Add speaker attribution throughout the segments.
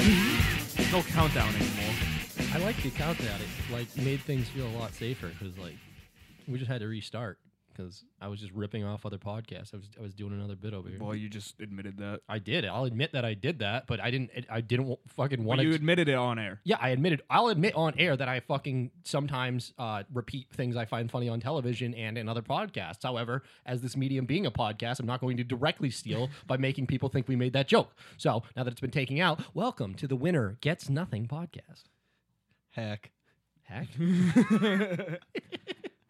Speaker 1: Mm-hmm.
Speaker 2: no countdown anymore.
Speaker 3: I like the countdown. It like made things feel a lot safer because like we just had to restart because I was just ripping off other podcasts. I was I was doing another bit over here.
Speaker 2: Well, you just admitted that.
Speaker 3: I did. I'll admit that I did that, but I didn't. I didn't wa- fucking
Speaker 2: But
Speaker 3: want
Speaker 2: you
Speaker 3: to.
Speaker 2: admitted it on air.
Speaker 3: yeah, I admitted. I'll admit on air that I fucking sometimes uh, repeat things I find funny on television and in other podcasts. However, as this medium being a podcast, I'm not going to directly steal by making people think we made that joke. So now that it's been taken out, welcome to the winner gets nothing podcast.
Speaker 4: Heck.
Speaker 3: Heck.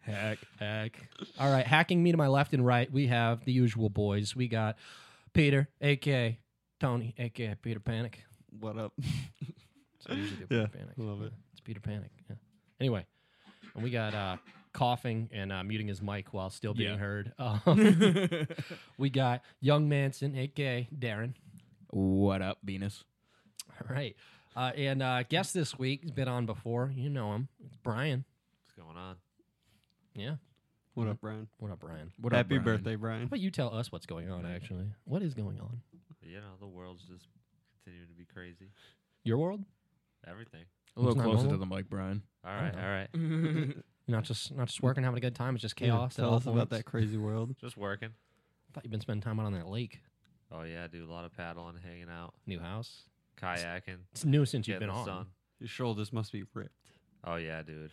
Speaker 4: Heck.
Speaker 3: Heck. All right, hacking me to my left and right, we have the usual boys. We got Peter, aka Tony, aka Peter Panic.
Speaker 4: What up?
Speaker 3: So we usually do
Speaker 4: Yeah,
Speaker 3: Peter Panic.
Speaker 4: love
Speaker 3: Yeah,
Speaker 4: it.
Speaker 3: It's Peter Panic. Yeah. Anyway, and we got uh, coughing and uh, muting his mic while still being
Speaker 2: Yeah.
Speaker 3: heard. Um, we got Young Manson, aka Darren.
Speaker 4: What up, Venus?
Speaker 3: All right. Uh, and uh, guest this week has been on before. You know him. It's Brian.
Speaker 5: What's going on?
Speaker 3: Yeah.
Speaker 4: What up, Brian?
Speaker 3: What up, Brian?
Speaker 2: What
Speaker 4: Happy
Speaker 2: Brian?
Speaker 4: birthday, Mm-hmm. Brian.
Speaker 3: How about you tell us what's going on, actually? What is going on?
Speaker 5: You know, the world's just continuing to be crazy.
Speaker 3: Your world?
Speaker 5: Everything.
Speaker 4: A
Speaker 3: little It's not closer normal. to
Speaker 4: the mic, Brian.
Speaker 5: All right,
Speaker 3: know.
Speaker 5: all right.
Speaker 4: Mm-hmm.
Speaker 3: Not just not just working, having a good time. It's just chaos. at
Speaker 4: tell
Speaker 3: all
Speaker 4: us about
Speaker 3: points.
Speaker 4: that crazy world.
Speaker 5: Just working.
Speaker 3: I thought you've been spending time out on that lake,
Speaker 5: Oh yeah, I do a lot of paddling, hanging out,
Speaker 3: new house.
Speaker 5: kayaking,
Speaker 3: It's new since you've
Speaker 5: getting
Speaker 3: been
Speaker 5: the
Speaker 3: on.
Speaker 5: sun.
Speaker 4: Your shoulders must be ripped.
Speaker 5: Oh yeah, dude.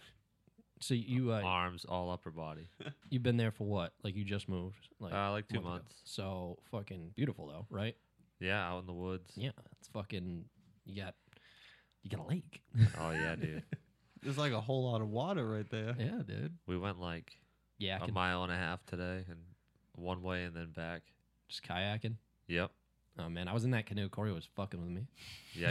Speaker 3: So you uh,
Speaker 5: Arms, all upper body.
Speaker 3: you've been there for what? Like you just moved? Like
Speaker 5: Uh, like
Speaker 3: a
Speaker 5: two
Speaker 3: month ago.
Speaker 5: months.
Speaker 3: So fucking beautiful though, right?
Speaker 5: Yeah, out in the woods.
Speaker 3: Yeah, it's fucking. You got you got a lake.
Speaker 5: Oh yeah, dude.
Speaker 4: There's like a whole lot of water right there.
Speaker 3: yeah, dude.
Speaker 5: We went like
Speaker 3: Yeah,
Speaker 5: a mile and a half today, and one way and then back.
Speaker 3: just kayaking.
Speaker 5: Yep.
Speaker 3: Oh man, I was in that canoe. Corey was fucking with me,
Speaker 5: Yeah,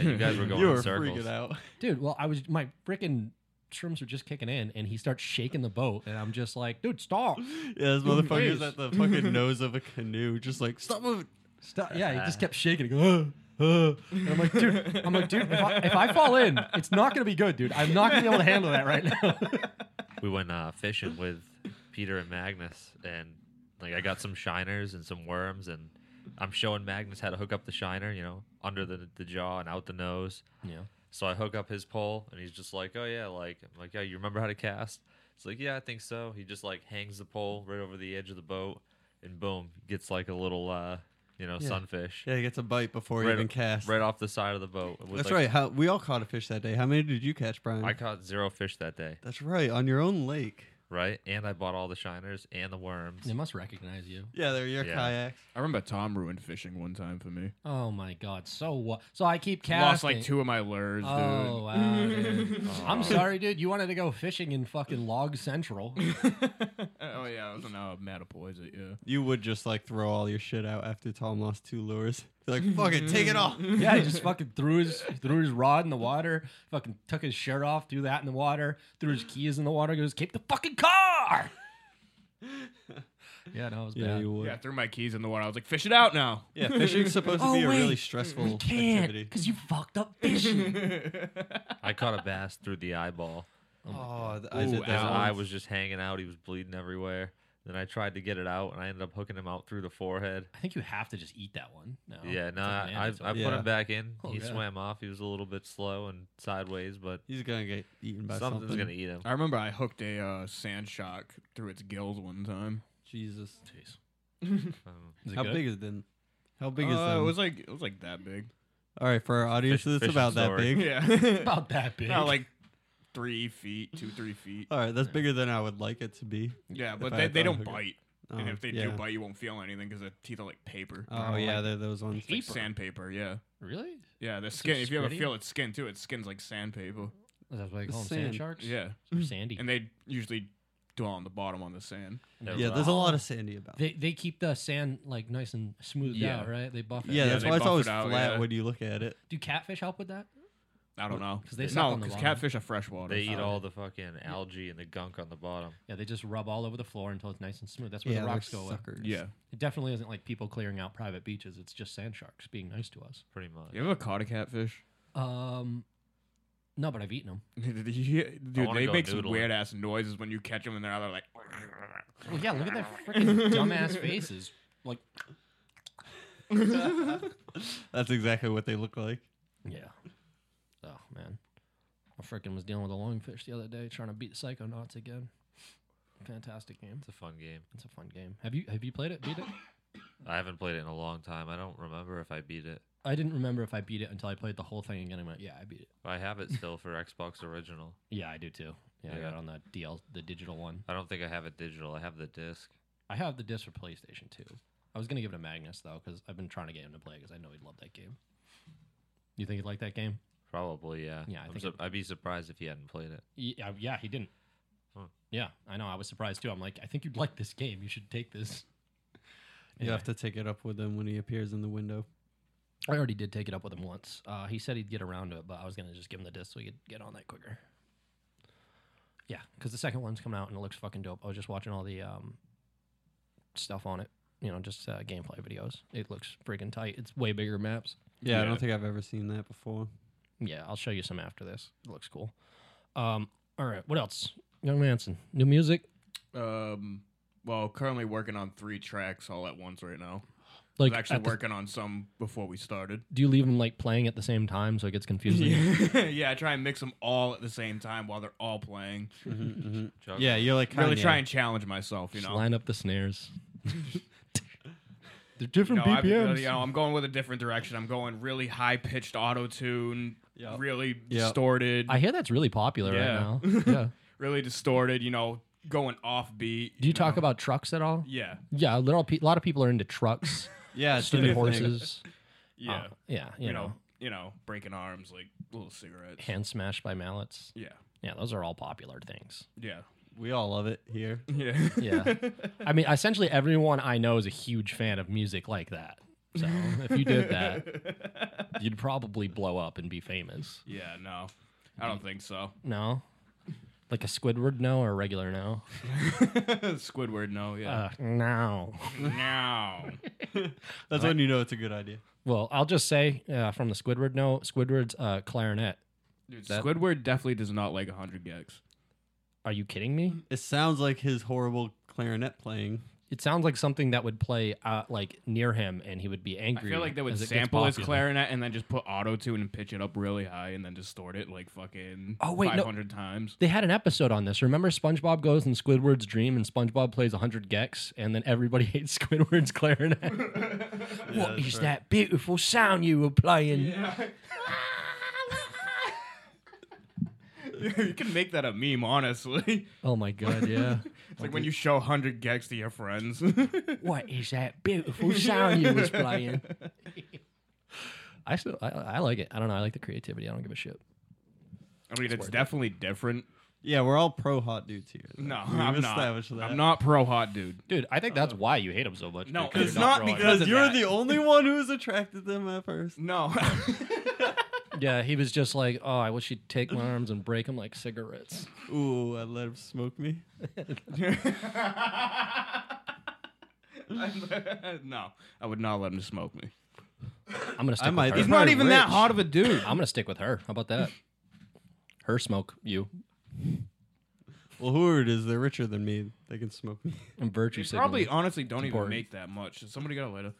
Speaker 5: you guys were going
Speaker 4: you
Speaker 5: in
Speaker 4: were
Speaker 5: circles.
Speaker 4: freaking out.
Speaker 3: dude. Well, I was my freaking shrimps were just kicking in, and he starts shaking the boat, and I'm just like, dude, stop.
Speaker 4: Yeah, this
Speaker 3: Dude,
Speaker 4: motherfucker's
Speaker 3: please.
Speaker 4: at the fucking nose of a canoe, just like stop moving.
Speaker 3: Stop. Yeah, he just kept shaking. Like, "Uh, uh." And I'm like, dude, I'm like, dude, if I, if I fall in, it's not gonna be good, dude. I'm not gonna be able to handle that right now.
Speaker 5: we went uh, fishing with Peter and Magnus, and like I got some shiners and some worms, and I'm showing Magnus how to hook up the shiner, you know, under the the jaw and out the nose.
Speaker 3: yeah.
Speaker 5: So I hook up his pole, and he's just like, "Oh yeah," like I'm like, "Yeah, you remember how to cast?" It's like, "Yeah, I think so." He just like hangs the pole right over the edge of the boat, and boom, gets like a little, uh, you know,
Speaker 4: Yeah.
Speaker 5: sunfish
Speaker 4: Yeah, he gets a bite before he
Speaker 5: Right
Speaker 4: even
Speaker 5: up-
Speaker 4: casts.
Speaker 5: right off the side of the boat. It was,
Speaker 4: That's
Speaker 5: like-
Speaker 4: right. How we all caught a fish that day. How many did you catch, Brian?
Speaker 5: I caught zero fish that day,
Speaker 4: That's right, on your own lake.
Speaker 5: right? And I bought all the shiners and the worms.
Speaker 3: They must recognize you.
Speaker 4: Yeah, they're your
Speaker 5: Yeah.
Speaker 4: kayaks.
Speaker 1: I remember Tom ruined fishing one time for me.
Speaker 3: Oh my god. So what? So I keep casting.
Speaker 1: Lost like two of my lures,
Speaker 3: Oh
Speaker 1: dude. Oh.
Speaker 3: wow, dude. I'm sorry, dude. You wanted to go fishing in fucking Log Central.
Speaker 1: Oh yeah, I was on uh, Metapoise. Yeah.
Speaker 4: You would just like throw all your shit out after Tom lost two lures. You're like, fuck it, take it off.
Speaker 3: yeah, he just fucking threw his threw his rod in the water. Fucking took his shirt off, threw that in the water. Threw his keys in the water. Goes, keep the fucking car. yeah, no, it was bad.
Speaker 4: Yeah, you would.
Speaker 1: Yeah, I threw my keys in the water. I was like, fish it out now.
Speaker 4: Yeah, fishing's supposed to
Speaker 3: Oh,
Speaker 4: be a really
Speaker 3: wait.
Speaker 4: stressful
Speaker 3: can't
Speaker 4: activity.
Speaker 3: because you fucked up fishing.
Speaker 5: I caught a bass through the eyeball.
Speaker 4: Oh, th- I
Speaker 1: Ooh,
Speaker 4: did
Speaker 5: His
Speaker 4: that.
Speaker 1: ow.
Speaker 5: eye
Speaker 4: I
Speaker 5: was just hanging out. He was bleeding everywhere. Then I tried to get it out, and I ended up hooking him out through the forehead.
Speaker 3: I think you have to just eat that one. No,
Speaker 5: yeah, no,
Speaker 3: It's like, man,
Speaker 5: I,
Speaker 3: it's
Speaker 5: I, I
Speaker 3: over.
Speaker 5: put
Speaker 4: Yeah.
Speaker 5: him back in.
Speaker 3: Oh,
Speaker 5: he
Speaker 3: yeah.
Speaker 5: swam off. He was a little bit slow and sideways, but
Speaker 4: He's gonna get eaten by
Speaker 5: something's
Speaker 4: something.
Speaker 5: gonna eat him.
Speaker 1: I remember I hooked a uh, sand shark through its gills one time.
Speaker 4: Jesus,
Speaker 3: Jeez.
Speaker 5: Um,
Speaker 3: Is it
Speaker 4: how
Speaker 3: good?
Speaker 4: big is them? How big is
Speaker 1: Uh,
Speaker 4: them?
Speaker 1: it was like it was like that big.
Speaker 4: all right for our audience.
Speaker 5: Fish-
Speaker 4: it's
Speaker 5: fishing
Speaker 4: about that
Speaker 5: story.
Speaker 4: big.
Speaker 1: Yeah,
Speaker 3: About that big.
Speaker 1: not like three feet, two three feet.
Speaker 4: All right, that's bigger than I would like it to be.
Speaker 1: Yeah, but
Speaker 4: Uh, I
Speaker 1: they,
Speaker 4: had
Speaker 1: they
Speaker 4: done
Speaker 1: don't
Speaker 4: hook it-
Speaker 1: bite,
Speaker 4: Oh,
Speaker 1: and if they
Speaker 4: yeah.
Speaker 1: do bite, you won't feel anything because their teeth are like paper,
Speaker 4: oh yeah, they're those ones.
Speaker 1: It's like
Speaker 3: paper.
Speaker 1: sandpaper. Yeah,
Speaker 3: really?
Speaker 1: yeah. The
Speaker 3: So
Speaker 1: skin. If you ever
Speaker 3: squiddy?
Speaker 1: feel its skin too, its skin's like sandpaper.
Speaker 3: That's why they
Speaker 4: The
Speaker 3: call them sand,
Speaker 4: sand.
Speaker 3: sharks.
Speaker 1: Yeah,
Speaker 3: Or sandy.
Speaker 1: and they usually dwell on the bottom on the sand.
Speaker 5: that
Speaker 4: Yeah,
Speaker 5: was
Speaker 4: there's a
Speaker 5: awesome.
Speaker 4: lot of sandy about. it.
Speaker 3: they they keep the sand like nice and smoothed
Speaker 1: Yeah.
Speaker 3: out, right? They buff it.
Speaker 4: Yeah,
Speaker 1: Yeah,
Speaker 4: that's
Speaker 1: they
Speaker 4: why it's
Speaker 1: buff it
Speaker 4: always
Speaker 1: out,
Speaker 4: flat
Speaker 1: yeah.
Speaker 4: when you look at it.
Speaker 3: Do catfish help with that?
Speaker 1: I don't know
Speaker 3: 'Cause they suck
Speaker 1: no,
Speaker 3: on the bottom.
Speaker 1: catfish are freshwater.
Speaker 5: They eat all the fucking algae and the gunk on the bottom.
Speaker 3: Yeah, they just rub all over the floor until it's nice and smooth. That's where
Speaker 4: yeah,
Speaker 3: the
Speaker 4: they're
Speaker 3: rocks go. away.
Speaker 4: suckers.
Speaker 1: Yeah.
Speaker 3: It definitely isn't like people clearing out private beaches. It's just sand sharks being nice to us.
Speaker 5: Pretty much.
Speaker 1: You ever caught a catfish?
Speaker 3: Um, no, but I've eaten them.
Speaker 1: Dude, they
Speaker 5: go
Speaker 1: make some
Speaker 5: noodling.
Speaker 1: weird ass noises when you catch them, and they're out there like,
Speaker 3: Well, yeah, look at their freaking dumbass faces. Like,
Speaker 4: That's exactly what they look like.
Speaker 3: yeah. Oh man. freaking was dealing with a lungfish the other day, trying to beat Psychonauts again. Fantastic game.
Speaker 5: It's a fun game.
Speaker 3: It's a fun game. Have you have you played it? Beat it?
Speaker 5: I haven't played it in a long time. I don't remember if I beat it.
Speaker 3: I didn't remember if I beat it until I played the whole thing again. I went, yeah, I beat it.
Speaker 5: I have it still for Xbox Original.
Speaker 3: Yeah, I do too. Yeah, I
Speaker 5: Yeah.
Speaker 3: got it on the DL, the digital one.
Speaker 5: I don't think I have it digital. I have the disc.
Speaker 3: I have the disc for PlayStation 2. I was gonna give it to Magnus though, because I've been trying to get him to play because I know he'd love that game. You think he'd like that game?
Speaker 5: Probably, yeah.
Speaker 3: Yeah, I
Speaker 5: I'm
Speaker 3: think
Speaker 5: sur-
Speaker 3: it-
Speaker 5: I'd be surprised if he hadn't played it.
Speaker 3: Yeah, uh, yeah he didn't.
Speaker 5: Huh.
Speaker 3: Yeah, I know. I was surprised too. I'm like, I think you'd like this game. You should take this.
Speaker 4: You have to take it up with him when he appears in the window.
Speaker 3: I already did take it up with him once. Uh, he said he'd get around to it, but I was gonna just give him the disc so he could get on that quicker. Yeah, because the second one's coming out and it looks fucking dope. I was just watching all the um, stuff on it. You know, just uh, gameplay videos. It looks freaking tight. It's way bigger maps.
Speaker 4: Yeah, I
Speaker 2: Yeah.
Speaker 4: don't think I've ever seen that before.
Speaker 3: Yeah, I'll show you some after this. It looks cool. Um, all right, what else? Young Manson, new music.
Speaker 1: Um, well, currently working on three tracks all at once right now.
Speaker 3: Like,
Speaker 1: I was actually
Speaker 3: at the-
Speaker 1: working on some before we started.
Speaker 3: do you leave them like playing at the same time so it gets confusing?
Speaker 1: yeah, I try and mix them all at the same time while they're all playing.
Speaker 5: Juggle.
Speaker 4: Yeah, you're like
Speaker 1: Mm-hmm, Really
Speaker 4: Kanye.
Speaker 1: try and challenge myself, you
Speaker 3: Just
Speaker 1: know.
Speaker 3: line up the snares.
Speaker 1: You
Speaker 3: They're
Speaker 1: know,
Speaker 3: different
Speaker 1: I-
Speaker 3: BPMs.
Speaker 1: you know, I'm going with a different direction. I'm going really high pitched auto tune,
Speaker 4: Yep.
Speaker 1: really
Speaker 4: Yep.
Speaker 1: distorted,
Speaker 3: I hear that's really popular
Speaker 1: Yeah.
Speaker 3: right now. Yeah.
Speaker 1: really distorted. You know, going offbeat.
Speaker 3: Do you talk
Speaker 1: know.
Speaker 3: about trucks at all?
Speaker 1: Yeah,
Speaker 3: Yeah, a little pe- lot of people are into trucks,
Speaker 4: Yeah, it's
Speaker 3: stupid
Speaker 4: a new thing.
Speaker 3: horses.
Speaker 1: yeah.
Speaker 3: Uh, yeah, you,
Speaker 1: you
Speaker 3: know,
Speaker 1: know, you know, breaking arms like little cigarettes.
Speaker 3: hand smashed by mallets.
Speaker 1: Yeah,
Speaker 3: Yeah, those are all popular things.
Speaker 1: yeah,
Speaker 4: We all love it here.
Speaker 1: yeah,
Speaker 3: Yeah. I mean, essentially everyone I know is a huge fan of music like that. So if you did that, you'd probably blow up and be famous.
Speaker 1: yeah. No, I
Speaker 3: Mm.
Speaker 1: don't think so.
Speaker 3: No? Like a Squidward no or a regular no?
Speaker 1: Squidward, no, yeah,
Speaker 3: Uh, no.
Speaker 1: no.
Speaker 4: That's when you know it's a good idea.
Speaker 3: Well, I'll just say uh, from the Squidward no, Squidward's uh, clarinet.
Speaker 1: Dude,
Speaker 3: That-
Speaker 1: Squidward definitely does not like 100 gigs.
Speaker 3: Are you kidding me?
Speaker 4: It sounds like his horrible clarinet playing.
Speaker 3: It sounds like something that would play uh, like near him and he would be
Speaker 1: I
Speaker 3: angry.
Speaker 1: feel like they would
Speaker 3: as it gets
Speaker 1: sample his
Speaker 3: popular.
Speaker 1: clarinet and then just put auto tune and pitch it up really high and then distort it like fucking
Speaker 3: Oh, wait, no.
Speaker 1: 500 times.
Speaker 3: They had an episode on this. Remember SpongeBob goes in Squidward's dream and SpongeBob plays 100 Gex and then everybody hates Squidward's clarinet. what is that beautiful sound you were playing?
Speaker 1: you can make that a meme, honestly.
Speaker 3: Oh my god, yeah.
Speaker 1: It's like when you show 100 gigs to your friends.
Speaker 3: what is that beautiful sound you was playing? I still I, I like it. I don't know. I like the creativity. I don't give a shit.
Speaker 1: I mean, it's definitely different.
Speaker 4: Yeah, we're all pro hot dudes here. though.
Speaker 1: No,
Speaker 4: We've
Speaker 1: I'm not.
Speaker 4: established that.
Speaker 1: I'm not pro hot dude.
Speaker 3: Dude, I think that's why you hate him so much.
Speaker 1: No,
Speaker 3: because
Speaker 1: it's
Speaker 3: you're not
Speaker 1: not
Speaker 3: wrong.
Speaker 1: because of
Speaker 4: You're
Speaker 1: that.
Speaker 4: the only one who's attracted to them at first.
Speaker 1: No.
Speaker 3: Yeah, he was just like, oh, I wish he'd take my arms and break them like cigarettes.
Speaker 4: Ooh, I let him smoke me.
Speaker 1: no, I would not let him smoke me.
Speaker 3: I'm gonna stick
Speaker 4: I might-
Speaker 3: with her.
Speaker 1: He's
Speaker 4: He's
Speaker 1: not
Speaker 4: probably
Speaker 1: even that
Speaker 4: rich.
Speaker 1: hot of a dude.
Speaker 3: I'm gonna stick with her. How about that? Her smoke you
Speaker 4: Well, whoever it is, they're richer than me. They can smoke me.
Speaker 3: and virtue
Speaker 1: You
Speaker 3: signaling.
Speaker 1: probably honestly don't even
Speaker 3: important.
Speaker 1: make that much. Somebody got a lighter.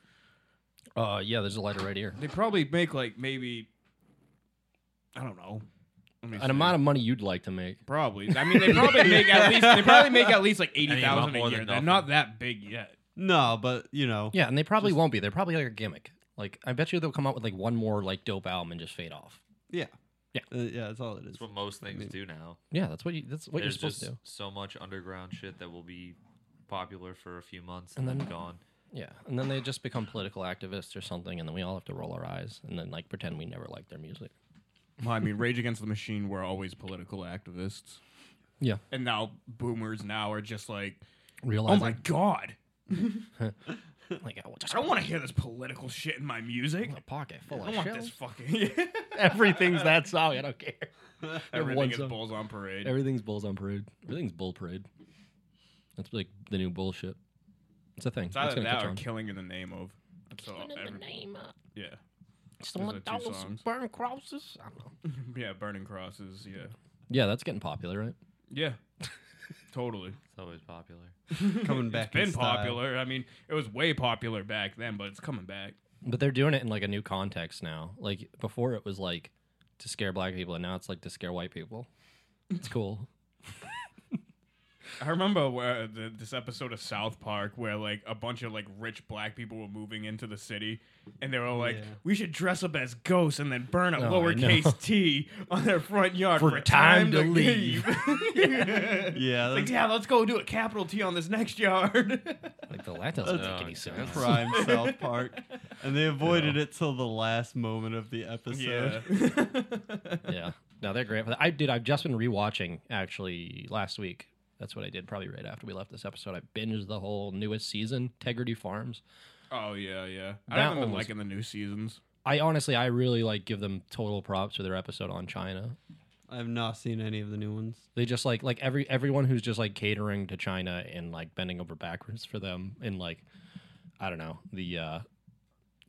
Speaker 3: Uh, yeah, there's a lighter right here.
Speaker 1: They probably make like maybe, I don't know, Let me
Speaker 3: An
Speaker 1: see.
Speaker 3: amount of money you'd like to make.
Speaker 1: probably. I mean, they probably make at least they probably make at least like eighty
Speaker 5: lot
Speaker 1: thousand a
Speaker 5: more
Speaker 1: year.
Speaker 5: than
Speaker 1: They're
Speaker 5: nothing.
Speaker 1: not that big yet.
Speaker 4: No, but you know,
Speaker 3: Yeah, and they probably won't be. They're probably like a gimmick. Like I bet you they'll come out with like one more like dope album and just fade off.
Speaker 4: yeah,
Speaker 3: Yeah.
Speaker 4: Uh, yeah. That's all it is.
Speaker 5: That's what most things do now.
Speaker 3: Yeah, that's what you that's what
Speaker 5: There's
Speaker 3: you're supposed
Speaker 5: just
Speaker 3: to do.
Speaker 5: so much underground shit that will be popular for a few months
Speaker 3: And
Speaker 5: and,
Speaker 3: then-
Speaker 5: then gone.
Speaker 3: Yeah. And then they just become political activists or something and then we all have to roll our eyes and then like pretend we never liked their music.
Speaker 1: Well, I mean, Rage Against the Machine were always political activists,
Speaker 3: Yeah.
Speaker 1: and now boomers now are just like, oh
Speaker 3: Realizing
Speaker 1: my god,
Speaker 3: like oh, just
Speaker 1: I don't want to hear this political shit in my music.
Speaker 3: a pocket
Speaker 1: I
Speaker 3: full of
Speaker 1: don't want
Speaker 3: shells.
Speaker 1: this fucking.
Speaker 3: Everything's that song, I don't care.
Speaker 1: Everything
Speaker 3: one
Speaker 1: is
Speaker 3: song.
Speaker 1: bulls on parade.
Speaker 3: Everything's bulls on parade. Everything's bull parade. That's like the new bullshit. It's a thing.
Speaker 1: It's either
Speaker 3: gonna
Speaker 1: that
Speaker 3: catch
Speaker 1: or
Speaker 3: on.
Speaker 1: killing in the name of. So every- yeah,
Speaker 3: Someone
Speaker 1: Those are two
Speaker 3: dollars
Speaker 1: songs.
Speaker 3: burn crosses. I don't know.
Speaker 1: yeah, burning crosses. Yeah,
Speaker 3: Yeah, that's getting popular, right?
Speaker 1: yeah, totally.
Speaker 5: It's always popular.
Speaker 4: Coming back.
Speaker 1: It's been
Speaker 4: in style.
Speaker 1: popular. I mean, it was way popular back then, but it's coming back.
Speaker 3: But they're doing it in like a new context now. Like before, it was like to scare black people, and now it's like to scare white people. It's cool.
Speaker 1: I remember where the, this episode of South Park where like a bunch of like rich black people were moving into the city, and they were like,
Speaker 4: Yeah.
Speaker 1: "We should dress up as ghosts and then burn a
Speaker 3: Oh, I know.
Speaker 1: lowercase t on their front yard
Speaker 3: For time to leave."
Speaker 1: yeah,
Speaker 4: Yeah,
Speaker 1: like
Speaker 4: that's-
Speaker 1: yeah, let's go do a capital T on this next yard.
Speaker 3: Like the that doesn't
Speaker 5: That's-
Speaker 3: make any
Speaker 5: oh,
Speaker 3: sense.
Speaker 4: prime South Park, and they avoided it till the last moment of the episode.
Speaker 3: Yeah. No, they're great for that. I did. I've just been rewatching actually last week. That's what I did probably right after we left this episode. I binged the whole newest season, Integrity Farms.
Speaker 1: oh yeah, yeah.
Speaker 3: That
Speaker 1: I haven't
Speaker 3: one
Speaker 1: been
Speaker 3: was-
Speaker 1: liking the new seasons.
Speaker 3: I honestly, I really like give them total props for their episode on China.
Speaker 4: I've not seen any of the new ones.
Speaker 3: They just like like every everyone who's just like catering to China and like bending over backwards for them and like I don't know the uh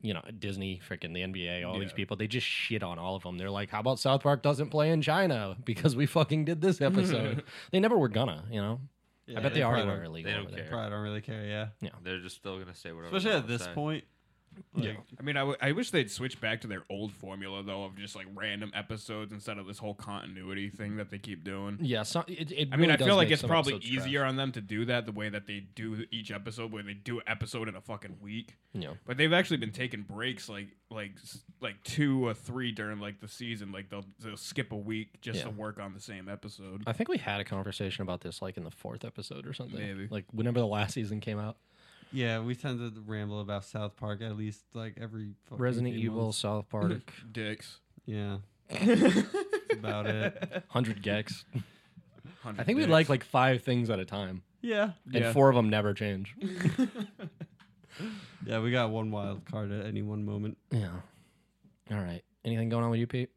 Speaker 3: you know Disney freaking the NBA all these
Speaker 1: Yeah.
Speaker 3: people they just shit on all of them. They're like, how about South Park doesn't play in China because we fucking did this episode. they never were gonna, you know. I
Speaker 4: Yeah,
Speaker 3: bet they, already
Speaker 4: probably
Speaker 3: were
Speaker 4: don't-
Speaker 3: illegal
Speaker 5: they
Speaker 3: over
Speaker 5: don't
Speaker 3: there.
Speaker 5: care.
Speaker 4: Probably don't really care. Yeah,
Speaker 5: They're just still gonna say whatever. they
Speaker 4: especially at
Speaker 5: wanna
Speaker 4: this
Speaker 5: say.
Speaker 4: point.
Speaker 3: Yeah.
Speaker 4: Like,
Speaker 1: I mean, I, w- I wish they'd switch back to their old formula though of just like random episodes instead of this whole continuity thing that they keep doing.
Speaker 3: Yeah, so, it, it
Speaker 1: I mean,
Speaker 3: really
Speaker 1: I
Speaker 3: does
Speaker 1: feel like
Speaker 3: make
Speaker 1: it's
Speaker 3: some
Speaker 1: probably
Speaker 3: episodes trash.
Speaker 1: easier on them to do that the way that they do each episode, where they do an episode in a fucking week.
Speaker 3: Yeah.
Speaker 1: But they've actually been taking breaks, like like s- like two or three during like the season. Like they'll they'll skip a week just to
Speaker 3: Yeah.
Speaker 1: work on the same episode.
Speaker 3: I think we had a conversation about this like in the fourth episode or something.
Speaker 1: Maybe.
Speaker 3: Like whenever the last season came out.
Speaker 4: yeah, we tend to ramble about South Park at least like every fucking
Speaker 3: Resident
Speaker 4: few
Speaker 3: Evil,
Speaker 4: months.
Speaker 3: South Park,
Speaker 1: Dicks.
Speaker 4: Yeah, that's about it.
Speaker 3: 100 Gex.
Speaker 1: Hundred
Speaker 3: I think we
Speaker 1: dicks.
Speaker 3: like like five things at a time,
Speaker 4: Yeah,
Speaker 3: and
Speaker 1: Yeah.
Speaker 3: four of them never change.
Speaker 4: yeah, we got one wild card at any one moment.
Speaker 3: Yeah. All right. Anything going on with you, Pete?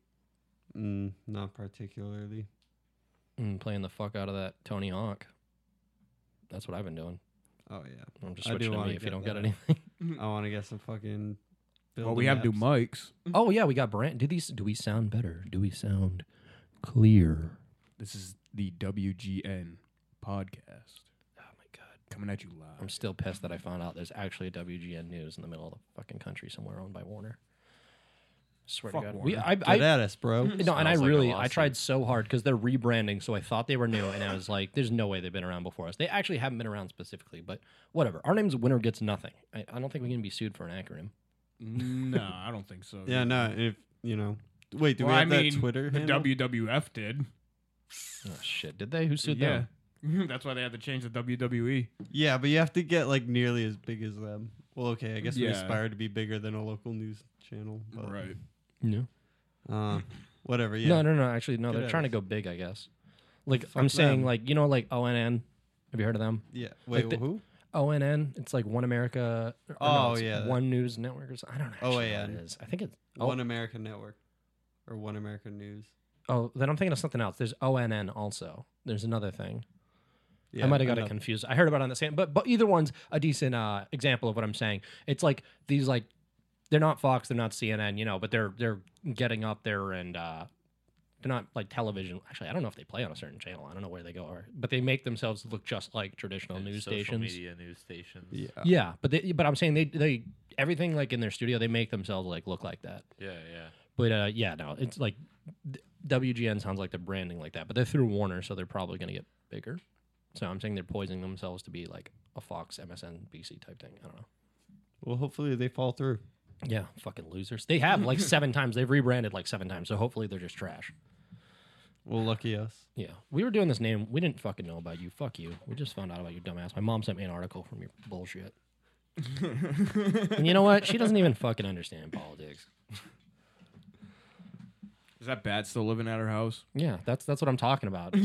Speaker 4: Mm, not particularly.
Speaker 3: Mm, playing the fuck out of that Tony Hawk. That's what I've been doing.
Speaker 4: Oh yeah,
Speaker 3: I'm just
Speaker 4: I do
Speaker 3: switching to
Speaker 4: wanna
Speaker 3: me if you
Speaker 4: get
Speaker 3: don't
Speaker 4: that
Speaker 3: get
Speaker 4: up.
Speaker 3: anything.
Speaker 4: I want to get some fucking.
Speaker 1: Well,
Speaker 4: building
Speaker 1: we have new
Speaker 4: apps.
Speaker 1: mics.
Speaker 3: oh yeah, we got brand. Do these? Do we sound better? Do we sound clear?
Speaker 1: This is the WGN podcast
Speaker 3: Oh my god.
Speaker 1: coming at you live.
Speaker 3: I'm still pissed that I found out there's actually a WGN News in the middle of the fucking country somewhere owned by Warner. Swear
Speaker 1: Fuck
Speaker 3: to God.
Speaker 1: Warner.
Speaker 3: We, I,
Speaker 4: Get
Speaker 3: I,
Speaker 4: at us, bro.
Speaker 3: no, and I
Speaker 5: Smells like a
Speaker 4: "Oh,
Speaker 3: really, I
Speaker 5: lawsuit.
Speaker 3: tried so hard because they're rebranding, so I thought they were new, and I was like, there's no way they've been around before us. They actually haven't been around specifically, but whatever. Our name's Winner Gets Nothing. I, I don't think we can be sued for an acronym.
Speaker 1: no, I don't think so.
Speaker 4: Yeah, no. If you know, wait, do
Speaker 1: Well,
Speaker 4: we
Speaker 1: I
Speaker 4: have
Speaker 1: mean,
Speaker 4: that Twitter
Speaker 1: The
Speaker 4: handle?
Speaker 1: WWF did.
Speaker 3: Oh, shit. Did they? Who sued
Speaker 1: yeah.
Speaker 3: them?
Speaker 1: That's why they had to change the E. WWE.
Speaker 4: Yeah, but you have to get like nearly as big as them. Well, okay, I guess we
Speaker 1: Yeah.
Speaker 4: aspire to be bigger than a local news channel. But,
Speaker 1: Right.
Speaker 3: No.
Speaker 4: Uh, whatever. Yeah.
Speaker 3: No, no, no. Actually, no.
Speaker 4: Good
Speaker 3: They're trying to
Speaker 4: heavens.
Speaker 3: go big, I guess. Like, I'm saying,
Speaker 4: them.
Speaker 3: like, you know, like ONN. Have you heard of them?
Speaker 4: Yeah. Wait,
Speaker 3: the-
Speaker 4: who?
Speaker 3: ONN. It's like One America. or
Speaker 4: Oh,
Speaker 3: it's
Speaker 4: yeah.
Speaker 3: One News Network. Or something. I don't know. actually what
Speaker 4: OAN.
Speaker 3: it is. I think it's oh,
Speaker 4: One American Network, or One American News.
Speaker 3: oh. Then I'm thinking of something else. There's ONN also. There's another thing. I might have got it
Speaker 4: another-
Speaker 3: confused. I heard about it on the same, but but either one's a decent uh, example of what I'm saying. It's like these like they're not Fox, they're not CNN, you know, but they're they're getting up there and uh, they're not like television. Actually, I don't know if they play on a certain channel. I don't know where they go, or, but they make themselves look just like traditional
Speaker 5: And
Speaker 3: news
Speaker 5: social
Speaker 3: stations.
Speaker 5: media news stations. Yeah,
Speaker 4: Yeah.
Speaker 3: Yeah, but they, but I'm saying they they everything like in their studio they make themselves like look like that.
Speaker 5: yeah.
Speaker 3: But uh, yeah, no, it's like th- WGN sounds like they're branding like that, but they're through Warner, so they're probably gonna get bigger. So I'm saying they're poisoning themselves to be like a Fox, MSNBC type thing. I don't know.
Speaker 4: Well, hopefully they fall through.
Speaker 3: Yeah, fucking losers. They have like seven times. They've rebranded like seven times. So hopefully they're just trash.
Speaker 4: Well, lucky us.
Speaker 3: Yeah, we were doing this name. We didn't fucking know about you. Fuck you. We just found out about you, dumbass. My mom sent me an article from your bullshit. and you know what? She doesn't even fucking understand politics.
Speaker 1: Is that bat still living at her house?
Speaker 3: Yeah, that's that's what I'm talking about.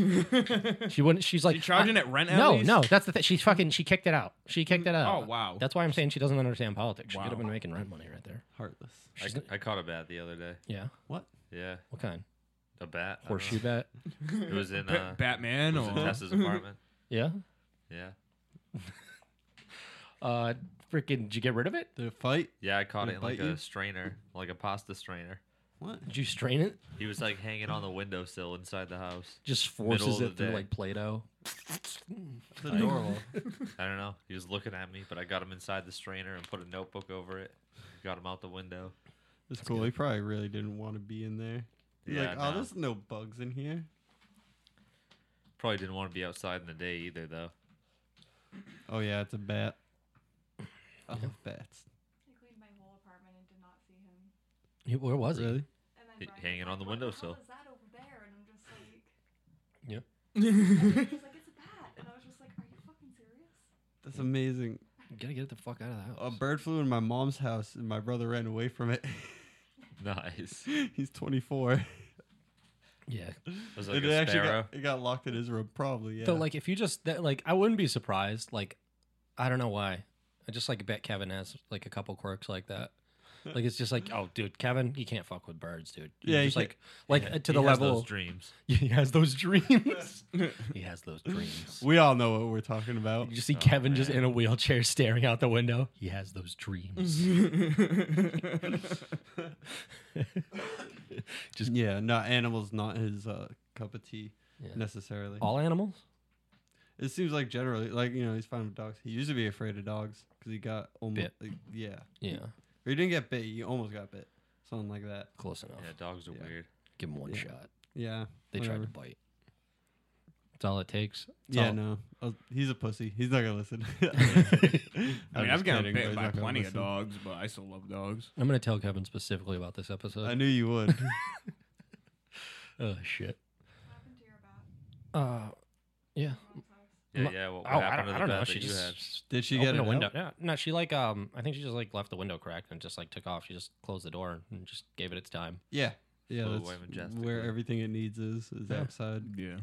Speaker 3: she wouldn't. She's like
Speaker 1: You charging it rent? At
Speaker 3: No,
Speaker 1: least?
Speaker 3: no, that's the thing. She fucking she kicked it out. She kicked it out.
Speaker 1: Oh, wow.
Speaker 3: That's why I'm saying she doesn't understand politics. She
Speaker 1: Wow.
Speaker 3: could have been making rent money right there.
Speaker 4: Heartless.
Speaker 3: She's
Speaker 5: I, I caught a bat the other day.
Speaker 3: Yeah.
Speaker 4: What?
Speaker 5: Yeah,
Speaker 3: What kind?
Speaker 5: a bat. I don't
Speaker 3: Horseshoe
Speaker 5: know.
Speaker 3: bat.
Speaker 5: It was in
Speaker 1: Ba-
Speaker 5: uh, it
Speaker 1: Batman
Speaker 5: was
Speaker 1: or
Speaker 5: in Tessa's apartment.
Speaker 3: Yeah.
Speaker 5: Yeah,
Speaker 3: Uh, freaking. Did you get rid of it?
Speaker 4: The fight?
Speaker 5: yeah. I caught
Speaker 4: Did
Speaker 5: it
Speaker 4: it
Speaker 5: in like
Speaker 4: bite you?
Speaker 5: a strainer, like a pasta strainer.
Speaker 4: What?
Speaker 3: Did you strain it?
Speaker 5: He was like hanging on the windowsill inside the house.
Speaker 3: Just
Speaker 5: Middle
Speaker 3: forces
Speaker 5: of
Speaker 3: it
Speaker 5: the
Speaker 3: through
Speaker 5: day.
Speaker 3: like Play-Doh.
Speaker 4: It's adorable.
Speaker 5: I don't know. He was looking at me, but I got him inside the strainer and put a notebook over it. Got him out the window.
Speaker 4: It's cool. He probably really didn't want to be in there. He's
Speaker 5: Yeah,
Speaker 4: like, oh,
Speaker 5: no.
Speaker 4: there's no bugs in here.
Speaker 5: Probably didn't want to be outside in the day either, though.
Speaker 4: Oh yeah, it's a bat. I love bats.
Speaker 6: I cleaned my whole apartment and did not see him.
Speaker 3: Yeah, Where was
Speaker 4: Really?
Speaker 6: And then
Speaker 5: H-
Speaker 6: Brian
Speaker 5: hanging
Speaker 6: was
Speaker 5: on the
Speaker 6: like,
Speaker 5: windowsill."
Speaker 6: What the hell is that over there? And I'm just
Speaker 1: That's
Speaker 6: like, he's like, it's a bat. And I was just like, are you fucking serious?
Speaker 4: That's amazing.
Speaker 3: he? You gotta get the fuck out of the house.
Speaker 4: A bird flew in my mom's house, and my brother ran away from it.
Speaker 5: Nice.
Speaker 4: He's 24.
Speaker 3: yeah.
Speaker 5: It was like
Speaker 4: it
Speaker 5: a
Speaker 4: actually
Speaker 5: sparrow.
Speaker 4: got, it got locked in his room, probably. Yeah.
Speaker 3: So like, if you just that, like, I wouldn't be surprised. Like, I don't know why. I just like bet Kevin has like a couple quirks like that. Like it's just like, oh, dude, Kevin, you can't fuck with birds, dude. You
Speaker 4: Yeah, you
Speaker 3: just
Speaker 4: can't-
Speaker 3: like, like
Speaker 5: Yeah,
Speaker 3: uh, to
Speaker 5: he
Speaker 3: the
Speaker 5: has
Speaker 3: level.
Speaker 5: Those dreams.
Speaker 3: he has those dreams. he has those dreams.
Speaker 4: we all know what we're talking about.
Speaker 3: You just see
Speaker 5: Oh,
Speaker 3: Kevin just
Speaker 5: man.
Speaker 3: in a wheelchair staring out the window. He has those
Speaker 4: Mm-hmm.
Speaker 3: dreams. just
Speaker 4: yeah, no, animals not his uh, cup of tea
Speaker 3: Yeah.
Speaker 4: necessarily.
Speaker 3: all animals.
Speaker 4: It seems like generally, like you know, he's fine with dogs. He used to be afraid of dogs because he got almost,
Speaker 3: Bit.
Speaker 4: like, yeah,
Speaker 3: Yeah,
Speaker 4: or he didn't get bit. He almost got bit, something like that.
Speaker 3: close enough.
Speaker 5: Yeah, dogs are
Speaker 4: Yeah.
Speaker 5: weird.
Speaker 3: Give him one
Speaker 4: Yeah.
Speaker 3: shot.
Speaker 4: Yeah,
Speaker 3: They tried to
Speaker 4: whatever.
Speaker 3: bite. That's all it takes. That's
Speaker 4: Yeah,
Speaker 3: all-
Speaker 4: no, I was, he's a pussy. He's not gonna listen.
Speaker 1: I mean,
Speaker 4: I'm
Speaker 1: I've gotten
Speaker 4: just kidding, but
Speaker 1: bit
Speaker 4: he's
Speaker 1: by
Speaker 4: not gonna
Speaker 1: plenty of
Speaker 4: listen.
Speaker 1: dogs, but I still love dogs.
Speaker 3: I'm gonna tell Kevin specifically about this
Speaker 4: I
Speaker 3: episode.
Speaker 4: knew you would.
Speaker 3: Oh shit.
Speaker 6: What happened to your bat?
Speaker 3: Uh, yeah.
Speaker 6: at Mom's house?
Speaker 5: Yeah,
Speaker 3: Ma-
Speaker 5: yeah. What, what
Speaker 3: Oh, I
Speaker 5: happened
Speaker 3: don't,
Speaker 5: to
Speaker 3: I
Speaker 5: the
Speaker 3: don't know.
Speaker 5: bat
Speaker 3: She
Speaker 5: that you
Speaker 3: just
Speaker 5: had?
Speaker 4: Did she get
Speaker 3: opened
Speaker 4: it
Speaker 3: a
Speaker 4: out?
Speaker 3: window. Yeah, no, she like um, I think she just like left the window cracked and just like took off. She just closed the door and just gave it its time.
Speaker 4: Yeah, yeah.
Speaker 5: Flew away
Speaker 4: That's where
Speaker 5: majestically.
Speaker 4: everything it needs is is
Speaker 3: Yeah.
Speaker 4: outside.
Speaker 1: Yeah.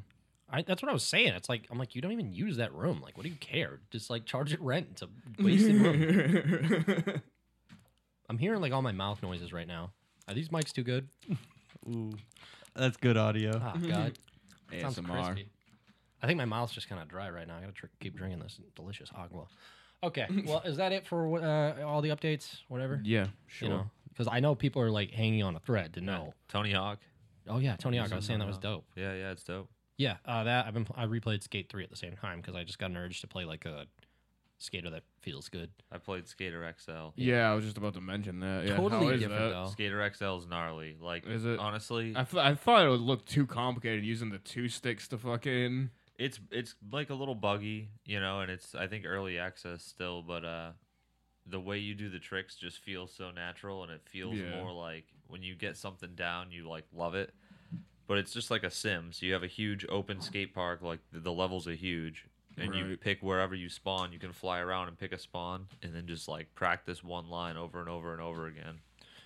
Speaker 3: I, that's what I was saying. It's like I'm like you don't even use that room. Like, what do you care? Just like charge it rent. It's a wasted room. I'm hearing like all my mouth noises right now. Are these mics too good?
Speaker 4: Ooh, that's good audio.
Speaker 3: Ah, God, sounds
Speaker 1: ASMR.
Speaker 3: crispy. I think my mouth's just kind of dry right now. I gotta tr- keep drinking this delicious agua. Okay, well, is that it for uh, all the updates? Whatever.
Speaker 1: Yeah,
Speaker 3: you
Speaker 1: sure.
Speaker 3: know because i know people are like hanging on a thread to know
Speaker 5: Tony Hawk.
Speaker 3: oh yeah tony hawk
Speaker 5: He's
Speaker 3: i was
Speaker 5: in
Speaker 3: saying that
Speaker 5: Tony
Speaker 3: was dope
Speaker 5: Yeah, yeah, it's dope.
Speaker 3: yeah uh, that i've been i replayed skate 3 at the same time because i just got an urge to play like a skater that feels good
Speaker 5: I played Skater XL.
Speaker 1: Yeah, I was just about to mention that. Yeah,
Speaker 3: totally
Speaker 1: how is
Speaker 3: different
Speaker 1: that?
Speaker 3: though
Speaker 5: Skater XL is gnarly. Like,
Speaker 1: Is it-
Speaker 5: honestly,
Speaker 1: I, th- I thought it would look too complicated using the two sticks to fucking.
Speaker 5: it's it's like a little buggy, you know, and it's I think early access still, but uh, the way you do the tricks just feels so natural, and it feels
Speaker 1: Yeah.
Speaker 5: more like when you get something down, you like love it. But it's just like a sim. So you have a huge open skate park, like the, the levels are huge, and you
Speaker 1: Right.
Speaker 5: pick wherever you spawn. You can fly around and pick a spawn, and then just like practice one line over and over and over again.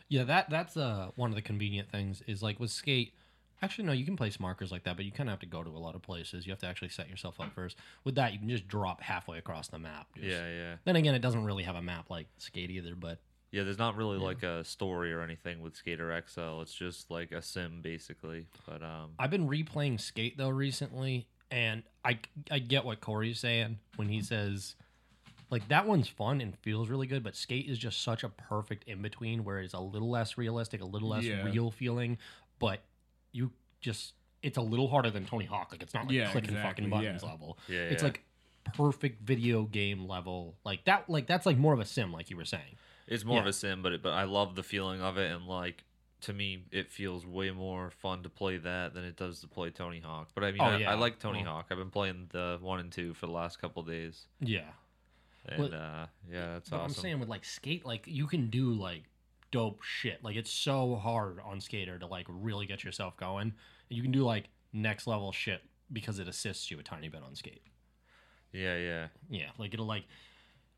Speaker 3: yeah that that's uh one of the convenient things is like with skate actually no you can place markers like that but you kind of have to go to a lot of places you have to actually set yourself up first with that you can just drop halfway across the map just-
Speaker 5: Yeah, yeah.
Speaker 3: then again it doesn't really have a map like skate either but
Speaker 5: Yeah, there's not really like a story or anything with Skater XL. It's just like a sim basically. But um
Speaker 3: I've been replaying Skate though recently, and I I get what Corey's saying when he says, like that one's fun and feels really good, but Skate is just such a perfect in between where it's a little less realistic, a little less
Speaker 1: Yeah.
Speaker 3: real feeling, but you just it's a little harder than Tony Hawk. Like it's not like
Speaker 1: Yeah,
Speaker 3: clicking
Speaker 1: exactly,
Speaker 3: fucking buttons
Speaker 1: yeah.
Speaker 3: level.
Speaker 5: yeah,
Speaker 3: It's
Speaker 5: yeah.
Speaker 3: like perfect video game level. Like that. Like that's like more of a sim, like you were saying.
Speaker 5: it's more of
Speaker 3: yeah.
Speaker 5: a sim, but it, but I love the feeling of it and like to me it feels way more fun to play that than it does to play Tony Hawk. But I mean
Speaker 3: Oh,
Speaker 5: I,
Speaker 3: yeah.
Speaker 5: I like Tony
Speaker 3: Well-
Speaker 5: Hawk. I've been playing the one and two for the last couple days.
Speaker 3: Yeah.
Speaker 5: And
Speaker 3: Well,
Speaker 5: uh yeah, that's
Speaker 3: But
Speaker 5: awesome.
Speaker 3: I'm saying with like skate, like you can do like dope shit. Like it's so hard on skater to like really get yourself going. And you can do like next level shit because it assists you a tiny bit on skate.
Speaker 5: yeah, yeah.
Speaker 3: Yeah, like it'll like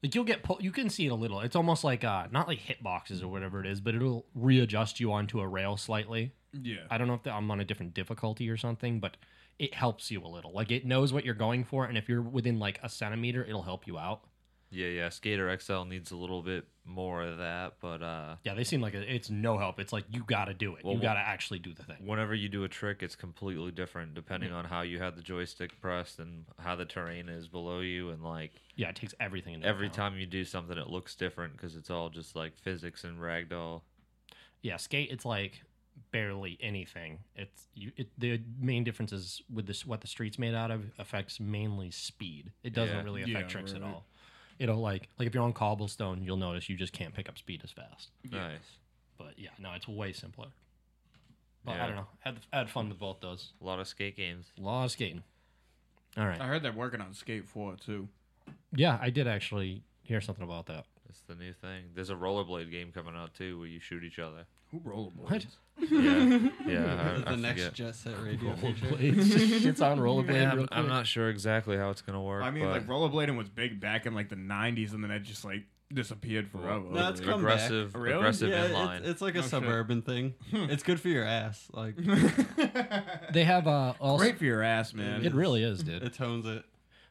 Speaker 3: like you'll get pu- you can see it a little. It's almost like uh not like hitboxes or whatever it is, but it'll readjust you onto a rail slightly.
Speaker 1: Yeah.
Speaker 3: I don't know if the, I'm on a different difficulty or something, but it helps you a little. Like it knows what you're going for, and if you're within like a centimeter, it'll help you out.
Speaker 5: Yeah, yeah. Skater XL needs a little bit more of that, but uh
Speaker 3: Yeah, they seem like it- it's no help. It's like you got to do it.
Speaker 5: Well,
Speaker 3: you
Speaker 5: wh-
Speaker 3: got to actually do the thing.
Speaker 5: whenever you do a trick it's completely different depending on how you had the joystick pressed and how the terrain is below you and like
Speaker 3: Yeah, it takes everything. Into
Speaker 5: every
Speaker 3: account.
Speaker 5: time you do something it looks different because it's all just like physics and ragdoll
Speaker 3: Yeah, skate. It's like barely anything. It's you. It, the main difference is with this what the street's made out of affects mainly speed. It doesn't
Speaker 5: Yeah.
Speaker 3: really affect
Speaker 1: Yeah,
Speaker 3: tricks at
Speaker 1: right.
Speaker 3: all. It'll like like if you're on cobblestone, you'll notice you just can't pick up speed as fast.
Speaker 5: nice
Speaker 3: But yeah, no, it's way simpler. But I
Speaker 5: Yeah.
Speaker 3: don't know. Had had fun with both those.
Speaker 5: A lot of skate games.
Speaker 3: Law of skating. All right.
Speaker 1: I heard they're working on Skate 4 too.
Speaker 3: Yeah, I did actually hear something about that.
Speaker 5: It's the new thing. There's a rollerblade game coming out too, where you shoot each other.
Speaker 1: Who rollerblades?
Speaker 3: What?
Speaker 5: Yeah, yeah.
Speaker 4: the
Speaker 5: I, I
Speaker 4: next
Speaker 5: forget.
Speaker 4: Jet Set Radio feature.
Speaker 1: Mm-hmm.
Speaker 3: Rollerblades. Shit's on rollerblade.
Speaker 5: Yeah,
Speaker 3: real
Speaker 5: I'm, I'm
Speaker 3: quick.
Speaker 5: not sure exactly how it's gonna work.
Speaker 1: I mean,
Speaker 5: but
Speaker 1: like rollerblading was big back in like the '90s, and then it just like disappeared forever.
Speaker 4: No, it's come back.
Speaker 5: aggressive,
Speaker 1: Really?
Speaker 5: aggressive
Speaker 4: Yeah,
Speaker 5: inline.
Speaker 4: it's, it's like a
Speaker 1: Oh, shit.
Speaker 4: suburban thing. it's good for your ass. Like
Speaker 3: They have uh also
Speaker 1: Great for your ass, man.
Speaker 3: it really is,
Speaker 5: Mm-hmm.
Speaker 3: dude.
Speaker 4: it tones it.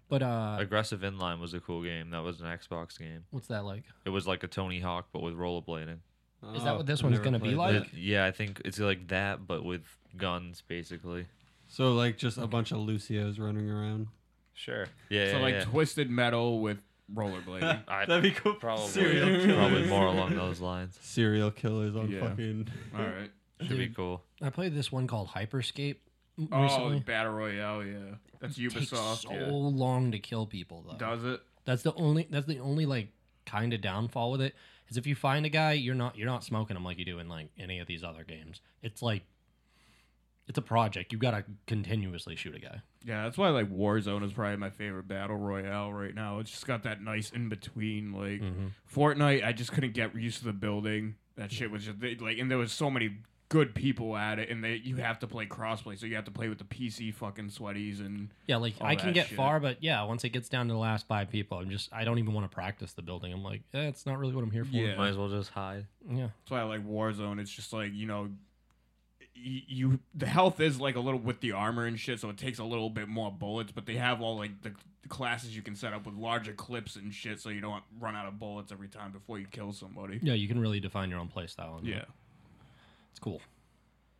Speaker 3: But uh
Speaker 5: aggressive inline was a cool game. That was an Xbox game.
Speaker 3: what's that like?
Speaker 5: It was like a Tony Hawk, but with rollerblading.
Speaker 3: Is that
Speaker 4: Oh,
Speaker 3: what this
Speaker 4: I've
Speaker 3: one's
Speaker 4: never
Speaker 3: gonna be
Speaker 4: played
Speaker 3: like?
Speaker 4: that.
Speaker 5: Yeah, I think it's like that, but with guns, basically.
Speaker 4: So like just a bunch of Lucios running around.
Speaker 5: Sure. Yeah.
Speaker 1: So
Speaker 5: yeah,
Speaker 1: like
Speaker 5: yeah.
Speaker 1: twisted metal with rollerblading.
Speaker 5: I-
Speaker 4: That'd be cool.
Speaker 5: probably
Speaker 4: serial killers.
Speaker 5: probably more along those lines.
Speaker 4: Serial killers on
Speaker 1: Yeah.
Speaker 4: fucking.
Speaker 1: All right.
Speaker 5: Should be
Speaker 3: Dude.
Speaker 5: cool.
Speaker 3: I played this one called Hyperscape m-
Speaker 1: Oh,
Speaker 3: recently.
Speaker 1: battle royale. Yeah, that's
Speaker 3: takes
Speaker 1: Ubisoft.
Speaker 3: so
Speaker 1: yeah.
Speaker 3: long to kill people though.
Speaker 1: Does it?
Speaker 3: That's the only that's the only like kind of downfall with it is if you find a guy you're not you're not smoking him like you do in like any of these other games. It's like it's a project. You got to continuously shoot a guy.
Speaker 1: Yeah, that's why like Warzone is probably my favorite battle royale right now. It's just got that nice in between. Like
Speaker 3: Mm-hmm.
Speaker 1: Fortnite, I just couldn't get used to the building. That shit was just they, like, and there was so many good people at it, and they you have to play crossplay, so you have to play with the PC fucking sweaties and
Speaker 3: Yeah, like
Speaker 1: All
Speaker 3: I can
Speaker 1: that
Speaker 3: get
Speaker 1: shit.
Speaker 3: far, but yeah, once it gets down to the last five people, I'm just I don't even want to practice the building. I'm like, eh, it's not really what I'm here for.
Speaker 1: Yeah.
Speaker 5: Might as well just hide.
Speaker 3: yeah.
Speaker 1: That's why I like Warzone. It's just like you know, y- you the health is like a little with the armor and shit, so it takes a little bit more bullets. But they have all like the classes you can set up with larger clips and shit, so you don't run out of bullets every time before you kill somebody.
Speaker 3: Yeah, you can really define your own play style. and
Speaker 1: Yeah.
Speaker 3: it's cool.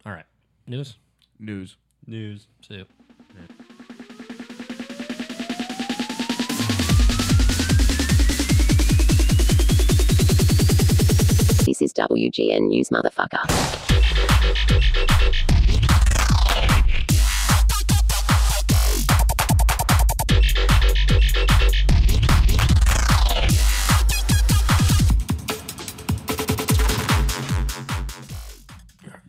Speaker 3: All right, news.
Speaker 1: News.
Speaker 4: News.
Speaker 3: See you.
Speaker 7: This is WGN News, motherfucker.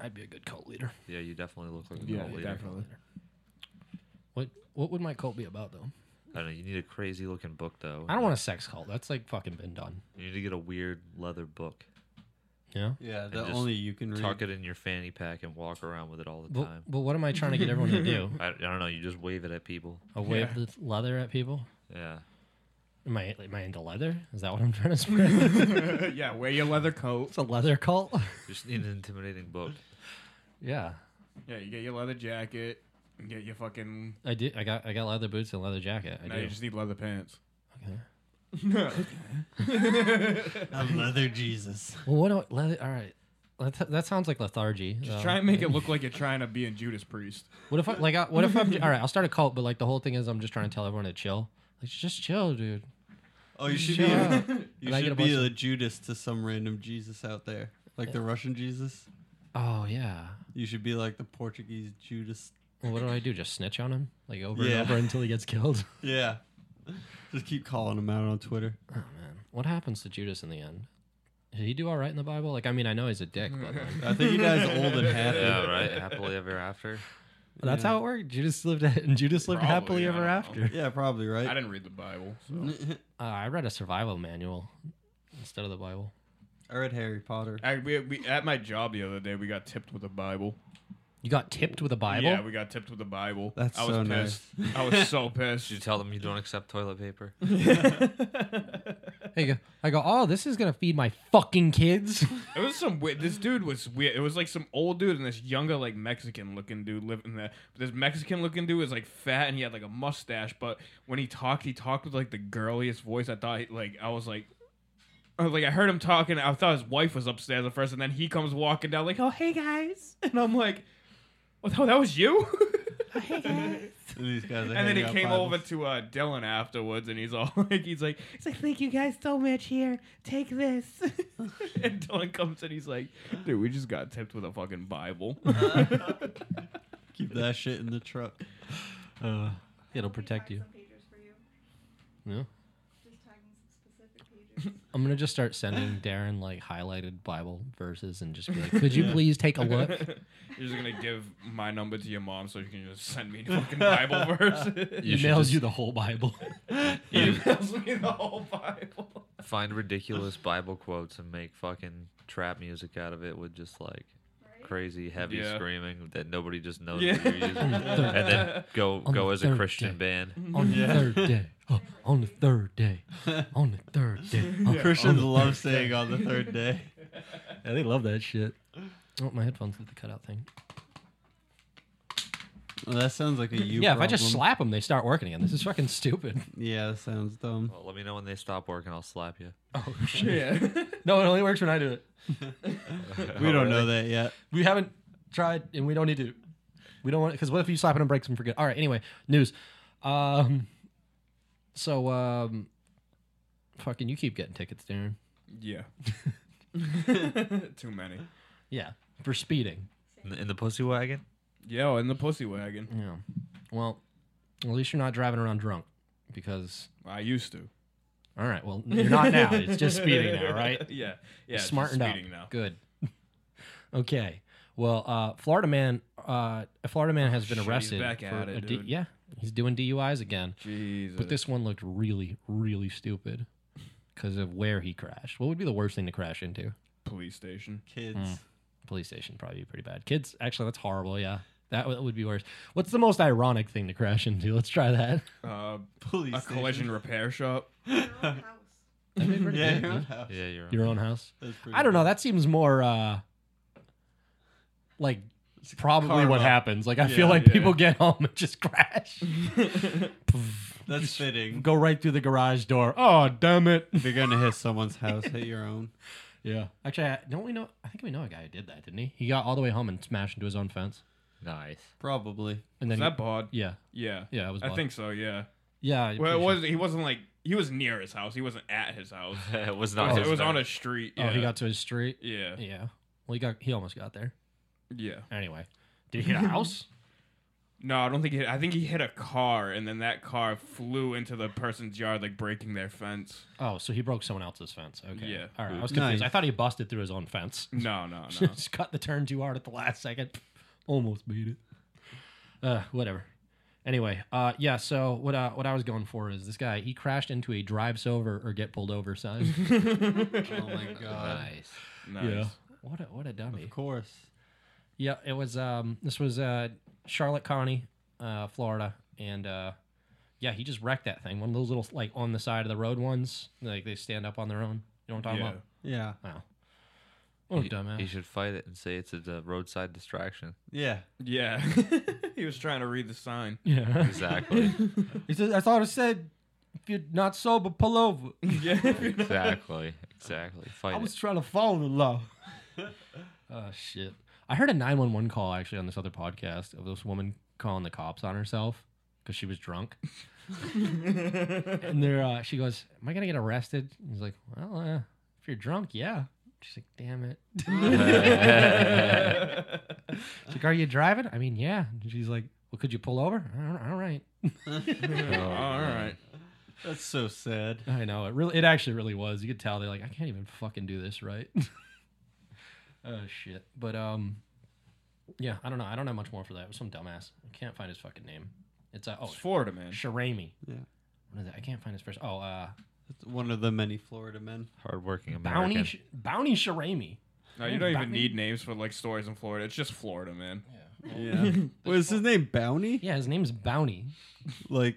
Speaker 3: I'd be a good cult leader.
Speaker 5: Yeah, you definitely look like a cult leader.
Speaker 3: What What would my cult be about though?
Speaker 5: I don't know. You need a crazy looking book though.
Speaker 3: I don't want a sex cult. That's like fucking been done.
Speaker 5: You need to get a weird leather book.
Speaker 3: Yeah.
Speaker 4: Yeah, that
Speaker 5: just
Speaker 4: only you can read.
Speaker 5: Tuck it in your fanny pack and walk around with it all the
Speaker 3: But,
Speaker 5: time.
Speaker 3: but what am I trying to get everyone to do?
Speaker 5: I, I don't know. You just wave it at people.
Speaker 3: A wave the leather at people?
Speaker 5: Yeah.
Speaker 3: Am I am I into leather? Is that what I'm trying to spread?
Speaker 1: yeah, wear your leather coat.
Speaker 3: it's a leather cult.
Speaker 5: Just need an intimidating book.
Speaker 3: yeah,
Speaker 1: Yeah, you get your leather jacket. You get your fucking.
Speaker 3: I did. I got I got leather boots and leather jacket. I
Speaker 1: now
Speaker 3: do.
Speaker 1: you just need leather pants.
Speaker 3: okay.
Speaker 4: A leather Jesus.
Speaker 3: Well, what? Do I, leather, all right. That, that sounds like lethargy.
Speaker 1: Just
Speaker 4: Oh,
Speaker 3: though.
Speaker 1: try and make it look like you're trying to be in Judas Priest.
Speaker 3: What if I like? I, what if I'm? all right, I'll start a cult, but like the whole thing is, I'm just trying to tell everyone to chill. Like, just chill, dude.
Speaker 4: Oh, you should
Speaker 3: Shut
Speaker 4: be.
Speaker 3: up.
Speaker 4: You
Speaker 3: And I get a
Speaker 4: should be
Speaker 3: bunch
Speaker 4: a Judas to some random Jesus out there, like the Russian Jesus.
Speaker 3: Oh yeah.
Speaker 4: You should be like the Portuguese Judas.
Speaker 3: Well, what do I do? Just snitch on him, like over
Speaker 4: Yeah.
Speaker 3: and over until he gets killed.
Speaker 4: Yeah. Just keep calling him out on Twitter.
Speaker 3: Oh man, what happens to Judas in the end? Did he do all right in the Bible? Like, I mean, I know he's a dick, but like,
Speaker 4: I think he dies old and happy.
Speaker 5: Yeah, right. Happily ever after.
Speaker 3: that's
Speaker 4: Yeah.
Speaker 3: how it worked. Judas lived and Judas lived
Speaker 1: Probably,
Speaker 3: happily
Speaker 1: I
Speaker 3: ever
Speaker 1: don't know.
Speaker 3: after.
Speaker 4: Yeah, probably right.
Speaker 1: I didn't read the Bible. So.
Speaker 3: Uh, I read a survival manual instead of the Bible.
Speaker 4: I read Harry Potter.
Speaker 1: I, we, we, at my job the other day, we got tipped with a Bible.
Speaker 3: You got tipped with a Bible.
Speaker 1: Yeah, we got tipped with the Bible.
Speaker 4: That's
Speaker 1: I was
Speaker 4: so
Speaker 1: pissed. I was so pissed.
Speaker 5: Did you tell them you don't accept toilet paper?
Speaker 3: There you go. I go. Oh, this is gonna feed my fucking kids.
Speaker 1: It was some weird. This dude was weird. It was like some old dude and this younger, like Mexican looking dude living there. But this Mexican looking dude was like fat and he had like a mustache. But when he talked, he talked with like the girliest voice. I thought, like, I was like, I was like, I heard him talking. I thought his wife was upstairs at first, and then he comes walking down, like, oh hey guys, and I'm like, oh that- that was you.
Speaker 4: And these guys are
Speaker 1: And then he
Speaker 4: handing out
Speaker 1: came
Speaker 4: Bibles.
Speaker 1: over to uh, Dylan afterwards, and he's all like, he's like, he's like, thank you guys so much. Here, take this. and Dylan comes and he's like, dude, we just got tipped with a fucking Bible.
Speaker 4: Keep that shit in the truck.
Speaker 3: It'll protect you.
Speaker 6: Some pages for you.
Speaker 3: Yeah.
Speaker 6: Just tagging some specific pages.
Speaker 3: I'm gonna just start sending Darren like highlighted Bible verses and just be like, could you please take a look?
Speaker 1: You're just gonna give my number to your mom so she can just send me fucking Bible verses.
Speaker 5: You should
Speaker 3: Emails
Speaker 5: just-
Speaker 3: you the whole Bible.
Speaker 1: Emails me the whole Bible.
Speaker 5: Find ridiculous Bible quotes and make fucking trap music out of it with just like
Speaker 6: Right?
Speaker 5: crazy heavy
Speaker 1: Yeah.
Speaker 5: screaming that nobody just knows
Speaker 1: Yeah.
Speaker 5: that you're using, and then go
Speaker 3: On
Speaker 5: go
Speaker 3: the
Speaker 5: as a
Speaker 3: third
Speaker 5: Christian
Speaker 3: day.
Speaker 5: band.
Speaker 3: on the third day. Oh, on the third day. On the third day. Oh,
Speaker 4: Uh, Christians love saying on the third day.
Speaker 3: yeah, they love that shit. Oh, my headphones did the cutout thing.
Speaker 4: Well, that sounds like a you.
Speaker 3: yeah, if I just
Speaker 4: problem.
Speaker 3: slap them, they start working again. This is fucking stupid.
Speaker 4: Yeah, that sounds dumb.
Speaker 5: Well, let me know when they stop working. I'll slap you.
Speaker 3: Oh
Speaker 1: Yeah.
Speaker 3: No, it only works when I do it.
Speaker 1: Oh,
Speaker 4: We don't know that yet.
Speaker 3: We haven't tried, and we don't need to. We don't want because what if you slap it and break some for good? All right. Anyway, news. Um. So um. Fucking, you keep getting tickets, Darren.
Speaker 1: yeah. Too many.
Speaker 3: Yeah, for speeding.
Speaker 5: In the, in the pussy wagon.
Speaker 1: Yo, in the pussy wagon.
Speaker 3: Yeah. Well, at least you're not driving around drunk, because
Speaker 1: I used to.
Speaker 3: all right. Well, you're not now. It's just speeding now, right?
Speaker 1: yeah. Yeah. it's
Speaker 3: smartened
Speaker 1: just
Speaker 3: up.
Speaker 1: speeding now.
Speaker 3: Good. okay. Well, uh, Florida man, uh, a Florida man has been
Speaker 1: Oh, Shit, he's
Speaker 3: arrested.
Speaker 1: back at
Speaker 3: for
Speaker 1: it,
Speaker 3: a D-
Speaker 1: dude.
Speaker 3: yeah, he's doing DUIs again.
Speaker 1: Jesus.
Speaker 3: But this one looked really, really stupid because of where he crashed. What would be the worst thing to crash into?
Speaker 1: police station.
Speaker 4: Kids.
Speaker 3: Hmm. Police station probably be pretty bad. Kids, actually, that's horrible. Yeah, that w- would be worse. What's the most ironic thing to crash into? Let's try that.
Speaker 1: Uh,
Speaker 4: Police.
Speaker 1: a
Speaker 4: station.
Speaker 1: collision repair shop.
Speaker 6: Your own house.
Speaker 3: That'd be pretty
Speaker 4: Yeah,
Speaker 3: good,
Speaker 4: your own
Speaker 3: dude.
Speaker 4: house.
Speaker 5: Yeah, you're.
Speaker 3: Your own house.
Speaker 4: That's pretty
Speaker 3: I don't
Speaker 4: good.
Speaker 3: know. That seems more uh like probably what
Speaker 4: karma.
Speaker 3: happens. Like I
Speaker 4: Yeah,
Speaker 3: feel like
Speaker 1: yeah.
Speaker 3: people get home and just crash.
Speaker 4: That's fitting.
Speaker 3: Go right through the garage door. Oh damn it.
Speaker 4: If you're gonna hit someone's house, hit your own.
Speaker 3: Yeah. Actually, I, don't we know? I think we know a guy who did that, didn't he? He got all the way home and smashed into his own fence,
Speaker 5: Nice.
Speaker 4: Probably.
Speaker 3: and then
Speaker 1: Is that bod?
Speaker 3: yeah,
Speaker 1: Yeah.
Speaker 3: yeah, it was.
Speaker 1: I
Speaker 3: blood.
Speaker 1: think so. Yeah.
Speaker 3: Yeah. I'm
Speaker 1: Well, it
Speaker 3: pretty
Speaker 1: was. He wasn't like. He was near his house. He wasn't at his house.
Speaker 5: it was
Speaker 1: It
Speaker 5: not.
Speaker 1: was-
Speaker 5: his
Speaker 1: Oh, it was
Speaker 5: bag.
Speaker 1: on a street.
Speaker 3: sure.
Speaker 1: Yeah.
Speaker 3: Oh, he got to his street.
Speaker 1: Yeah.
Speaker 3: Yeah. Well, he got. He almost got there.
Speaker 1: Yeah.
Speaker 3: Anyway, did he hit a house?
Speaker 1: No, I don't think he. Hit, I think he hit a car, and then that car flew into the person's yard, like breaking their fence.
Speaker 3: Oh, so he broke someone else's fence. Okay.
Speaker 1: Yeah.
Speaker 3: All right. I was
Speaker 4: Nice.
Speaker 3: confused. I thought he busted through his own fence.
Speaker 1: No, no, no.
Speaker 3: Just cut the turn too hard at the last second. Almost beat it. Uh, whatever. Anyway, uh, yeah. So what? Uh, what I was going for is this guy. He crashed into a drive over or get pulled over sign.
Speaker 4: Oh my god.
Speaker 5: Nice.
Speaker 1: nice.
Speaker 3: What a what a dummy.
Speaker 4: Of course.
Speaker 3: Yeah, it was. Um, this was uh, Charlotte County, uh, Florida, and uh, yeah, he just wrecked that thing. One of those little like on the side of the road ones, like they stand up on their own. You know what I'm talking
Speaker 1: Yeah.
Speaker 3: about?
Speaker 4: Yeah.
Speaker 3: Wow.
Speaker 1: Oh,
Speaker 3: What a
Speaker 5: He-
Speaker 3: dumbass.
Speaker 5: He should fight it and say it's a uh, roadside distraction.
Speaker 4: Yeah.
Speaker 1: Yeah. he was trying to read the sign.
Speaker 3: yeah.
Speaker 5: Exactly.
Speaker 3: He says, "I thought it said if you're not sober, pull over."
Speaker 1: yeah.
Speaker 5: Oh, exactly. Exactly. Fight it.
Speaker 3: trying to follow the law. oh shit! I heard a nine one one call actually on this other podcast of this woman calling the cops on herself because she was drunk. and they're uh, she goes, "Am I gonna get arrested?" And he's like, "Well, uh, if you're drunk, yeah." She's like, "Damn it!" She's like, "Are you driving?" I mean, yeah. And she's like, "Well, could you pull over?" "All- All right.
Speaker 1: All right.
Speaker 4: That's so sad.
Speaker 3: I know it really. It actually really was. You could tell they're like, I can't even fucking do this right. oh shit. But um, yeah. I don't know. I don't have much more for that. It was some dumbass. I can't find his fucking name. It's uh, oh
Speaker 1: It's Florida, man.
Speaker 3: Sharami.
Speaker 4: Yeah.
Speaker 3: What is it? I can't find his first. Oh uh,
Speaker 4: That's one of the many Florida men.
Speaker 5: Hardworking American.
Speaker 3: Bounty Sh- Bounty Sharami.
Speaker 1: No, you don't even
Speaker 3: Batman.
Speaker 1: need names for like stories in Florida. It's just Florida, man.
Speaker 4: Yeah. Was his name Bounty?
Speaker 3: Yeah, his name's Bounty.
Speaker 4: Like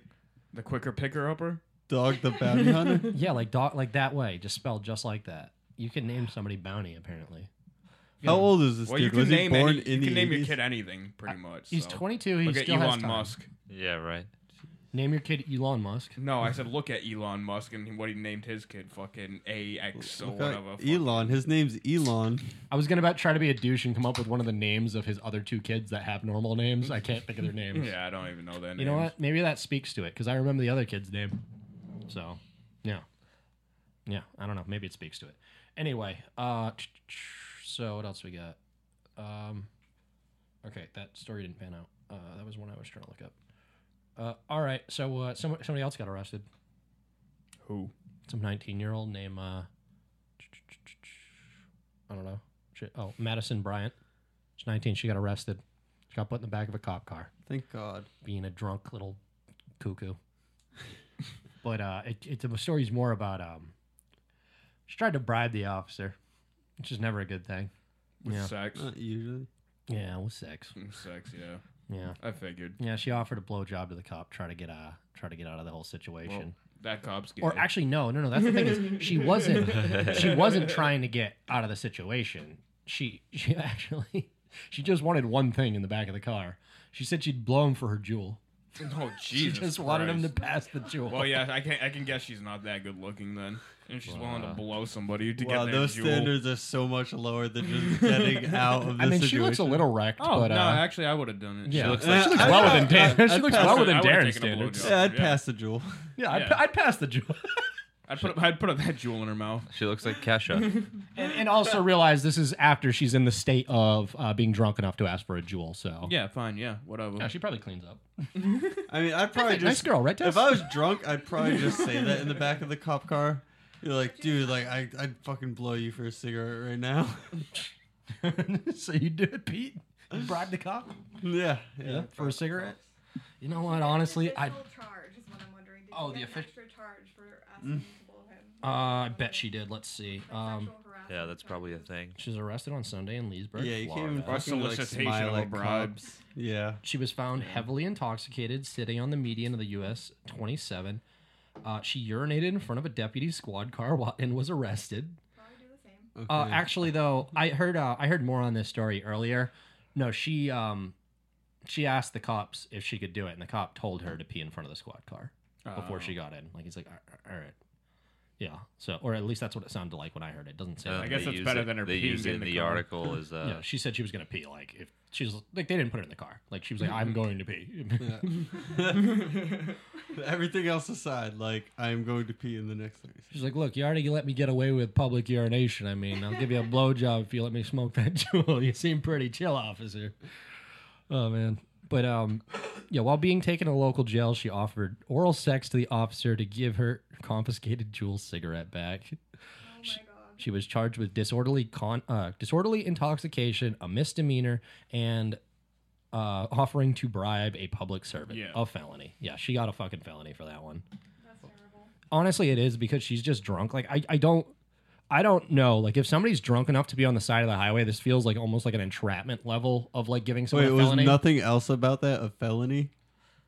Speaker 1: The quicker picker upper.
Speaker 4: Dog the Bounty Hunter?
Speaker 3: Yeah, like dog, like that way, just spelled just like that. You can name somebody Bounty apparently.
Speaker 4: How old is this
Speaker 1: Well,
Speaker 4: dude?
Speaker 1: you can
Speaker 4: was
Speaker 1: name
Speaker 4: he born
Speaker 1: any,
Speaker 4: in
Speaker 1: you
Speaker 4: the
Speaker 1: can name
Speaker 4: 80s?
Speaker 1: your kid anything, pretty much.
Speaker 3: He's
Speaker 1: so.
Speaker 3: 22. He
Speaker 1: Look at
Speaker 3: still has
Speaker 1: Elon
Speaker 3: time.
Speaker 1: Musk.
Speaker 5: Yeah. Right.
Speaker 3: Name your kid Elon Musk.
Speaker 1: No, I said look at Elon Musk and what he named his kid, fucking AX or
Speaker 4: Look
Speaker 1: whatever.
Speaker 4: out,
Speaker 1: fuck.
Speaker 4: Elon. His name's Elon.
Speaker 3: I was gonna about try to be a douche and come up with one of the names of his other two kids that have normal names. I can't think of their names.
Speaker 1: Yeah, I don't even know that.
Speaker 3: You know what? Maybe that speaks to it because I remember the other kid's name. So, yeah, yeah. I don't know. Maybe it speaks to it. Anyway, uh, tch, tch, tch. so what else we got? Um, okay, that story didn't pan out. Uh, that was one I was trying to look up. Uh, all right. So, uh, someone, somebody else got arrested.
Speaker 1: Who?
Speaker 3: some 19 year old named uh i don't know Shit. oh madison bryant she's 19 she got arrested she got put in the back of a cop car
Speaker 4: Thank God.
Speaker 3: being a drunk little cuckoo but uh it, it the story's more about um she tried to bribe the officer which is never a good thing
Speaker 1: With
Speaker 3: Yeah.
Speaker 1: sex.
Speaker 4: Not usually.
Speaker 3: yeah with sex
Speaker 1: With sex, yeah.
Speaker 3: yeah
Speaker 1: I figured.
Speaker 3: yeah she offered a blowjob to the cop try to get uh try to get out of the whole situation
Speaker 1: Well, that cop's gay.
Speaker 3: Or actually, no, no, no. That's the thing is, she wasn't. She wasn't trying to get out of the situation. She, she actually, she just wanted one thing in the back of the car. She said she'd blow him for her jewel.
Speaker 1: oh Jesus!
Speaker 3: she just wanted him to
Speaker 1: Christ.
Speaker 3: pass the jewel.
Speaker 1: Well, yeah, I can I can guess she's not that good looking then, and she's willing to
Speaker 5: Wow.
Speaker 1: blow somebody to
Speaker 4: Wow,
Speaker 1: get their
Speaker 4: those
Speaker 1: jewel.
Speaker 4: standards are so much lower than just getting out of the
Speaker 3: I mean, she
Speaker 4: situation.
Speaker 3: looks a little wrecked,
Speaker 1: Oh
Speaker 3: but
Speaker 1: no,
Speaker 3: uh,
Speaker 1: actually, I would have done it.
Speaker 3: yeah,
Speaker 1: She looks-
Speaker 4: like- she looks
Speaker 3: well
Speaker 4: I-
Speaker 1: uh,
Speaker 3: within
Speaker 4: I-
Speaker 3: Dan. She
Speaker 4: I'd
Speaker 3: looks
Speaker 4: pass
Speaker 3: well
Speaker 1: it.
Speaker 3: within
Speaker 1: I would've
Speaker 3: Darren's
Speaker 1: taken a blowjob.
Speaker 3: standards.
Speaker 4: Yeah, I'd
Speaker 1: Yeah.
Speaker 4: pass the jewel.
Speaker 3: Yeah, I'd,
Speaker 1: Yeah.
Speaker 3: I'd pass the jewel,
Speaker 1: I'd put I'd put that jewel in her mouth.
Speaker 5: She looks like Kesha.
Speaker 3: and, and also realize this is after she's in the state of uh, being drunk enough to ask for a jewel. So
Speaker 1: Yeah, fine. Yeah, whatever.
Speaker 3: Yeah, she probably cleans up.
Speaker 4: I mean, I'd probably just.
Speaker 3: nice girl, right, Tess?
Speaker 4: If I was drunk, I'd probably just say that in the back of the cop car. You're like, dude, like I, I'd fucking blow you for a cigarette right now.
Speaker 3: so you do it, Pete. You bribe the cop.
Speaker 4: yeah,
Speaker 3: Yeah,
Speaker 4: yeah.
Speaker 3: for a cigarette. You know what? Honestly, I uh,
Speaker 6: Official charge is what I'm wondering. Did
Speaker 3: Oh,
Speaker 6: you
Speaker 3: the
Speaker 6: get an
Speaker 3: offic- Mm.
Speaker 6: extra charge for asking to blow him?
Speaker 3: uh, I bet she did. Let's see.
Speaker 6: Like
Speaker 3: Um,
Speaker 6: sexual harassment
Speaker 5: yeah, that's probably a thing.
Speaker 3: she was arrested on Sunday in Leesburg.
Speaker 4: Yeah, you can't even
Speaker 5: Florida.
Speaker 1: Or
Speaker 4: fucking like
Speaker 1: solicitation
Speaker 4: smile
Speaker 1: of a
Speaker 4: at
Speaker 1: bribe.
Speaker 4: cops. Yeah.
Speaker 3: She was found heavily intoxicated, sitting on the median of the U.S. 27. Uh, she urinated in front of a deputy squad car while, and was arrested.
Speaker 6: Probably do the same. Oh
Speaker 4: Okay.
Speaker 3: Uh, actually, though, I heard uh, I heard more on this story earlier. No, she um, she asked the cops if she could do it, and the cop told her to pee in front of the squad car. before
Speaker 1: Oh.
Speaker 3: she got in. Like he's like, all right, yeah. So, or at least that's what it sounded like when I heard it. Doesn't say.
Speaker 5: And
Speaker 3: like,
Speaker 1: guess
Speaker 5: they
Speaker 1: that's
Speaker 5: use
Speaker 1: better
Speaker 5: it-
Speaker 1: than her
Speaker 5: They
Speaker 1: peeing
Speaker 5: use it
Speaker 1: in
Speaker 5: in
Speaker 1: the
Speaker 5: the,
Speaker 1: car.
Speaker 5: article as Oh, uh,
Speaker 3: yeah, she said she was gonna pee. Like if she's like they didn't put it in the car. Like she was like, I'm going to pee.
Speaker 4: Everything else aside, like I'm going to pee in the next thirty.
Speaker 3: she's like, look, you already let me get away with public urination. I mean, I'll give you a blowjob if you let me smoke that jewel. You seem pretty chill, officer. Oh man. But um, yeah. While being taken to local jail, she offered oral sex to the officer to give her confiscated jewel cigarette back.
Speaker 6: Oh my god.
Speaker 3: She was charged with disorderly con uh, disorderly intoxication, a misdemeanor, and uh, offering to bribe a public servant.
Speaker 1: Yeah.
Speaker 3: A felony. Yeah, she got a fucking felony for that one.
Speaker 6: That's terrible.
Speaker 3: Honestly, it is because she's just drunk. Like I, I don't I don't know. Like if somebody's drunk enough to be on the side of the highway, this feels like almost like an entrapment level of like giving someone
Speaker 4: Wait,
Speaker 3: a
Speaker 4: was
Speaker 3: felony.
Speaker 4: nothing else about that a felony?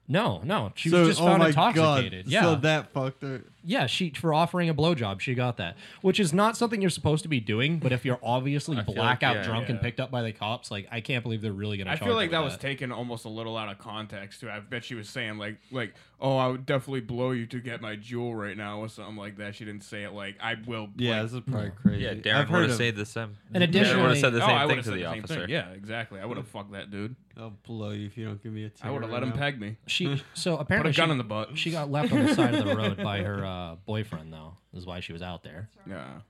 Speaker 3: no, no. She was just
Speaker 4: oh
Speaker 3: found
Speaker 4: my
Speaker 3: intoxicated.
Speaker 4: God.
Speaker 3: Yeah.
Speaker 4: So that fucked her.
Speaker 3: yeah, she for offering a blowjob, she got that, which is not something you're supposed to be doing. But if you're obviously
Speaker 5: feel like-
Speaker 3: blackout
Speaker 5: yeah,
Speaker 3: drunk and
Speaker 1: yeah.
Speaker 3: picked up by the cops, like I can't believe they're really gonna.
Speaker 1: I
Speaker 3: charge
Speaker 1: feel like
Speaker 3: her
Speaker 1: that
Speaker 3: with
Speaker 1: was taken almost a little out of context too. I bet she was saying like like oh I would definitely blow you to get my jewel right now or something like that. She didn't say it like I will.
Speaker 4: Yeah,
Speaker 1: like,
Speaker 4: this is probably crazy.
Speaker 5: yeah.
Speaker 4: I've
Speaker 5: Darren
Speaker 4: heard
Speaker 5: would
Speaker 4: of
Speaker 5: have said the same.
Speaker 3: And
Speaker 5: Darren would
Speaker 3: additionally-
Speaker 5: have said the
Speaker 1: oh,
Speaker 5: same
Speaker 1: I
Speaker 5: thing
Speaker 1: would've
Speaker 5: to
Speaker 1: said
Speaker 5: the,
Speaker 1: same
Speaker 5: officer.
Speaker 1: Thing. Yeah, exactly. I would have fucked that dude.
Speaker 4: I'll blow you if you don't give me a ticket.
Speaker 1: I would have let him peg me.
Speaker 3: She so
Speaker 1: Put
Speaker 3: apparently
Speaker 1: a gun
Speaker 3: she,
Speaker 1: in the butt.
Speaker 3: she got left on the side of the road by her uh, boyfriend though. Is why she was out there.
Speaker 1: Yeah.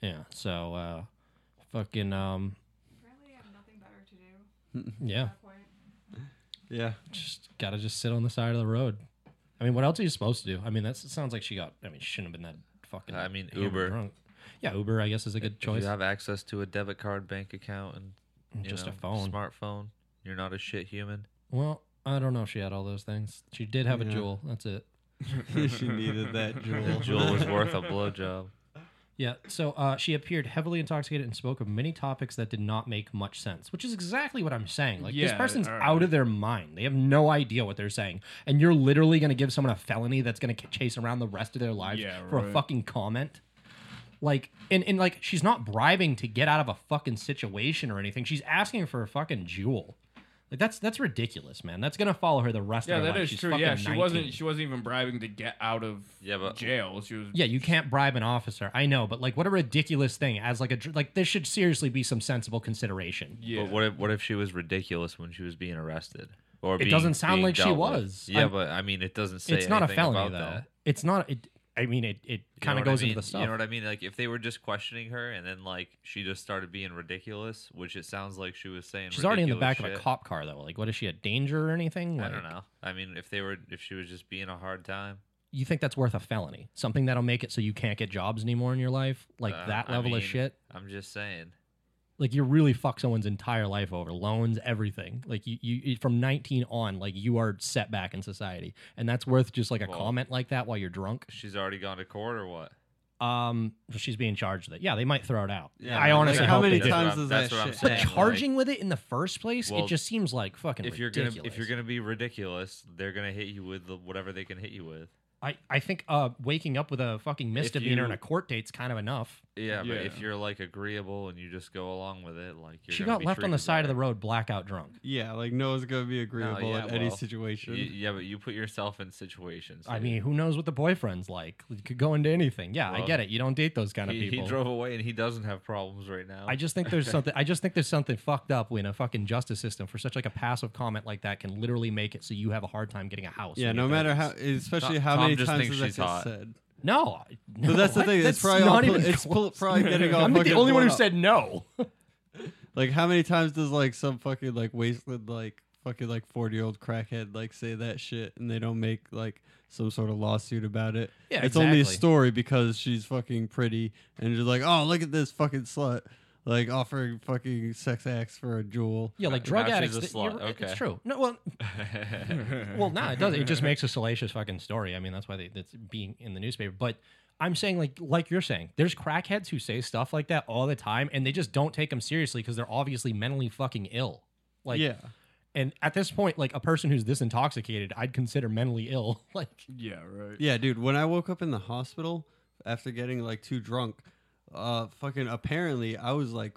Speaker 3: Yeah. So uh, fucking um
Speaker 6: Apparently, I have nothing better to do at
Speaker 3: yeah,
Speaker 6: that point.
Speaker 4: Yeah.
Speaker 3: just gotta just sit on the side of the road. I mean, what else are you supposed to do? I mean, that sounds like she got. I mean, she shouldn't have been that fucking.
Speaker 5: I mean,
Speaker 3: hammered
Speaker 5: Uber.
Speaker 3: Drunk. Yeah, Uber. I guess is a good
Speaker 5: If
Speaker 3: choice.
Speaker 5: you have access to a debit card, bank account, and you
Speaker 3: Just a
Speaker 5: know,
Speaker 3: phone.
Speaker 5: smartphone. You're not a shit human.
Speaker 3: Well, I don't know if she had all those things. She did have a
Speaker 4: Yeah.
Speaker 3: jewel. That's it.
Speaker 4: she needed that jewel.
Speaker 5: The jewel was worth a blowjob.
Speaker 3: Yeah. So uh, she appeared heavily intoxicated and spoke of many topics that did not make much sense, which is exactly what I'm saying. Like this
Speaker 1: Yeah,
Speaker 3: person's
Speaker 1: all
Speaker 3: out
Speaker 1: right.
Speaker 3: of their mind. They have no idea what they're saying, and you're literally going to give someone a felony that's going to chase around the rest of their lives
Speaker 1: Yeah,
Speaker 3: for a
Speaker 1: right.
Speaker 3: fucking comment. Like and, and like she's not bribing to get out of a fucking situation or anything. She's asking for a fucking jewel. Like that's that's ridiculous, man. That's gonna follow her the rest
Speaker 1: Yeah,
Speaker 3: of her
Speaker 1: that
Speaker 3: life.
Speaker 1: is
Speaker 3: She's
Speaker 1: true. Yeah,
Speaker 3: fucking
Speaker 1: she
Speaker 3: 19.
Speaker 1: wasn't. She wasn't even bribing to get out of
Speaker 5: Yeah, but-
Speaker 1: jail. She was.
Speaker 3: Yeah, you can't bribe an officer. I know, but like, what a ridiculous thing! As like a dr- like, there should seriously be some sensible consideration.
Speaker 1: Yeah.
Speaker 5: But what if what if she was ridiculous when she was being arrested? Or it
Speaker 3: doesn't sound like she was.
Speaker 5: Yeah,
Speaker 3: I'm-
Speaker 5: but I mean, it doesn't say
Speaker 3: it's not a
Speaker 5: anything
Speaker 3: felony
Speaker 5: about
Speaker 3: though.
Speaker 5: that.
Speaker 3: It's not. It. I mean, it. It
Speaker 5: You know
Speaker 3: kind of
Speaker 5: what I
Speaker 3: goes
Speaker 5: mean?
Speaker 3: into the stuff.
Speaker 5: You know what I mean? Like if they were just questioning her and then like she just started being ridiculous, which it sounds like she was saying.
Speaker 3: She's already in the back of
Speaker 5: ridiculous
Speaker 3: a
Speaker 5: shit.
Speaker 3: cop car though. Like, what is she a danger or anything?
Speaker 5: I
Speaker 3: Like,
Speaker 5: don't know. I mean, if they were, if she was just being a hard time,
Speaker 3: you think that's worth a felony? Something that'll make it so you can't get jobs anymore in your life, like
Speaker 5: Uh,
Speaker 3: that
Speaker 5: I
Speaker 3: level
Speaker 5: mean,
Speaker 3: of shit.
Speaker 5: I'm just saying.
Speaker 3: Like you really fuck someone's entire life over loans, everything. Like you, you from 19 on, like you are set back in society, and that's worth just like a
Speaker 5: Well-
Speaker 3: comment like that while you're drunk.
Speaker 5: She's already gone to court or what?
Speaker 3: Um, she's being charged with it. Yeah, they might throw it out.
Speaker 4: Yeah,
Speaker 3: I
Speaker 4: like,
Speaker 3: honestly
Speaker 4: how
Speaker 3: hope
Speaker 4: many
Speaker 3: they do.
Speaker 4: times
Speaker 5: That's what
Speaker 4: does
Speaker 5: I'm-
Speaker 4: that
Speaker 5: that's what I'm
Speaker 4: shit
Speaker 3: But
Speaker 5: saying.
Speaker 4: happen?
Speaker 3: charging with it in the first place,
Speaker 5: Well,
Speaker 3: it just seems like fucking
Speaker 5: if you're
Speaker 3: ridiculous.
Speaker 5: gonna if you're gonna be ridiculous, they're gonna hit you with the, whatever they can hit you with.
Speaker 3: I, I think uh, waking up with a fucking misdemeanor
Speaker 5: you-
Speaker 3: and a court date's kind of enough.
Speaker 5: Yeah, but if
Speaker 1: Yeah.
Speaker 5: you're like agreeable and you just go along with it, like you're
Speaker 3: she
Speaker 5: gonna
Speaker 3: got
Speaker 5: be
Speaker 3: left on the
Speaker 5: treated
Speaker 3: side of the
Speaker 5: better.
Speaker 3: road blackout drunk.
Speaker 4: Yeah, like no one's gonna be agreeable
Speaker 5: Oh, yeah,
Speaker 4: in any
Speaker 5: well,
Speaker 4: situation.
Speaker 5: You- yeah, but you put yourself in situations.
Speaker 3: I
Speaker 5: dude.
Speaker 3: mean, who knows what the boyfriend's like? It could go into anything. Yeah, I
Speaker 5: Well,
Speaker 3: get it. You don't date those kind of
Speaker 5: he, he
Speaker 3: people.
Speaker 5: drove away and he doesn't have problems right now.
Speaker 3: I just think there's something. I just think there's something fucked up when a fucking justice system for such like a passive comment like that can literally make it so you have a hard time getting a house.
Speaker 4: yeah,
Speaker 3: when
Speaker 4: no
Speaker 3: you're
Speaker 4: matter how,
Speaker 3: 30s.
Speaker 4: especially
Speaker 5: Tom-
Speaker 4: how
Speaker 5: Tom
Speaker 4: many
Speaker 5: just
Speaker 4: times
Speaker 5: thinks
Speaker 4: does that
Speaker 5: she's
Speaker 4: get
Speaker 5: hot.
Speaker 4: said.
Speaker 3: No, I- no,
Speaker 4: But that's the thing. It's
Speaker 3: That's
Speaker 4: probably all
Speaker 3: not
Speaker 4: poli-
Speaker 3: even.
Speaker 4: it's
Speaker 3: close.
Speaker 4: pol- probably getting all.
Speaker 3: I'm not the
Speaker 4: fucking
Speaker 3: only one who
Speaker 4: blown up.
Speaker 3: said no.
Speaker 4: Like how many times does like some fucking like wasted like fucking like forty year old crackhead like say that shit and they don't make like some sort of lawsuit about it.
Speaker 3: Yeah,
Speaker 4: it's only a
Speaker 3: exactly.
Speaker 4: story because she's fucking pretty and you're like, oh look at this fucking slut, like offering fucking sex acts for a jewel.
Speaker 3: Yeah, like
Speaker 5: Now
Speaker 3: drug
Speaker 5: she's a
Speaker 3: addicts. th-
Speaker 5: slut.
Speaker 3: you're- It's
Speaker 5: Okay.
Speaker 3: true. No, well, well, nah, it doesn't. It just makes a salacious fucking story. I mean, that's why they, that's being in the newspaper. But I'm saying, like, like you're saying, there's crackheads who say stuff like that all the time, and they just don't take them seriously because they're obviously mentally fucking ill. Like,
Speaker 4: yeah,
Speaker 3: And at this point, like a person who's this intoxicated, I'd consider mentally ill. Like,
Speaker 2: Yeah, right.
Speaker 4: yeah, dude. When I woke up in the hospital after getting like too drunk, uh, fucking apparently I was like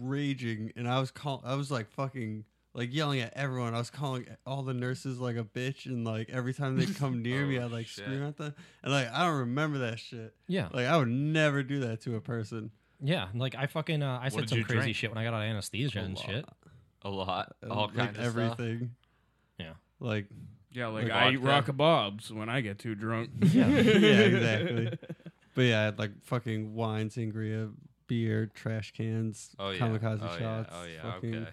Speaker 4: raging and I was call I was like fucking. Like yelling at everyone, I was calling all the nurses like a bitch, and like every time they come near me,
Speaker 5: Oh,
Speaker 4: I like
Speaker 5: shit.
Speaker 4: scream at them, and like I don't remember that shit.
Speaker 3: yeah,
Speaker 4: Like I would never do that to a person.
Speaker 3: yeah. Like I fucking, uh, I said
Speaker 5: did
Speaker 3: some
Speaker 5: you
Speaker 3: crazy
Speaker 5: drink?
Speaker 3: shit when I got out of anesthesia
Speaker 4: A
Speaker 3: and
Speaker 4: lot.
Speaker 3: shit.
Speaker 5: a lot,
Speaker 4: Uh,
Speaker 5: all
Speaker 4: like
Speaker 5: kinds of stuff.
Speaker 4: everything.
Speaker 3: Yeah.
Speaker 4: Like
Speaker 1: Yeah, like,
Speaker 4: Like
Speaker 1: I eat
Speaker 5: vodka.
Speaker 1: rock bobs when I get too drunk.
Speaker 3: Yeah.
Speaker 4: yeah, exactly. But yeah, I had like fucking wine, sangria, beer, trash cans,
Speaker 5: Oh yeah,
Speaker 4: kamikaze
Speaker 5: oh,
Speaker 4: shots.
Speaker 5: Yeah. Oh yeah,
Speaker 4: fucking-
Speaker 5: okay.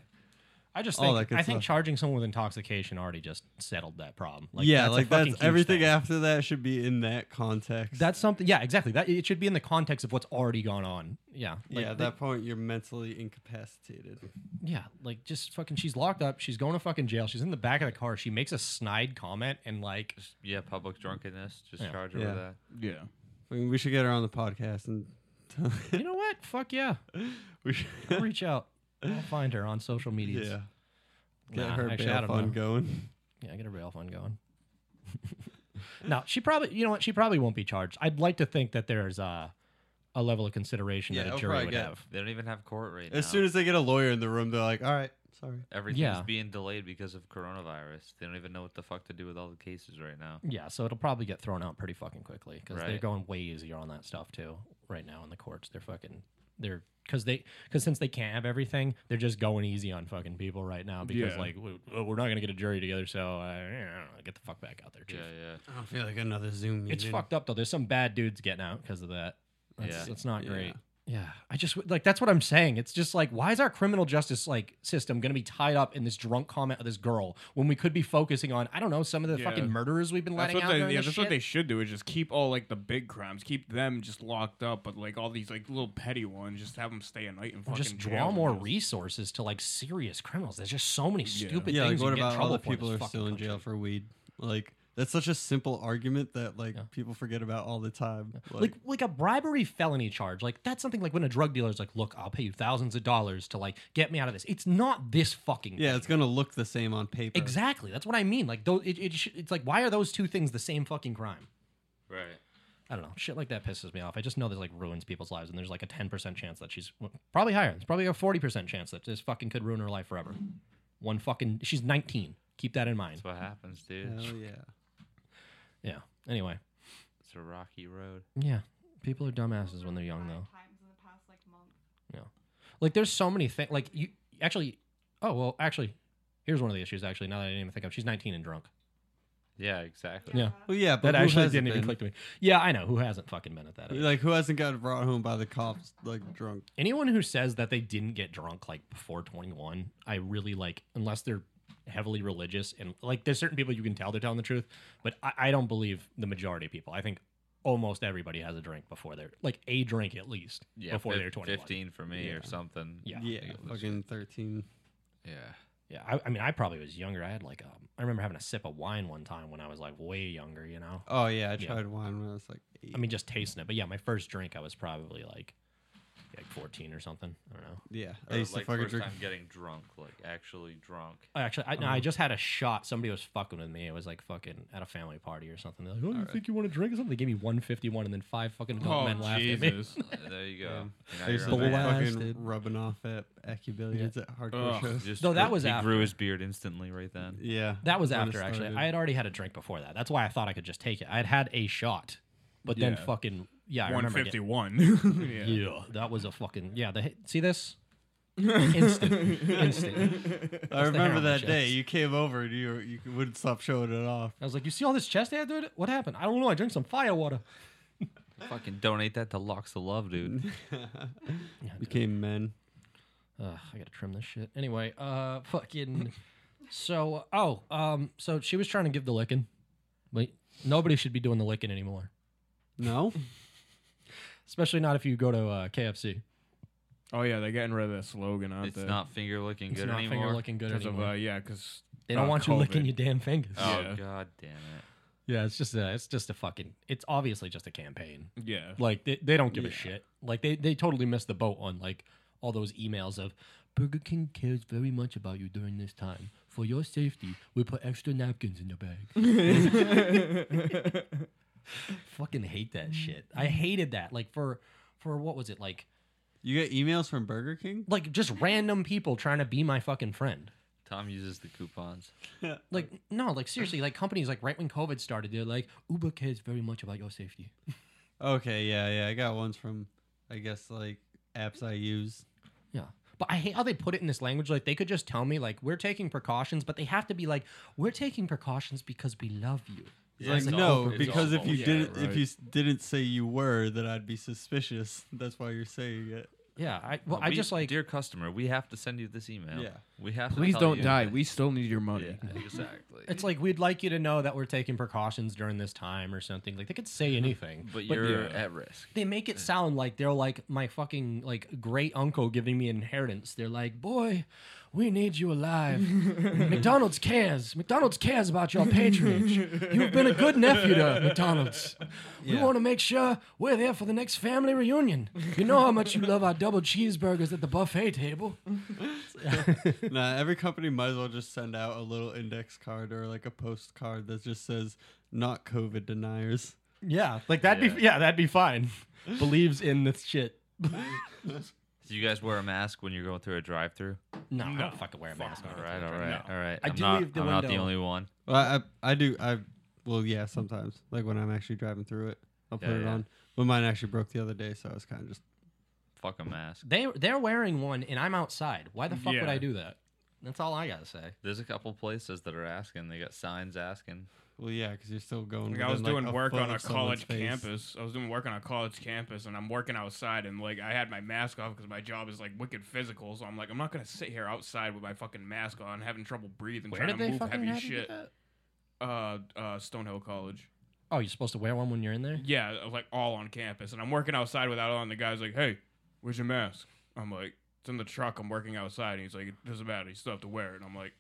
Speaker 3: I just
Speaker 4: All
Speaker 3: think,
Speaker 4: that good
Speaker 3: I think
Speaker 4: stuff.
Speaker 3: charging someone with intoxication already just settled that problem. Like, a
Speaker 4: yeah, like
Speaker 3: fucking
Speaker 4: that's
Speaker 3: huge
Speaker 4: everything
Speaker 3: thing.
Speaker 4: after that should be in that context.
Speaker 3: That's something. Yeah, exactly. That it should be in the context of what's already gone on. Yeah. Like,
Speaker 4: yeah, at that point you're mentally incapacitated.
Speaker 3: Yeah. Like just fucking. She's locked up. She's going to fucking jail. She's in the back of the car. She makes a snide comment and like.
Speaker 5: Just, yeah, public drunkenness. Just
Speaker 3: Yeah.
Speaker 5: charge her
Speaker 4: Yeah.
Speaker 5: with that.
Speaker 2: Yeah.
Speaker 4: I mean, we should get her on the podcast and
Speaker 3: You know what? Fuck yeah.
Speaker 4: we should
Speaker 3: I'll reach out. I'll find her on social media.
Speaker 4: yeah. Get
Speaker 3: Nah,
Speaker 4: her
Speaker 3: actually, I
Speaker 4: bail
Speaker 3: don't
Speaker 4: fund
Speaker 3: know.
Speaker 4: going.
Speaker 3: Yeah, get her bail fund going. no, she probably. You know what? She probably won't be charged. I'd like to think that there's uh, a level of consideration
Speaker 4: Yeah,
Speaker 3: that a
Speaker 4: it'll
Speaker 3: jury
Speaker 4: probably
Speaker 3: would
Speaker 4: get-
Speaker 3: have.
Speaker 5: They don't even have court right now.
Speaker 4: As soon as they get a lawyer in the room, they're like, "All right, sorry."
Speaker 5: everything's
Speaker 3: Yeah.
Speaker 5: being delayed because of coronavirus, they don't even know what the fuck to do with all the cases right now.
Speaker 3: Yeah, so it'll probably get thrown out pretty fucking quickly because they're
Speaker 5: Right.
Speaker 3: going way easier on that stuff too right now in the courts. They're fucking they're because they because since they can't have everything, they're just going easy on fucking people right now because
Speaker 2: Yeah.
Speaker 3: like we, oh, we're not gonna get a jury together, so uh, yeah, get the fuck back out there, chief.
Speaker 5: Yeah, yeah.
Speaker 4: I don't feel like another Zoom
Speaker 3: It's fucked up though. There's some bad dudes getting out because of that. That's,
Speaker 5: Yeah.
Speaker 3: that's not
Speaker 4: Yeah.
Speaker 3: great. Yeah, I just like that's what I'm saying. It's just like, why is our criminal justice like system going to be tied up in this drunk comment of this girl when we could be focusing on I don't know some of the
Speaker 1: Yeah.
Speaker 3: fucking murderers we've been
Speaker 1: That's
Speaker 3: letting
Speaker 1: what
Speaker 3: out?
Speaker 1: they,
Speaker 3: during
Speaker 1: yeah,
Speaker 3: this
Speaker 1: that's what
Speaker 3: shit?
Speaker 1: they should do is just keep all like the big crimes, keep them just locked up, but like all these like little petty ones, just have them stay a night and
Speaker 3: Or
Speaker 1: fucking
Speaker 3: just
Speaker 1: jail
Speaker 3: draw
Speaker 1: and
Speaker 3: more
Speaker 1: just-
Speaker 3: resources to like serious criminals. There's just so many
Speaker 1: Yeah.
Speaker 3: stupid
Speaker 4: yeah, like
Speaker 3: things. you
Speaker 4: what
Speaker 3: can get in
Speaker 4: about all
Speaker 3: trouble
Speaker 4: the
Speaker 3: for
Speaker 4: people
Speaker 3: this
Speaker 4: who are still
Speaker 3: fucking
Speaker 4: in jail
Speaker 3: country.
Speaker 4: for weed? Like that's such a simple argument that like people forget about all the time.
Speaker 3: Like, like a bribery felony charge. Like that's something like when a drug dealer's like, "Look, I'll pay you thousands of dollars to like get me out of this." It's not this fucking.
Speaker 4: yeah,
Speaker 3: thing.
Speaker 4: it's gonna look the same on paper.
Speaker 3: exactly. That's what I mean. Like those, it, it sh- it's like why are those two things the same fucking crime?
Speaker 5: Right.
Speaker 3: I don't know. Shit like that pisses me off. I just know this like ruins people's lives, and there's like a ten percent chance that she's well, probably higher. There's probably a forty percent chance that this fucking could ruin her life forever. One fucking. She's nineteen. Keep that in mind.
Speaker 5: That's what happens, dude.
Speaker 4: Hell yeah.
Speaker 3: Yeah. Anyway.
Speaker 5: It's a rocky road.
Speaker 3: Yeah. People are dumbasses when they're young,
Speaker 6: Five
Speaker 3: though.
Speaker 6: times in the past like month.
Speaker 3: Like, there's so many things. Like, you actually, oh, well, actually, here's one of the issues, actually, now that I didn't even think of. She's 19 and drunk.
Speaker 5: Yeah, exactly.
Speaker 3: Yeah.
Speaker 4: Well, yeah, but
Speaker 3: That
Speaker 4: who
Speaker 3: actually
Speaker 4: hasn't
Speaker 3: didn't even
Speaker 4: been?
Speaker 3: click to me. Yeah, I know. Who hasn't fucking been at that age?
Speaker 4: Like who hasn't got brought home by the cops like drunk?
Speaker 3: Anyone who says that they didn't get drunk, like, before 21, I really like, unless they're heavily religious and like there's certain people you can tell they're telling the truth, but I, I don't believe the majority of people. I think almost everybody has a drink before they're like a drink at least
Speaker 5: Yeah,
Speaker 3: before
Speaker 5: fif-
Speaker 3: they're 21.
Speaker 5: 15 for me or something.
Speaker 3: Yeah.
Speaker 4: Yeah, fucking thirteen.
Speaker 5: Yeah.
Speaker 3: Yeah, I, I mean, I probably was younger. I had like, um, I remember having a sip of wine one time when I was like way younger, you know?
Speaker 4: Oh yeah, I
Speaker 3: Yeah.
Speaker 4: tried wine when I was like eight.
Speaker 3: I mean, just tasting it. But yeah, my first drink, I was probably like, like 14 or something. I don't know.
Speaker 4: yeah, I
Speaker 5: Or
Speaker 4: used
Speaker 5: like
Speaker 4: to fucking
Speaker 5: first
Speaker 4: drink.
Speaker 5: time getting drunk, like actually drunk.
Speaker 3: I Actually, I, no,
Speaker 1: Um.
Speaker 3: I just had a shot. Somebody was fucking with me. It was like fucking at a family party or something. They're like, oh, you think you want to drink or something? They gave me 151 and then five fucking adult men laughed at me.
Speaker 1: Oh, Jesus.
Speaker 5: There you go. You know,
Speaker 4: I used
Speaker 5: you're
Speaker 4: to
Speaker 5: a
Speaker 4: be
Speaker 5: man.
Speaker 3: Blasted.
Speaker 4: fucking rubbing off at Acubilliards at hardcore
Speaker 1: Ugh.
Speaker 4: shows.
Speaker 5: Just
Speaker 3: No, that
Speaker 5: grew-
Speaker 3: was
Speaker 5: he
Speaker 3: after.
Speaker 5: grew his beard instantly right then.
Speaker 4: Yeah,
Speaker 3: That was
Speaker 4: when it
Speaker 3: after, actually.
Speaker 4: started.
Speaker 3: I had already had a drink before that. That's why I thought I could just take it. I had had a shot, but then
Speaker 1: Yeah.
Speaker 3: fucking, yeah, I remember getting-
Speaker 1: 151. yeah.
Speaker 3: Yeah, that was a fucking yeah. The see this instant, instant.
Speaker 4: I remember
Speaker 3: heroin
Speaker 4: that
Speaker 3: shots.
Speaker 4: day you came over and you you wouldn't stop showing it off.
Speaker 3: I was like, you see all this chest hair, dude? What happened? I don't know. I drank some fire water.
Speaker 5: Fucking donate that to Locks of Love, dude.
Speaker 4: Became men.
Speaker 3: Ugh, I gotta trim this shit. Anyway, uh, fucking. so oh, um, so she was trying to give the licking, but nobody should be doing the licking anymore,
Speaker 4: No,
Speaker 3: especially not if you go to uh, KFC.
Speaker 1: Oh yeah, they're getting rid of that slogan, aren't
Speaker 5: It's
Speaker 1: they?
Speaker 5: not finger looking
Speaker 3: It's
Speaker 5: good
Speaker 3: not
Speaker 5: anymore.
Speaker 3: finger looking good
Speaker 1: because of
Speaker 3: anymore.
Speaker 1: uh, yeah, because
Speaker 3: they don't
Speaker 1: uh,
Speaker 3: want you licking
Speaker 1: COVID.
Speaker 3: your damn fingers.
Speaker 5: Oh
Speaker 1: Yeah.
Speaker 5: god damn it!
Speaker 3: Yeah, it's just a, it's just a fucking. It's obviously just a campaign.
Speaker 1: yeah.
Speaker 3: Like they, they don't give a shit. Like they, they totally missed the boat on like all those emails of Burger King cares very much about you during this time. For your safety, we put extra napkins in your bag. Fucking hate that shit. I hated that. Like for for what was it like
Speaker 4: you get emails from Burger King.
Speaker 3: like just random people trying to be my fucking friend.
Speaker 5: Tom uses the coupons.
Speaker 3: Like no, like seriously, like companies like right when COVID started, they're like Uber cares very much about your safety.
Speaker 4: Okay, yeah, yeah, I got ones from I guess like apps I use.
Speaker 3: Yeah. But I hate how they put it in this language. Like they could just tell me like we're taking precautions, but they have to be like we're taking precautions because we love you.
Speaker 4: It's
Speaker 5: Yeah,
Speaker 4: like
Speaker 5: it's
Speaker 4: no,
Speaker 5: all- it's
Speaker 4: because if
Speaker 5: all
Speaker 4: you
Speaker 5: bullshit.
Speaker 4: didn't
Speaker 1: Yeah,
Speaker 4: if you s- didn't say you were, then I'd be suspicious. That's why you're saying it.
Speaker 3: Yeah. I well, I
Speaker 5: We-
Speaker 3: just like
Speaker 5: dear customer, we have to send you this email.
Speaker 4: Yeah.
Speaker 5: we have.
Speaker 1: Please
Speaker 5: to tell
Speaker 1: don't
Speaker 5: you
Speaker 1: die.
Speaker 5: that-
Speaker 1: We still need your money.
Speaker 5: Yeah, exactly.
Speaker 3: it's like we'd like you to know that we're taking precautions during this time or something. Like they could say anything.
Speaker 5: but you're
Speaker 1: yeah.
Speaker 5: at risk.
Speaker 3: they make it sound like they're like my fucking like great uncle giving me inheritance. They're like, boy, we need you alive. McDonald's cares. McDonald's cares about your patronage. You've been a good nephew to McDonald's. We
Speaker 4: Yeah.
Speaker 3: want to make sure we're there for the next family reunion. You know how much you love our double cheeseburgers at the buffet table.
Speaker 4: nah, every company might as well just send out a little index card or like a postcard that just says not COVID deniers.
Speaker 3: Yeah, like that'd be yeah, that'd be fine. Believes in this shit.
Speaker 5: Do you guys wear a mask when you're going through a drive-through?
Speaker 3: No, I don't fucking wear a mask.
Speaker 5: All right, all right, all right.
Speaker 3: I
Speaker 5: I'm
Speaker 3: do
Speaker 5: not,
Speaker 3: leave the
Speaker 5: I'm not the
Speaker 3: window.
Speaker 5: only one.
Speaker 4: Well, I I do I well yeah sometimes like when I'm actually driving through it I'll put
Speaker 5: Yeah,
Speaker 4: it
Speaker 5: yeah.
Speaker 4: on. But mine actually broke the other day, so I was kind of just
Speaker 5: Fuck a mask.
Speaker 3: They they're wearing one, and I'm outside. Why the fuck would
Speaker 1: Yeah.
Speaker 3: I do that? That's all I gotta say.
Speaker 5: There's a couple places that are asking. They got signs asking.
Speaker 4: well yeah because you're still going.
Speaker 1: Like I was
Speaker 4: within,
Speaker 1: doing
Speaker 4: like,
Speaker 1: work
Speaker 4: foot
Speaker 1: on a
Speaker 4: of someone's
Speaker 1: college
Speaker 4: face.
Speaker 1: campus. I was doing work on a college campus, and I'm working outside, and like I had my mask off because my job is like wicked physical. So I'm like, I'm not gonna sit here outside with my fucking mask on, having trouble breathing,
Speaker 3: Where
Speaker 1: trying
Speaker 3: did
Speaker 1: to
Speaker 3: they
Speaker 1: move
Speaker 3: fucking
Speaker 1: heavy
Speaker 3: have you do
Speaker 1: shit.
Speaker 3: that?
Speaker 1: Uh, uh, Stonehill College.
Speaker 3: Oh, you're supposed to wear one when you're in there.
Speaker 1: Yeah, like all on campus, and I'm working outside without on. The guy's like, "Hey, where's your mask?" I'm like, "It's in the truck. I'm working outside." And he's like, "It doesn't matter. You still have to wear it." And I'm like,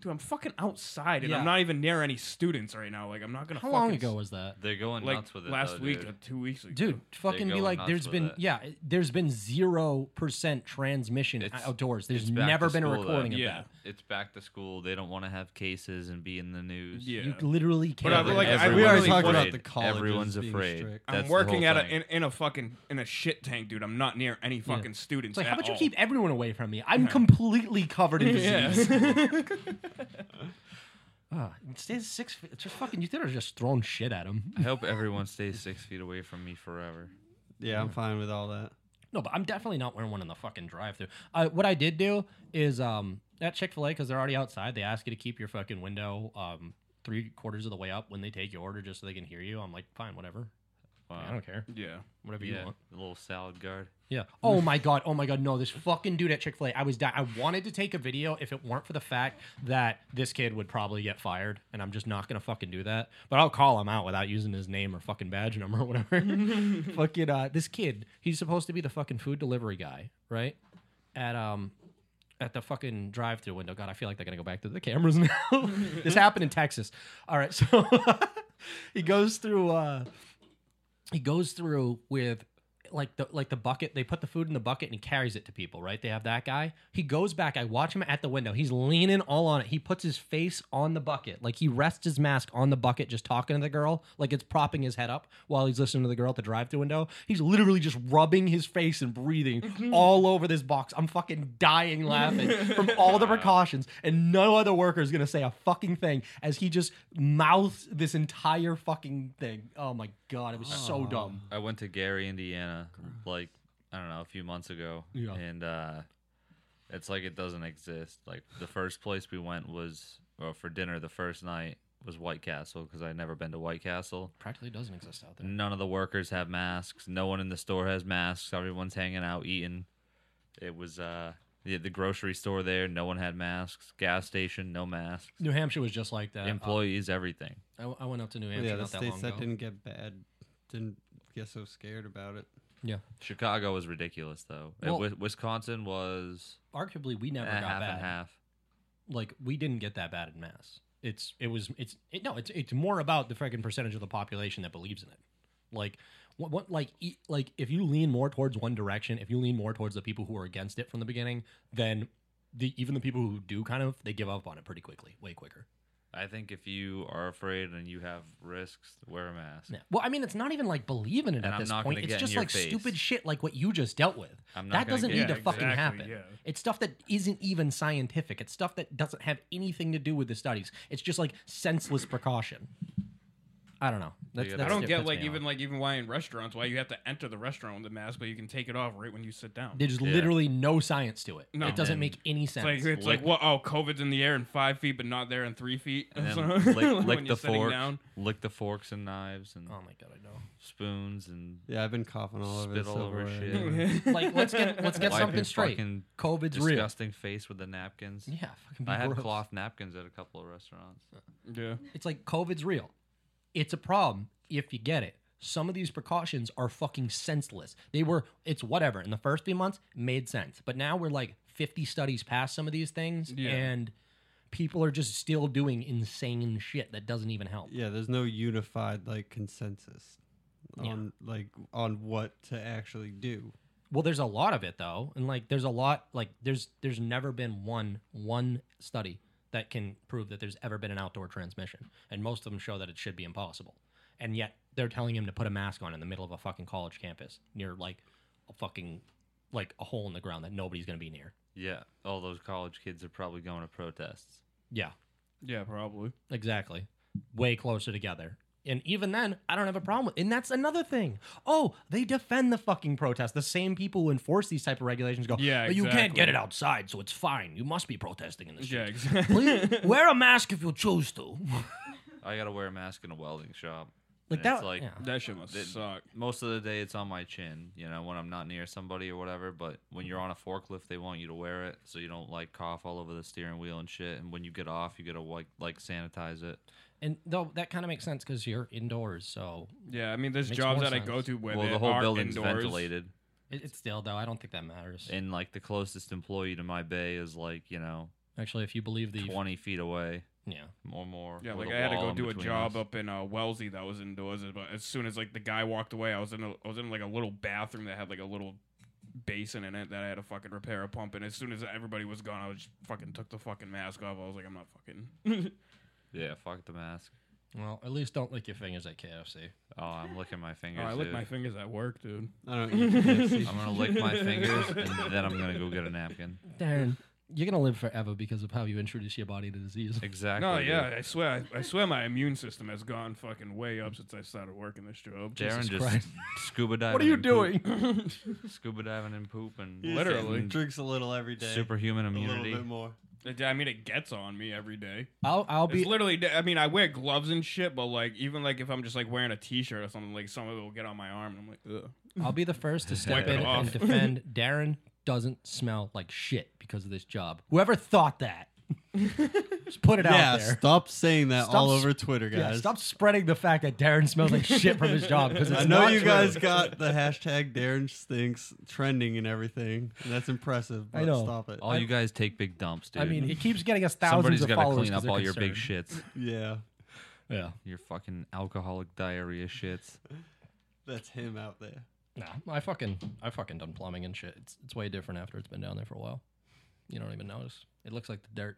Speaker 1: "Dude, I'm fucking outside, and
Speaker 3: Yeah.
Speaker 1: I'm not even near any students right now. Like, I'm not gonna."
Speaker 3: How
Speaker 1: fucking
Speaker 3: long ago was that?
Speaker 5: They're going
Speaker 1: Like
Speaker 5: nuts with it.
Speaker 1: last
Speaker 5: though,
Speaker 1: week,
Speaker 5: dude.
Speaker 1: or two weeks ago,
Speaker 3: Dude, fucking be
Speaker 5: going
Speaker 3: like,
Speaker 5: nuts
Speaker 3: there's
Speaker 5: with
Speaker 3: been
Speaker 5: it.
Speaker 3: yeah, there's been zero percent transmission
Speaker 5: It's-
Speaker 3: outdoors. There's
Speaker 5: it's back
Speaker 3: never
Speaker 5: to
Speaker 3: been a
Speaker 5: school, though.
Speaker 3: recording of
Speaker 1: Yeah.
Speaker 3: that.
Speaker 5: It's back to school. They don't want to have cases and be in the news.
Speaker 1: Yeah.
Speaker 3: You literally can't.
Speaker 1: I-
Speaker 3: do
Speaker 1: like,
Speaker 3: that.
Speaker 1: I
Speaker 4: we already
Speaker 1: really
Speaker 4: talked
Speaker 1: worried.
Speaker 4: about the college.
Speaker 5: Everyone's afraid.
Speaker 1: I'm
Speaker 5: That's the
Speaker 1: working
Speaker 5: whole
Speaker 1: at a
Speaker 5: thing.
Speaker 1: in, in a fucking in a shit tank, dude. I'm not near any fucking students.
Speaker 3: It's like, how
Speaker 1: at
Speaker 3: about you
Speaker 1: all.
Speaker 3: keep everyone away from me? I'm completely covered in disease. Ah, it stays six. feet- Just fucking, you think are just throwing shit at him.
Speaker 5: I hope everyone stays six feet away from me forever.
Speaker 4: Yeah, I'm fine with all that.
Speaker 3: No, but I'm definitely not wearing one in the fucking drive-through. Uh, what I did do is um, at Chick Fil A because they're already outside. They ask you to keep your fucking window um, three quarters of the way up when they take your order, just so they can hear you. I'm like, fine, whatever. I don't care.
Speaker 1: Uh, Yeah.
Speaker 3: Whatever you
Speaker 5: Yeah,
Speaker 3: want.
Speaker 5: a little salad guard.
Speaker 3: Yeah. Oh my god. Oh my god. No, this fucking dude at Chick Fil A. I was. Di- I wanted to take a video if it weren't for the fact that this kid would probably get fired, and I'm just not gonna fucking do that. But I'll call him out without using his name or fucking badge number or whatever. fucking uh, this kid. He's supposed to be the fucking food delivery guy, right? At um. At the fucking drive-through window. God, I feel like they're gonna go back to the cameras now. this happened in Texas. All right, so he goes through. uh he goes through with like the like the bucket they put the food in the bucket and he carries it to people right they have that guy he goes back i watch him at the window he's leaning all on it he puts his face on the bucket like he rests his mask on the bucket just talking to the girl like it's propping his head up while he's listening to the girl at the drive-through window he's literally just rubbing his face and breathing all over this box i'm fucking dying laughing from all the precautions and no other worker is gonna say a fucking thing as he just mouths this entire fucking thing oh my god it was so dumb
Speaker 5: I went to Gary, Indiana, like I don't know, a few months ago,
Speaker 3: Yeah.
Speaker 5: and uh, it's like it doesn't exist. Like the first place we went was, or for dinner, the first night was White Castle because I'd never been to White Castle.
Speaker 3: practically doesn't exist out there.
Speaker 5: None of the workers have masks. No one in the store has masks. Everyone's hanging out eating. It was uh, the, the grocery store there. No one had masks. Gas station, no masks.
Speaker 3: New Hampshire was just like that.
Speaker 5: Employees, everything.
Speaker 3: Uh, I, I went up to New
Speaker 4: Well,
Speaker 3: Hampshire
Speaker 4: yeah, the
Speaker 3: not that long
Speaker 4: states that
Speaker 3: ago.
Speaker 4: didn't get bad didn't get so scared about it.
Speaker 3: yeah,
Speaker 5: Chicago was ridiculous though. And
Speaker 3: Well-
Speaker 5: Wi- Wisconsin was
Speaker 3: arguably we
Speaker 5: eh,
Speaker 3: never got
Speaker 5: half
Speaker 3: bad.
Speaker 5: and half.
Speaker 3: Like we didn't get that bad in Mass. It's it was it's it, no it's it's more about the freaking percentage of the population that believes in it. Like what, what like e- like if you lean more towards one direction, if you lean more towards the people who are against it from the beginning, then the even the people who do kind of they give up on it pretty quickly, way quicker.
Speaker 5: I think if you are afraid and you have risks, wear a mask.
Speaker 3: Yeah. Well, I mean, it's not even like believing it
Speaker 5: And
Speaker 3: at
Speaker 5: I'm
Speaker 3: this
Speaker 5: not
Speaker 3: point.
Speaker 5: gonna
Speaker 3: It's
Speaker 5: get in
Speaker 3: just
Speaker 5: your
Speaker 3: like
Speaker 5: face.
Speaker 3: stupid shit, like what you just dealt with.
Speaker 5: I'm not
Speaker 3: that
Speaker 5: gonna
Speaker 3: doesn't
Speaker 5: get-
Speaker 3: need to
Speaker 5: Yeah,
Speaker 3: fucking
Speaker 1: exactly,
Speaker 3: happen.
Speaker 1: yeah.
Speaker 3: It's stuff that isn't even scientific. It's stuff that doesn't have anything to do with the studies. It's just like senseless precaution. I don't know. That's,
Speaker 5: Yeah,
Speaker 3: that's
Speaker 1: I don't
Speaker 3: it.
Speaker 1: get
Speaker 3: That's
Speaker 1: like
Speaker 3: me
Speaker 1: even
Speaker 3: off.
Speaker 1: like even why in restaurants why you have to enter the restaurant with a mask, but you can take it off right when you sit down.
Speaker 3: There's
Speaker 5: Yeah.
Speaker 3: literally no science to it.
Speaker 1: No.
Speaker 3: It doesn't
Speaker 5: And
Speaker 3: make any
Speaker 1: it's like
Speaker 3: sense.
Speaker 1: it's like
Speaker 5: Lick-
Speaker 1: what? Oh, COVID's in the air in five feet, but not there in three feet.
Speaker 5: And
Speaker 1: So,
Speaker 5: then lick,
Speaker 1: when
Speaker 5: lick
Speaker 1: you're
Speaker 5: the
Speaker 1: sitting
Speaker 5: forks,
Speaker 1: down.
Speaker 5: lick the forks and knives and
Speaker 3: oh my god, I know.
Speaker 5: spoons and
Speaker 4: Yeah, I've been coughing all over
Speaker 5: Spit
Speaker 4: the
Speaker 5: all over
Speaker 4: silverware anyway.
Speaker 5: shit.
Speaker 3: Like let's get let's get
Speaker 5: wipe
Speaker 3: something
Speaker 5: your
Speaker 3: straight.
Speaker 5: Fucking
Speaker 3: COVID's real.
Speaker 5: disgusting face with the napkins.
Speaker 3: Yeah, fucking be
Speaker 5: I had
Speaker 3: gross.
Speaker 5: cloth napkins at a couple of restaurants.
Speaker 1: Yeah.
Speaker 3: It's like COVID's real. It's a problem if you get it. Some of these precautions are fucking senseless. They were, it's whatever. In the first few months, made sense. But now we're like 50 studies past some of these things,
Speaker 1: Yeah.
Speaker 3: and people are just still doing insane shit that doesn't even help.
Speaker 4: Yeah, there's no unified like consensus
Speaker 3: Yeah.
Speaker 4: on like on what to actually do.
Speaker 3: Well, there's a lot of it though, and like there's a lot like there's there's never been one one study that can prove that there's ever been an outdoor transmission, and most of them show that it should be impossible. And yet they're telling him to put a mask on in the middle of a fucking college campus near like a fucking like a hole in the ground that nobody's gonna be near.
Speaker 5: Yeah, all those college kids are probably going to protests.
Speaker 3: Yeah,
Speaker 1: Yeah, probably.
Speaker 3: Exactly. Way closer together. And even then, I don't have a problem with And that's another thing. Oh, they defend the fucking protest. The same people who enforce these type of regulations go,
Speaker 1: Yeah,
Speaker 3: "But you can't
Speaker 1: exactly.
Speaker 3: get it outside, so it's fine. You must be protesting in the
Speaker 1: Yeah,
Speaker 3: street.
Speaker 1: exactly.
Speaker 3: Please wear a mask if you choose to.
Speaker 5: I gotta wear a mask in a welding shop.
Speaker 3: like
Speaker 5: And
Speaker 3: that.
Speaker 5: It's like
Speaker 3: yeah.
Speaker 1: That shit must
Speaker 5: They-
Speaker 1: suck.
Speaker 5: most of the day it's on my chin, you know, when I'm not near somebody or whatever. But when you're
Speaker 1: Mm-hmm.
Speaker 5: on a forklift, they want you to wear it so you don't like cough all over the steering wheel and shit. And when you get off, you gotta like like sanitize it.
Speaker 3: And though that kind of makes sense because you're indoors, so
Speaker 1: Yeah, I mean, there's
Speaker 3: Makes
Speaker 1: jobs
Speaker 3: more
Speaker 1: that I go
Speaker 3: sense.
Speaker 1: to where
Speaker 5: well,
Speaker 1: they
Speaker 5: the whole
Speaker 1: are
Speaker 5: building's
Speaker 1: indoors.
Speaker 5: ventilated,
Speaker 3: it, it's still though. I don't think that matters.
Speaker 5: and like the closest employee to my bay is like you know
Speaker 3: Actually, if you believe the
Speaker 5: 20 feet away
Speaker 3: yeah,
Speaker 5: or more.
Speaker 1: Yeah,
Speaker 5: with
Speaker 1: like
Speaker 5: a
Speaker 1: I had to
Speaker 5: wall
Speaker 1: go
Speaker 5: in
Speaker 1: do a
Speaker 5: between
Speaker 1: job
Speaker 5: us.
Speaker 1: up in uh, Wellesley that was indoors, but as soon as like the guy walked away, I was in a, I was in like a little bathroom that had like a little basin in it that I had to fucking repair a pump. And as soon as everybody was gone, I was just fucking took the fucking mask off. I was like, I'm not fucking.
Speaker 5: Yeah, fuck the mask.
Speaker 3: well, at least don't lick your fingers at KFC.
Speaker 5: Oh, I'm licking my
Speaker 1: oh,
Speaker 5: fingers.
Speaker 1: I lick my
Speaker 5: dude.
Speaker 1: fingers at work, dude.
Speaker 4: I don't eat KFC.
Speaker 5: I'm gonna lick my fingers and then I'm gonna go get a napkin.
Speaker 3: Darren, you're gonna live forever because of how you introduce your body to disease.
Speaker 5: Exactly.
Speaker 1: No,
Speaker 5: dude.
Speaker 1: yeah, I swear, I, I swear, my immune system has gone fucking way up since I started working this job.
Speaker 5: Darren
Speaker 3: Jesus
Speaker 5: just
Speaker 3: Christ.
Speaker 5: scuba diving.
Speaker 3: What are you
Speaker 5: and poop.
Speaker 3: doing?
Speaker 5: Scuba diving and poop and
Speaker 1: Literally.
Speaker 5: getting
Speaker 4: drinks a little every day.
Speaker 5: superhuman
Speaker 4: a little
Speaker 5: immunity.
Speaker 4: bit more.
Speaker 1: It- I mean, it gets on me every day.
Speaker 3: I'll I'll
Speaker 1: It's
Speaker 3: be
Speaker 1: literally. I mean, I wear gloves and shit, but like, even like if I'm just like wearing a T-shirt or something, like some of it will get on my arm, and I'm like, ugh.
Speaker 3: I'll be the first to step
Speaker 1: Wipe it
Speaker 3: in and
Speaker 1: off.
Speaker 3: defend Darren doesn't smell like shit because of this job. Whoever thought that, just put it
Speaker 4: yeah,
Speaker 3: out there.
Speaker 4: stop saying that
Speaker 3: Stop
Speaker 4: all
Speaker 3: s-
Speaker 4: over Twitter, guys.
Speaker 3: Yeah, stop spreading the fact that Darren smells like shit from his job because it's
Speaker 4: I know
Speaker 3: not
Speaker 4: you
Speaker 3: true.
Speaker 4: guys got the hashtag Darren stinks trending and everything. And that's impressive. But
Speaker 3: I know.
Speaker 4: Stop it.
Speaker 5: All you guys take big dumps, dude.
Speaker 3: I mean, it keeps getting us 1000s
Speaker 5: somebody's
Speaker 3: of
Speaker 5: got to
Speaker 3: followers.
Speaker 5: clean
Speaker 3: 'cause
Speaker 5: up
Speaker 3: they're
Speaker 5: all your big
Speaker 3: concerned.
Speaker 5: shits,
Speaker 4: yeah,
Speaker 3: Yeah.
Speaker 5: your fucking alcoholic diarrhea shits.
Speaker 4: that's him out there.
Speaker 3: No, I fucking I fucking done plumbing and shit. It's it's way different after it's been down there for a while. You don't even notice. It looks like the dirt.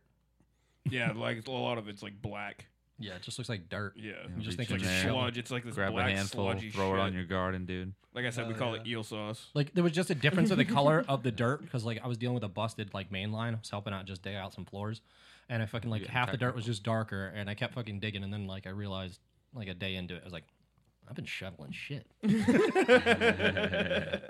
Speaker 1: yeah, like it's- a lot of it's like black.
Speaker 3: Yeah, it just looks like dirt.
Speaker 1: Yeah,
Speaker 5: You
Speaker 3: just
Speaker 5: reach
Speaker 3: think
Speaker 5: in
Speaker 1: like
Speaker 5: there,
Speaker 1: sludge. It's like this
Speaker 5: grab a
Speaker 1: black
Speaker 5: handful,
Speaker 1: sludgy
Speaker 5: throw it
Speaker 1: shit.
Speaker 5: on your garden, dude.
Speaker 1: Like I said, we
Speaker 4: Oh,
Speaker 1: call
Speaker 4: yeah.
Speaker 1: it eel sauce.
Speaker 3: Like there was just a difference of the color of the dirt because like I was dealing with a busted like main line. I was helping out just dig out some floors, and I fucking like
Speaker 5: Yeah,
Speaker 3: half the dirt was
Speaker 5: technical.
Speaker 3: just darker, and I kept fucking digging, and then like I realized like a day into it, I was like, I've been shoveling shit.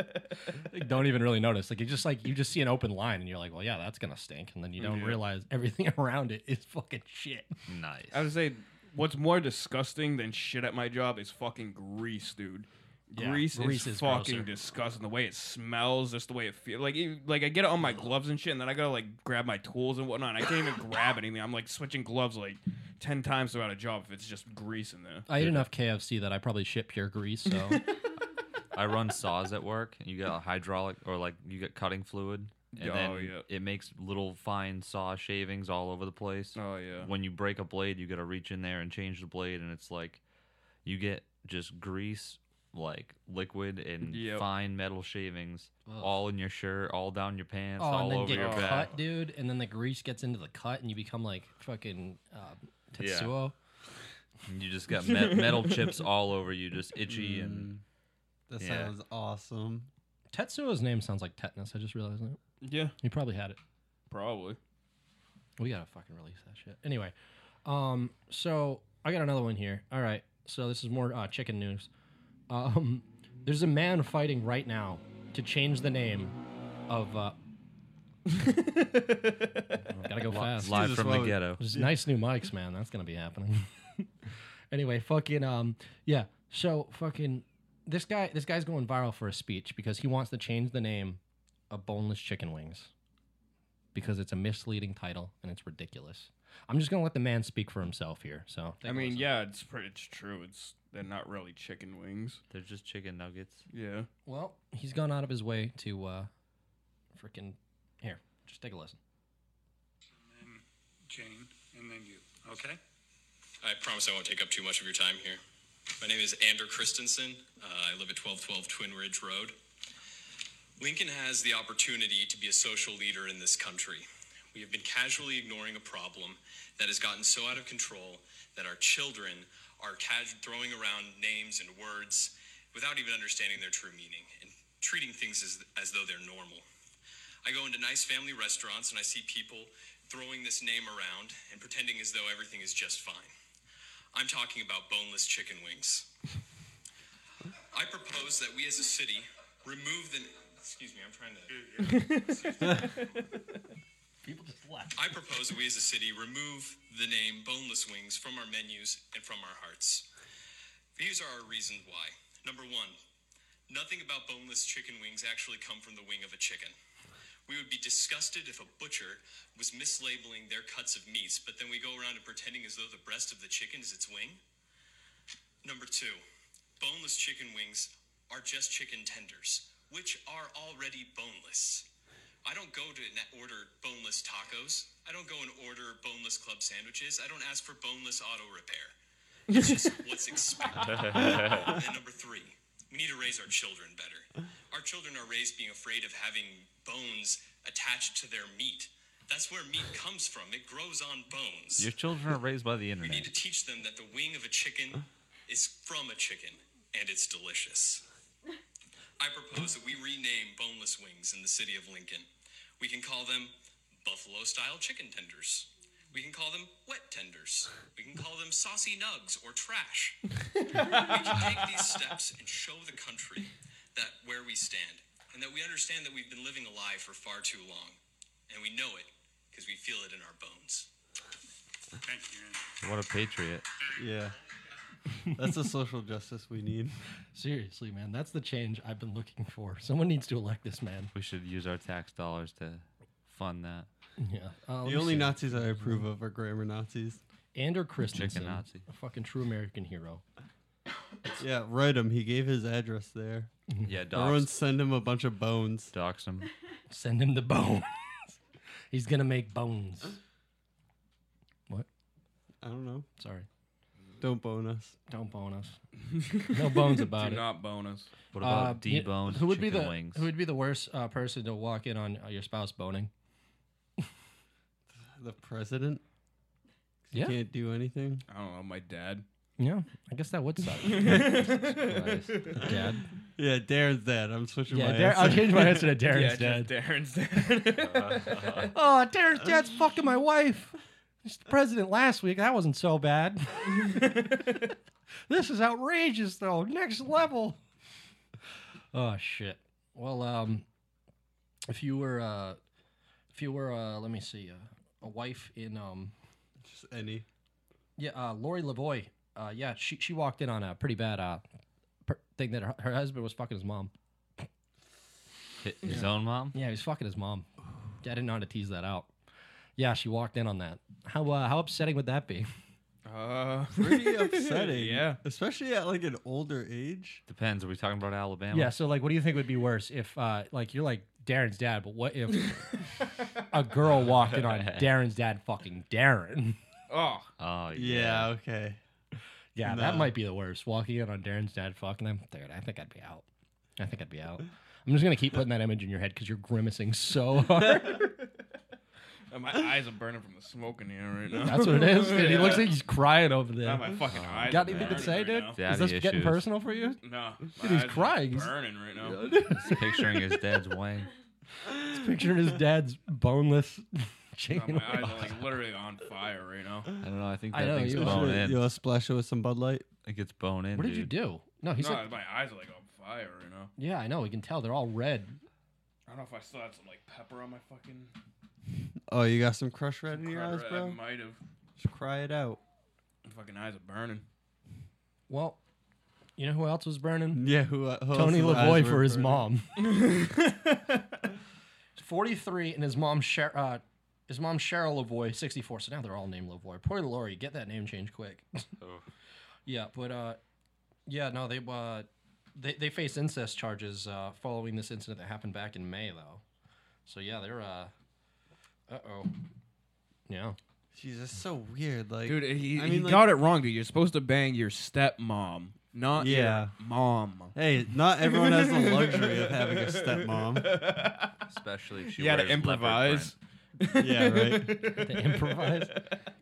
Speaker 3: Like, don't even really notice. Like you just like you just see an open line, and you're like, well, yeah, that's gonna stink, and then you don't
Speaker 1: Yeah.
Speaker 3: realize everything around it is fucking shit.
Speaker 5: Nice.
Speaker 1: I would say what's more disgusting than shit at my job is fucking grease, dude.
Speaker 3: Yeah,
Speaker 1: grease,
Speaker 3: grease
Speaker 1: is,
Speaker 3: is
Speaker 1: fucking
Speaker 3: grosser.
Speaker 1: disgusting. The way it smells, just the way it feels. Like, it- like I get it on my gloves and shit, and then I gotta like grab my tools and whatnot. and I can't even grab anything. I'm like switching gloves like ten times throughout a job if it's just grease in there.
Speaker 3: I ate enough KFC that I probably shit pure grease. So
Speaker 5: I run saws at work, and you get a hydraulic or like you get cutting fluid, and
Speaker 1: Oh,
Speaker 5: then
Speaker 1: yeah.
Speaker 5: it makes little fine saw shavings all over the place.
Speaker 1: Oh yeah.
Speaker 5: When you break a blade, you got to reach in there and change the blade, and it's like you get just grease, like liquid and
Speaker 1: Yep.
Speaker 5: fine metal shavings all in your shirt, all down your pants,
Speaker 3: oh,
Speaker 5: all
Speaker 3: and then
Speaker 5: over
Speaker 3: get
Speaker 5: your
Speaker 3: cut,
Speaker 5: back.
Speaker 3: dude, and then the grease gets into the cut, and you become like fucking uh,
Speaker 5: Yeah.
Speaker 3: Tetsuo.
Speaker 5: And you just got me- metal chips all over you, just
Speaker 1: Mm.
Speaker 5: itchy and
Speaker 4: Mm. That
Speaker 5: Yeah.
Speaker 4: sounds awesome.
Speaker 3: Tetsuo's name sounds like tetanus. I just realized that.
Speaker 1: Yeah,
Speaker 3: He probably had it.
Speaker 1: probably.
Speaker 3: We gotta fucking release that shit. Anyway, um, so I got another one here. All right, so this is more uh, chicken news. Um, there's a man fighting right now to change the name of. Uh, gotta go fast.
Speaker 5: live
Speaker 4: Jesus,
Speaker 5: from
Speaker 4: why
Speaker 5: the
Speaker 4: would-
Speaker 5: ghetto.
Speaker 3: There's nice new mics, man. That's gonna be happening. anyway, fucking um, yeah. So fucking this guy, this guy's going viral for a speech because he wants to change the name of boneless chicken wings because it's a misleading title and it's ridiculous. I'm just gonna let the man speak for himself here. So take
Speaker 1: I
Speaker 3: a
Speaker 1: mean,
Speaker 3: listen.
Speaker 1: yeah, it's pretty, it's true. It's they're not really chicken wings.
Speaker 5: They're just chicken nuggets.
Speaker 1: Yeah.
Speaker 3: Well, he's gone out of his way to uh, freaking here. Just take a listen.
Speaker 8: and then Jane, and then you. Okay? I promise I won't take up too much of your time here. My name is Andrew Christensen. Uh, I live at 1212 Twin Ridge Road. Lincoln has the opportunity to be a social leader in this country. We have been casually ignoring a problem that has gotten so out of control that our children are cas- throwing around names and words without even understanding their true meaning and treating things as, as though they're normal. I go into nice family restaurants and I see people throwing this name around and pretending as though everything is just fine. I'm talking about boneless chicken wings. I propose that we as a city remove the. Excuse me, I'm trying to.
Speaker 3: People just left.
Speaker 8: I propose that we as a city remove the name Boneless Wings from our menus and from our hearts. These are our reasons why. Number one, nothing about boneless chicken wings actually come from the wing of a chicken. We would be disgusted if a butcher was mislabeling their cuts of meats, but then we go around and pretending as though the breast of the chicken is its wing. Number two, boneless chicken wings are just chicken tenders, which are already boneless. I don't go to na- order boneless tacos. I don't go and order boneless club sandwiches. I don't ask for boneless auto repair. It's just what's expected. and then number three, we need to raise our children better. Our children are raised being afraid of having bones attached to their meat. That's where meat comes from. It grows on bones.
Speaker 5: Your children are raised by the
Speaker 8: We need
Speaker 5: internet.
Speaker 8: to teach them that the wing of a chicken is from a chicken and it's delicious. I propose that we rename boneless wings in the city of Lincoln. We can call them buffalo style chicken tenders. We can call them wet tenders. We can call them saucy nugs or trash. we can take these steps and show the country that where we stand and that we understand that we've been living a lie for far too long. And we know it because because we feel it in our bones.
Speaker 9: Thank you.
Speaker 5: What a patriot.
Speaker 4: Yeah. That's the social justice we need.
Speaker 3: Seriously, man, that's the change I've been looking for. Someone needs to elect this man.
Speaker 5: We should use our tax dollars to fund that.
Speaker 3: Yeah. Uh, let me
Speaker 4: The only
Speaker 3: see.
Speaker 4: Nazis I approve of are grammar Nazis.
Speaker 3: Ander Christensen,
Speaker 5: Nazi.
Speaker 3: a fucking true American hero.
Speaker 4: Yeah, write him. He gave his address there.
Speaker 5: Yeah,
Speaker 4: Everyone
Speaker 5: dox,
Speaker 4: send him a bunch of bones.
Speaker 5: dox them.
Speaker 3: Send him the bone. He's gonna make bones. What?
Speaker 4: I don't know.
Speaker 3: Sorry.
Speaker 4: Don't bone us.
Speaker 3: Don't bone us. No bones about
Speaker 1: Do
Speaker 3: it.
Speaker 1: not bonus.
Speaker 5: What about
Speaker 3: Uh, yeah,
Speaker 5: deboned
Speaker 3: Who would be
Speaker 5: chicken
Speaker 3: the
Speaker 5: wings?
Speaker 3: Who would be the worst uh, person to walk in on uh, your spouse boning?
Speaker 4: The president? 'Cause
Speaker 3: Yeah.
Speaker 4: He can't do anything.
Speaker 1: I don't know. My dad.
Speaker 3: Yeah, I guess that would suck. Dad.
Speaker 4: Yeah, Darren's dad. I'm switching
Speaker 3: Yeah,
Speaker 4: my
Speaker 3: Dar- I'll
Speaker 4: answer.
Speaker 3: change my answer to Darren's
Speaker 1: yeah,
Speaker 3: dad.
Speaker 1: just Darren's dad.
Speaker 3: Oh, Darren's dad's fucking my wife. He's the president last week. That wasn't so bad. this is outrageous, though. Next level. Oh shit. Well, um, if you were, uh, if you were, uh, let me see, uh, a wife in, um,
Speaker 4: Just any.
Speaker 3: yeah, uh, Lori Lavoy. Uh, yeah, she she walked in on a pretty bad uh per- thing that her, her husband was fucking his mom.
Speaker 5: Hi- His own mom?
Speaker 3: Yeah, he was fucking his mom. I didn't know how to tease that out. Yeah, she walked in on that. How uh, how upsetting would that be?
Speaker 1: uh,
Speaker 4: Pretty upsetting.
Speaker 1: Yeah.
Speaker 4: Especially at like an older age.
Speaker 5: Depends. Are we talking about Alabama?
Speaker 3: Yeah. So, like, what do you think would be worse if, uh, like, you're like Darren's dad, but what if a girl walked in on Darren's dad fucking Darren?
Speaker 1: Oh,
Speaker 5: Oh, yeah.
Speaker 4: Yeah, okay.
Speaker 3: Yeah, that
Speaker 4: No.
Speaker 3: might be the worst. Walking in on Darren's dad fucking him, dude. I think I'd be out. I think I'd be out. I'm just gonna keep putting that image in your head because you're grimacing so hard.
Speaker 1: my eyes are burning from the smoke in here right now.
Speaker 3: That's what it is. dude. He
Speaker 1: Yeah.
Speaker 3: looks like he's crying over
Speaker 1: Now
Speaker 3: there.
Speaker 1: my fucking eyes.
Speaker 3: Got
Speaker 1: are
Speaker 3: anything to
Speaker 1: burning
Speaker 3: say,
Speaker 1: right
Speaker 3: dude?
Speaker 1: now.
Speaker 5: Daddy
Speaker 3: Is this getting
Speaker 5: issues.
Speaker 3: personal for you?
Speaker 1: No, my
Speaker 3: he's
Speaker 1: eyes are
Speaker 3: crying. He's-
Speaker 1: Burning right now.
Speaker 5: He's picturing his dad's wang.
Speaker 3: Picturing his dad's boneless
Speaker 1: No,
Speaker 3: chicken.
Speaker 1: my eyes are like literally on fire right now.
Speaker 5: I don't know. I think
Speaker 3: I
Speaker 5: that
Speaker 3: know,
Speaker 5: thing's
Speaker 3: you-
Speaker 5: bone in.
Speaker 4: You want to splash it with some Bud Light?
Speaker 5: It gets bone in.
Speaker 3: what did you
Speaker 5: dude.
Speaker 3: do? No, he's
Speaker 1: no,
Speaker 3: like,
Speaker 1: my eyes are like on fire right now.
Speaker 3: yeah, I know. We can tell they're all red.
Speaker 1: I don't know if I still had some like pepper on my fucking.
Speaker 4: Oh, you got some crush red in your eyes,
Speaker 1: cracker. I
Speaker 4: bro?
Speaker 1: might have.
Speaker 4: Just cry it out.
Speaker 1: My fucking eyes are burning.
Speaker 3: Well, you know who else was burning?
Speaker 4: Yeah, who, uh, who
Speaker 3: Tony
Speaker 4: else's eyes
Speaker 3: Lavoy
Speaker 4: were
Speaker 3: for his
Speaker 4: burning?
Speaker 3: mom. 43, and his mom, Cher- uh, his mom Cheryl Lavoy, 64. So now they're all named Lavoy. Poor Lori, get that name change quick. yeah, but uh, yeah, no, they uh, they they face incest charges uh, following this incident that happened back in May, though. So yeah, they're uh, uh oh, yeah.
Speaker 4: Jeez, that's so weird. Like,
Speaker 1: Dude, he,
Speaker 4: I
Speaker 1: he
Speaker 4: mean, like-
Speaker 1: got it wrong, dude. You're supposed to bang your stepmom, not
Speaker 4: Yeah.
Speaker 1: your mom.
Speaker 4: hey, not everyone has the luxury of having a stepmom.
Speaker 5: Especially if she
Speaker 1: You had to
Speaker 5: wears leopard
Speaker 1: improvise.
Speaker 4: Yeah, right.
Speaker 3: to improvise.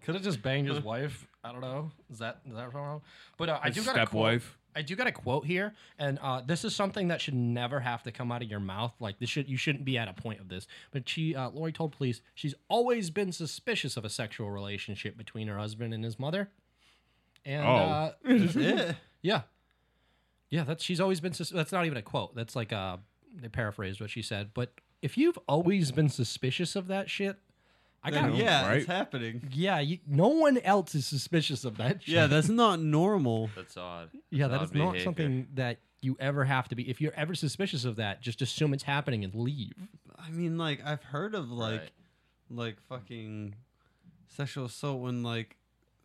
Speaker 3: Could have just banged his wife. I don't know. Is that is that wrong? But uh, I
Speaker 1: His
Speaker 3: do got a quote.
Speaker 1: stepwife.
Speaker 3: I do got a quote here, and uh, this is something that should never have to come out of your mouth. Like this should you shouldn't be at a point of this. But she, uh, Lori, told police she's always been suspicious of a sexual relationship between her husband and his mother. And
Speaker 4: Oh.
Speaker 3: uh,
Speaker 4: That's it.
Speaker 3: yeah, yeah. That's she's always been. Sus- that's not even a quote. That's like uh, they paraphrased what she said. But if you've always been suspicious of that shit, I
Speaker 4: Then,
Speaker 3: got
Speaker 4: yeah,
Speaker 1: right?
Speaker 4: it's happening.
Speaker 3: yeah, you, no one else is suspicious of that. Shit.
Speaker 4: Yeah, that's not normal.
Speaker 5: That's odd.
Speaker 3: yeah, that
Speaker 5: That's odd
Speaker 3: is not
Speaker 5: uh, behavior.
Speaker 3: something that you ever have to be. If you're ever suspicious of that, just assume it's happening and leave.
Speaker 4: I mean, like, I've heard of like,
Speaker 5: Right.
Speaker 4: like fucking sexual assault when like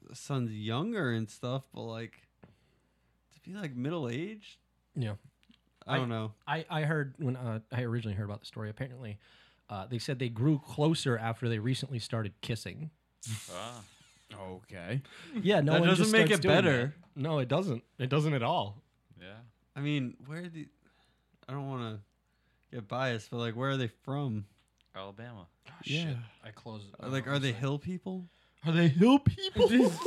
Speaker 4: the son's younger and stuff, but like to be like middle aged.
Speaker 3: Yeah.
Speaker 4: I don't know.
Speaker 3: I, I heard when uh, I originally heard about the story. Apparently, uh, they said they grew closer after they recently started kissing.
Speaker 5: Ah.
Speaker 1: Okay.
Speaker 3: Yeah, no,
Speaker 4: That
Speaker 3: one
Speaker 4: doesn't
Speaker 3: just
Speaker 4: make
Speaker 3: starts
Speaker 4: it
Speaker 3: doing
Speaker 4: better.
Speaker 3: that. No, it doesn't. It doesn't at all.
Speaker 5: Yeah.
Speaker 4: I mean, where the? I don't want to get biased, but like, where are they from?
Speaker 5: Alabama.
Speaker 4: yeah,
Speaker 3: I closed.
Speaker 4: Are, like, are they hill people?
Speaker 3: Are they hill people?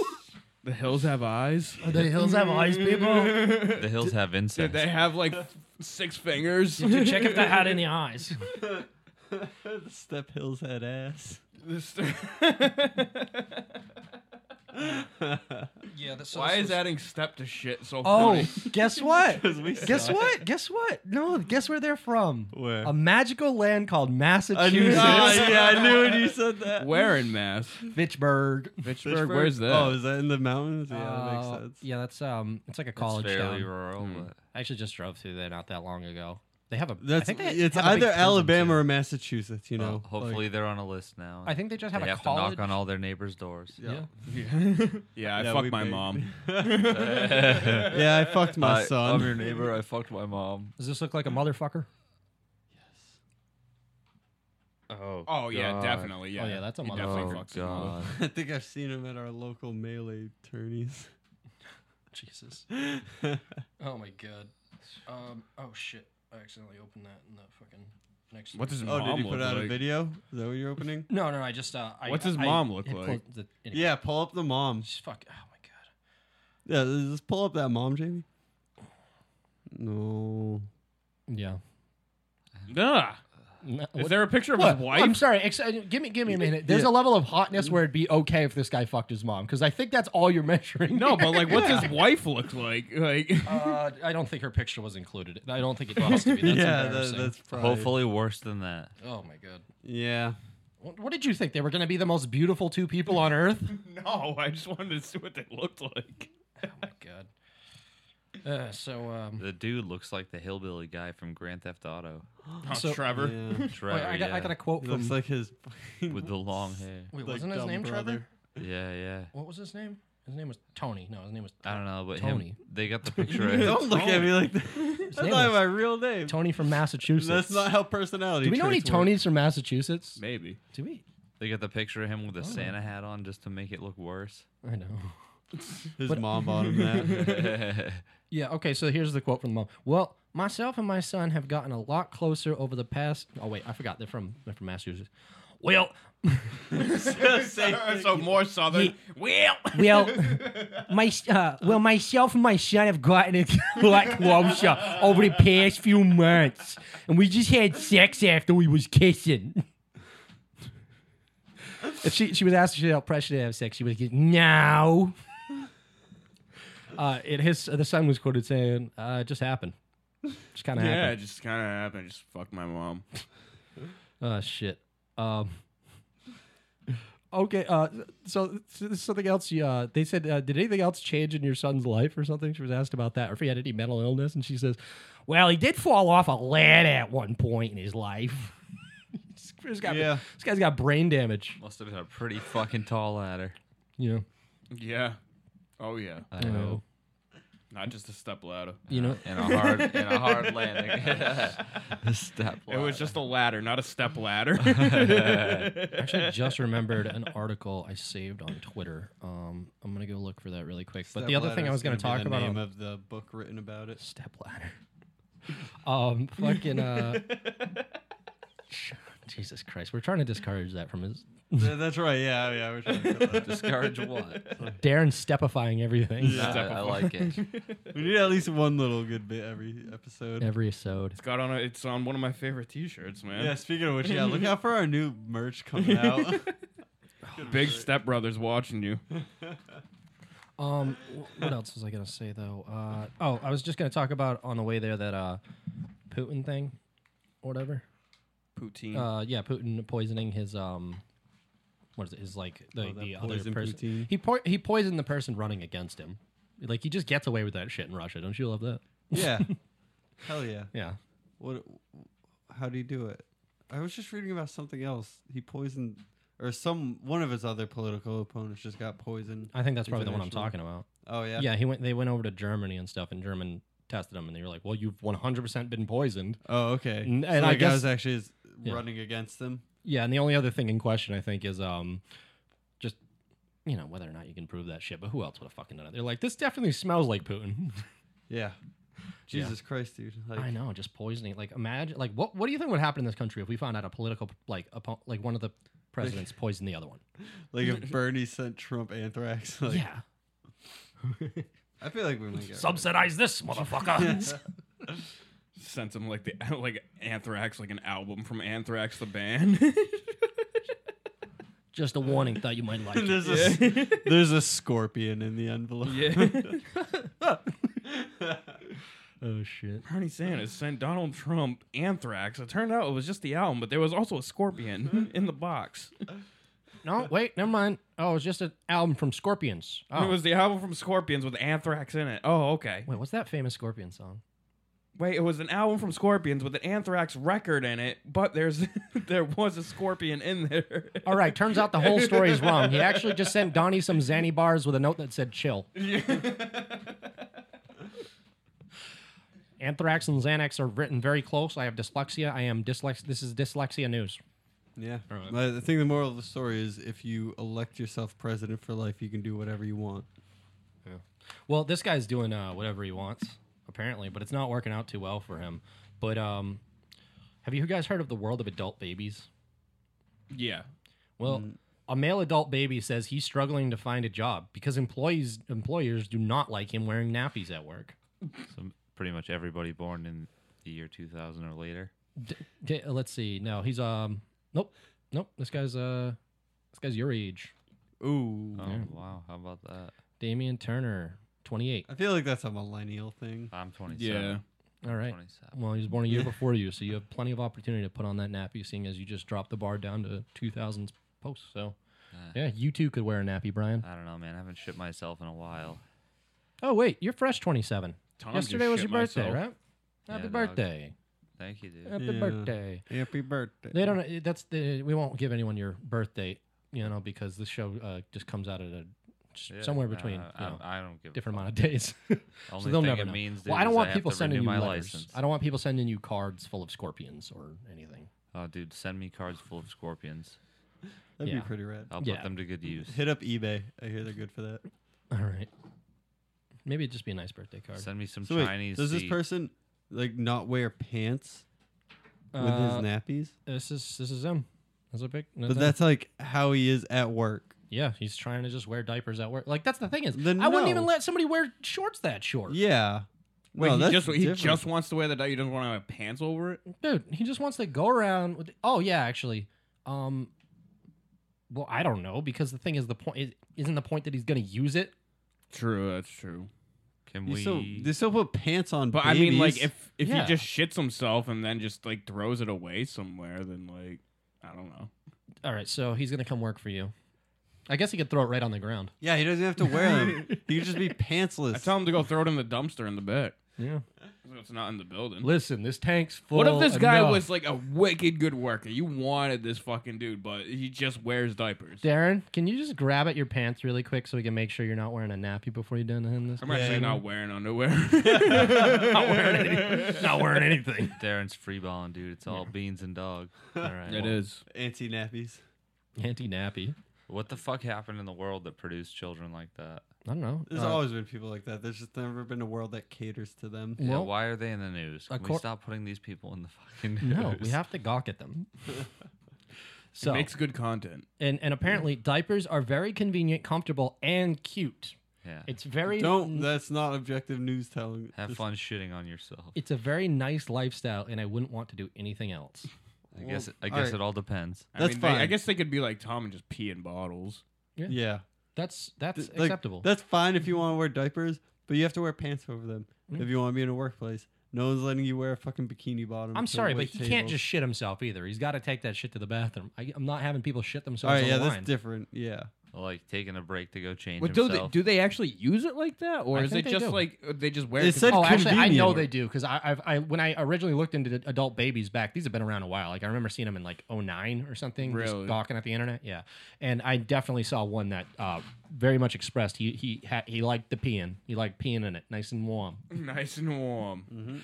Speaker 1: The hills have eyes.
Speaker 3: are they hills have eyes people?
Speaker 5: The hills have
Speaker 1: Did
Speaker 5: insects.
Speaker 1: they have like six fingers?
Speaker 3: To check if they had any eyes.
Speaker 4: the step hills had ass.
Speaker 1: This-
Speaker 3: Yeah,
Speaker 9: that's so
Speaker 1: Why
Speaker 9: this
Speaker 1: is
Speaker 9: was-
Speaker 1: adding step to shit so
Speaker 3: Oh,
Speaker 1: funny?
Speaker 3: guess what?
Speaker 5: 'Cause we
Speaker 3: guess
Speaker 5: suck.
Speaker 3: what? Guess what? No, guess where they're from?
Speaker 4: Where?
Speaker 3: A magical land called
Speaker 4: I knew,
Speaker 3: Massachusetts.
Speaker 4: oh, yeah, I knew when you said that.
Speaker 1: Where in Mass?
Speaker 3: Fitchburg.
Speaker 1: Fitchburg, where's that?
Speaker 4: Oh, is that in the mountains? Yeah, that makes
Speaker 3: Uh,
Speaker 4: sense.
Speaker 3: yeah, that's um, it's like a
Speaker 5: It's
Speaker 3: college
Speaker 5: fairly
Speaker 3: town. Hmm.
Speaker 5: rural.
Speaker 1: Mm.
Speaker 5: but-
Speaker 9: I actually just drove through there not that long ago. They have a. I
Speaker 4: That's
Speaker 9: think they
Speaker 4: it's
Speaker 9: have a big
Speaker 4: either
Speaker 9: prison,
Speaker 4: Alabama
Speaker 9: too.
Speaker 4: or Massachusetts. You
Speaker 5: Well,
Speaker 4: know.
Speaker 5: Oh, uh, hopefully they're on a list now.
Speaker 9: I think they just have
Speaker 5: they
Speaker 9: a
Speaker 5: have
Speaker 9: college.
Speaker 5: to knock on all their neighbors' doors.
Speaker 4: yeah.
Speaker 1: yeah, I
Speaker 4: Yeah,
Speaker 1: fucked
Speaker 4: we
Speaker 1: my
Speaker 4: paid.
Speaker 1: mom. Uh,
Speaker 4: Yeah, I fucked my son.
Speaker 5: I'm your neighbor. I fucked my mom.
Speaker 3: Does this look like a motherfucker?
Speaker 5: Oh.
Speaker 1: Oh yeah,
Speaker 5: God.
Speaker 1: definitely. Yeah.
Speaker 3: Oh, yeah, that's a
Speaker 1: He
Speaker 3: mother-
Speaker 1: definitely
Speaker 5: Oh,
Speaker 1: fucks his mother.
Speaker 5: God.
Speaker 4: I think I've seen him at our local melee tourneys.
Speaker 9: Jesus. Oh my god. Um. Oh shit. I accidentally opened that in the fucking next.
Speaker 1: What's his
Speaker 4: Oh,
Speaker 1: mom
Speaker 4: did he
Speaker 1: look
Speaker 4: put out
Speaker 1: like?
Speaker 4: a video? Is that what you're opening?
Speaker 9: No, no. I just. Uh, I,
Speaker 1: What's his
Speaker 9: I-
Speaker 1: mom look
Speaker 9: it
Speaker 1: like?
Speaker 9: pulled The, anyway.
Speaker 4: Yeah, pull up the mom.
Speaker 9: Just fuck. Oh my god.
Speaker 4: Yeah, just pull up that mom, Jamie. No.
Speaker 3: Yeah.
Speaker 1: Nah.
Speaker 3: No,
Speaker 1: Is
Speaker 3: what-
Speaker 1: there a picture of
Speaker 3: what?
Speaker 1: his wife?
Speaker 3: I'm sorry. Ex- uh, give me, give me a minute. There's
Speaker 4: Yeah. Mm-hmm.
Speaker 3: a level of hotness where it'd be okay if this guy fucked his mom, because I think that's all you're measuring.
Speaker 1: No, but like, what's his wife look like? Like,
Speaker 9: Uh, I don't think her picture was included. I don't think it has to be. That's
Speaker 4: yeah, that,
Speaker 9: embarrassing.
Speaker 4: that's probably.
Speaker 5: Hopefully worse than that.
Speaker 9: Oh my god.
Speaker 4: Yeah.
Speaker 3: What, what did you think they were going to be the most beautiful two people on earth? Oh
Speaker 1: no, I just wanted to see what they looked like.
Speaker 9: Oh my god. Uh, so um,
Speaker 5: The dude looks like the hillbilly guy from Grand Theft Auto.
Speaker 1: Oh,
Speaker 3: So-
Speaker 1: Trevor.
Speaker 4: yeah.
Speaker 5: Trevor,
Speaker 3: I, got,
Speaker 5: yeah.
Speaker 3: I got a quote
Speaker 4: He
Speaker 3: from.
Speaker 4: looks like his.
Speaker 5: with the long hair.
Speaker 9: wait,
Speaker 4: like,
Speaker 9: wasn't his
Speaker 4: dumb
Speaker 9: name Trevor?
Speaker 4: brother.
Speaker 5: Yeah, yeah.
Speaker 9: What was his name? His name was Tony. No, his name was.
Speaker 5: I don't know, but
Speaker 9: Tony.
Speaker 5: him. They got the picture. of
Speaker 4: Don't look at me like that. That's
Speaker 3: name
Speaker 4: not
Speaker 3: is-
Speaker 4: my real name.
Speaker 3: Tony from Massachusetts.
Speaker 4: That's not how personality.
Speaker 3: Do we know any
Speaker 4: traits work.
Speaker 3: Tonys from Massachusetts?
Speaker 1: Maybe.
Speaker 3: Do we?
Speaker 5: They got the picture of him with a Santa hat on just to make it look worse.
Speaker 3: I know.
Speaker 4: His mom bought him that.
Speaker 3: Yeah, okay, so here's the quote from the mom. Well, myself and my son have gotten a lot closer over the past. Oh, wait, I forgot. They're from, they're from Massachusetts. Well,
Speaker 1: so more southern. Well,
Speaker 3: well, my uh, well, myself and my son have gotten a lot closer over the past few months, and we just had sex after we was kissing. If she she was asked if she felt pressure to have sex, she was like, "No." Uh, it his the son was quoted saying, uh, "It just happened, just kind of
Speaker 1: yeah, it
Speaker 3: happened."
Speaker 1: just kind of happened. Just fucked my mom.
Speaker 3: Oh shit. Um, okay. Uh, so, so this is something else. You, uh, they said, uh, did anything else change in your son's life or something? She was asked about that, or if he had any mental illness, and she says, "Well, he did fall off a ladder at one point in his life." This guy's got-
Speaker 4: Yeah.
Speaker 3: This guy's got brain damage.
Speaker 5: Must have been a pretty fucking tall ladder.
Speaker 3: You know.
Speaker 1: Yeah. Oh yeah.
Speaker 5: I
Speaker 3: Yeah.
Speaker 5: know.
Speaker 1: Not just a step ladder.
Speaker 3: You know.
Speaker 5: And a hard and a hard landing. the step
Speaker 1: It was just a ladder, not a step ladder.
Speaker 9: Actually, just remembered an article I saved on Twitter. Um, I'm gonna go look for that really quick. But the other thing I was gonna, talk about.
Speaker 4: The
Speaker 9: on-
Speaker 4: name of the book written about it.
Speaker 9: step ladder. Um, fucking uh, Jesus Christ, we're trying to discourage that from his
Speaker 4: Th- That's right. Yeah, yeah. We're trying to get that.
Speaker 5: discourage what?
Speaker 3: Darren stepifying everything.
Speaker 5: Nah, I like it.
Speaker 4: We need at least one little good bit every episode.
Speaker 3: Every episode.
Speaker 1: It's got on. A, it's on one of my favorite T-shirts, man.
Speaker 4: Yeah, speaking of which, yeah, look out for our new merch coming out.
Speaker 1: Big stepbrother's watching you.
Speaker 9: Um, wh- what else was I gonna say though? Uh, oh, I was just gonna talk about on the way there that uh, Putin thing, or whatever.
Speaker 1: Poutine.
Speaker 9: Uh, yeah, Putin poisoning his um, what is it? His like the,
Speaker 4: Oh, that
Speaker 9: the other
Speaker 4: poison
Speaker 9: person.
Speaker 4: Putin.
Speaker 9: He po- he poisoned the person running against him. Like he just gets away with that shit in Russia. Don't you love that?
Speaker 4: yeah. Hell yeah.
Speaker 9: Yeah.
Speaker 4: What? How do you do it? I was just reading about something else. He poisoned, or some one of his other political opponents just got poisoned.
Speaker 9: I think that's probably the one I'm
Speaker 4: International.
Speaker 9: talking about.
Speaker 4: Oh yeah.
Speaker 9: Yeah, he went. They went over to Germany and stuff, and German tested him, and they were like, "Well, you've 100 percent been poisoned."
Speaker 4: Oh okay.
Speaker 3: N-
Speaker 4: so
Speaker 3: and
Speaker 4: that
Speaker 3: I
Speaker 4: guy
Speaker 3: guess-
Speaker 4: was actually is
Speaker 9: Yeah.
Speaker 4: running against them.
Speaker 9: Yeah, and the only other thing in question, I think, is um, just you know whether or not you can prove that shit. But who else would have fucking done it? They're like, "This definitely smells like Putin."
Speaker 4: Yeah. Jesus Christ, dude. Like,
Speaker 9: I know, just poisoning. Like, imagine, like, what what do you think would happen in this country if we found out a political like oppo- like one of the presidents poisoned the other one?
Speaker 4: like if Bernie sent Trump anthrax. Like,
Speaker 9: yeah,
Speaker 4: I feel like we might get.
Speaker 9: subsidize this motherfucker.
Speaker 1: Sent him like the like Anthrax, like an album from Anthrax the band.
Speaker 3: Just a warning. Thought you might like it.
Speaker 4: there's, a, there's a scorpion in the envelope.
Speaker 3: Oh shit.
Speaker 1: Bernie Sanders sent Donald Trump anthrax. It turned out it was just the album, but there was also a scorpion in the box.
Speaker 3: No, wait, never mind. Oh, it was just an album from Scorpions. Oh.
Speaker 1: It was the album from Scorpions with anthrax in it. Oh, okay.
Speaker 3: wait, what's that famous Scorpion song?
Speaker 1: Wait, it was an album from Scorpions with an anthrax record in it, but there's there was a scorpion in there.
Speaker 3: All right, turns out the whole story is wrong. He actually just sent Donnie some Zanny bars with a note that said chill. Anthrax and Xanax are written very close. I have dyslexia. I am dyslex. This is dyslexia news.
Speaker 4: Yeah. But I think the moral of the story is if you elect yourself president for life, you can do whatever you want.
Speaker 3: Well, this guy's doing uh, whatever he wants, apparently, but it's not working out too well for him. But um, have you guys heard of the world of adult babies?
Speaker 1: Yeah.
Speaker 3: Well, a male adult baby says he's struggling to find a job because employees employers do not like him wearing nappies at work.
Speaker 5: So pretty much everybody born in the year 2000 or later.
Speaker 3: D- d- uh, let's see. No, he's um. Nope. Nope. This guy's uh. This guy's your age.
Speaker 4: Ooh.
Speaker 5: Oh wow, how about that?
Speaker 3: Damian Turner, 28.
Speaker 4: I feel like that's a millennial thing.
Speaker 1: Uh,
Speaker 5: I'm 27.
Speaker 1: Yeah.
Speaker 3: All right.
Speaker 5: 27.
Speaker 3: Well, he was born a year before you, so you have plenty of opportunity to put on that nappy, seeing as you just dropped the bar down to 2000s post. So,
Speaker 5: Uh,
Speaker 3: yeah, you too could wear a nappy, Brian.
Speaker 5: I don't know, man. I haven't shit myself in a while.
Speaker 3: Oh, wait, you're fresh 27.
Speaker 1: Tom just
Speaker 3: Yesterday was your
Speaker 1: shit
Speaker 3: birthday,
Speaker 1: myself.
Speaker 3: right? Happy
Speaker 5: dog.
Speaker 3: birthday.
Speaker 5: Thank you, dude.
Speaker 3: Happy
Speaker 4: Yeah.
Speaker 3: birthday.
Speaker 4: Happy birthday.
Speaker 3: They don't. eh, That's the. We won't give anyone your birth date, you know, because this show uh, just comes out at a s-
Speaker 5: Yeah,
Speaker 3: somewhere
Speaker 5: no,
Speaker 3: between
Speaker 5: I,
Speaker 3: you know,
Speaker 5: I don't give
Speaker 3: different amount of days. so
Speaker 5: Only
Speaker 3: they'll
Speaker 5: thing
Speaker 3: never
Speaker 5: it
Speaker 3: know.
Speaker 5: means,
Speaker 3: well,
Speaker 5: dude,
Speaker 3: I don't
Speaker 5: is
Speaker 3: want
Speaker 5: have
Speaker 3: people
Speaker 5: to
Speaker 3: sending
Speaker 5: renew
Speaker 3: you
Speaker 5: my
Speaker 3: letters.
Speaker 5: license.
Speaker 3: I don't want people sending you cards full of scorpions or anything.
Speaker 5: Oh, dude, send me cards full of scorpions.
Speaker 4: That'd
Speaker 3: yeah.
Speaker 4: be pretty rad.
Speaker 5: I'll
Speaker 3: Yeah.
Speaker 5: put them to good use.
Speaker 4: Hit up eBay. I hear they're good for that.
Speaker 3: All right. Maybe it'd just be a nice birthday card.
Speaker 5: Send me some
Speaker 4: So wait,
Speaker 5: Chinese.
Speaker 4: does this
Speaker 5: seed.
Speaker 4: person like not wear pants with
Speaker 3: Uh,
Speaker 4: his nappies?
Speaker 3: This is this is him. That's a big.
Speaker 4: But that's like how he is at work.
Speaker 3: yeah. He's trying to just wear diapers at work. Like that's the thing is,
Speaker 4: Then
Speaker 3: I wouldn't even
Speaker 4: no.
Speaker 3: let somebody wear shorts that short.
Speaker 4: Yeah.
Speaker 1: Wait,
Speaker 4: No,
Speaker 1: he
Speaker 4: that's
Speaker 1: just he
Speaker 4: different.
Speaker 1: just wants to wear the dye. He doesn't want to have pants over it.
Speaker 3: dude he just wants to go around with oh yeah actually um well i don't know because the thing is the point is, isn't the point that he's gonna use it
Speaker 1: True, that's true.
Speaker 5: Can
Speaker 4: You
Speaker 5: we?
Speaker 4: still, they still put pants on.
Speaker 1: But I mean, like
Speaker 4: babies.
Speaker 1: if if
Speaker 3: Yeah.
Speaker 1: he just shits himself and then just like throws it away somewhere, then like I don't know.
Speaker 3: all right so he's gonna come work for you i guess he could throw it right on the ground
Speaker 4: yeah, he doesn't have to wear them. he could just be pantsless.
Speaker 1: I tell him to go throw it in the dumpster in the back.
Speaker 3: yeah
Speaker 1: So It's not in the building.
Speaker 3: listen this tank's full
Speaker 1: What if this guy
Speaker 3: enough.
Speaker 1: was like a wicked good worker? You wanted this fucking dude, but he just wears diapers.
Speaker 3: darren can you just grab at your pants really quick so we can make sure you're not wearing a nappy before you done him this
Speaker 1: I'm actually
Speaker 4: Yeah.
Speaker 1: not wearing underwear. not wearing anything.
Speaker 3: not wearing anything
Speaker 5: Darren's freeballing, dude. It's all beans and dog. All right.
Speaker 1: It is.
Speaker 4: anti nappies.
Speaker 3: anti-nappy
Speaker 5: What the fuck happened in the world that produced children like that?
Speaker 3: i don't know
Speaker 4: There's
Speaker 3: Uh,
Speaker 4: always been people like that. There's just never been a world that caters to them.
Speaker 5: Yeah,
Speaker 3: Well,
Speaker 5: why are they in the news? Can we
Speaker 3: accor-
Speaker 5: stop putting these people in the fucking news?
Speaker 3: no we have to gawk at them so
Speaker 1: It makes good content.
Speaker 3: and and apparently diapers are very convenient, comfortable, and cute.
Speaker 5: Yeah.
Speaker 3: It's very
Speaker 4: Don't. That's not objective news telling.
Speaker 5: have
Speaker 4: just-
Speaker 5: fun shitting on yourself.
Speaker 3: It's a very nice lifestyle, and I wouldn't want to do anything else.
Speaker 5: I guess.
Speaker 4: Well,
Speaker 5: I
Speaker 4: all
Speaker 5: guess
Speaker 4: right.
Speaker 5: it all depends.
Speaker 1: I
Speaker 4: That's
Speaker 1: mean, they- I
Speaker 4: fine.
Speaker 1: guess they could be like Tom and just pee in bottles.
Speaker 4: Yeah.
Speaker 3: That's that's
Speaker 4: Th- like,
Speaker 3: acceptable.
Speaker 4: That's fine if you want to wear diapers, but you have to wear pants over them
Speaker 3: Mm.
Speaker 4: if you want to be in a workplace. No one's letting you wear a fucking bikini bottom.
Speaker 3: I'm
Speaker 4: to
Speaker 3: sorry, but
Speaker 4: wait
Speaker 3: he can't
Speaker 4: tables.
Speaker 3: just shit himself either. He's got to take that shit to the bathroom. I, I'm not having people shit
Speaker 4: All
Speaker 3: themselves
Speaker 4: right, yeah,
Speaker 3: on the line.
Speaker 4: that's different. Yeah,
Speaker 5: Like taking a break to go change
Speaker 1: Well, do they
Speaker 5: himself.
Speaker 1: do they actually use it like that, or
Speaker 3: I
Speaker 1: is it
Speaker 3: think they
Speaker 1: just
Speaker 3: do.
Speaker 1: like uh, they just wear?
Speaker 4: It
Speaker 1: it 'cause
Speaker 4: said
Speaker 1: it's
Speaker 3: Oh, actually, I know
Speaker 4: convenient.
Speaker 3: they do because I, I've, I when I originally looked into the adult babies back, these have been around a while. Like I remember seeing them in like 09 or something,
Speaker 1: Really?
Speaker 3: just gawking at the internet. Yeah, and I definitely saw one that uh, very much expressed he he ha- he liked the peeing. He liked peeing in it, nice and warm.
Speaker 1: nice and warm?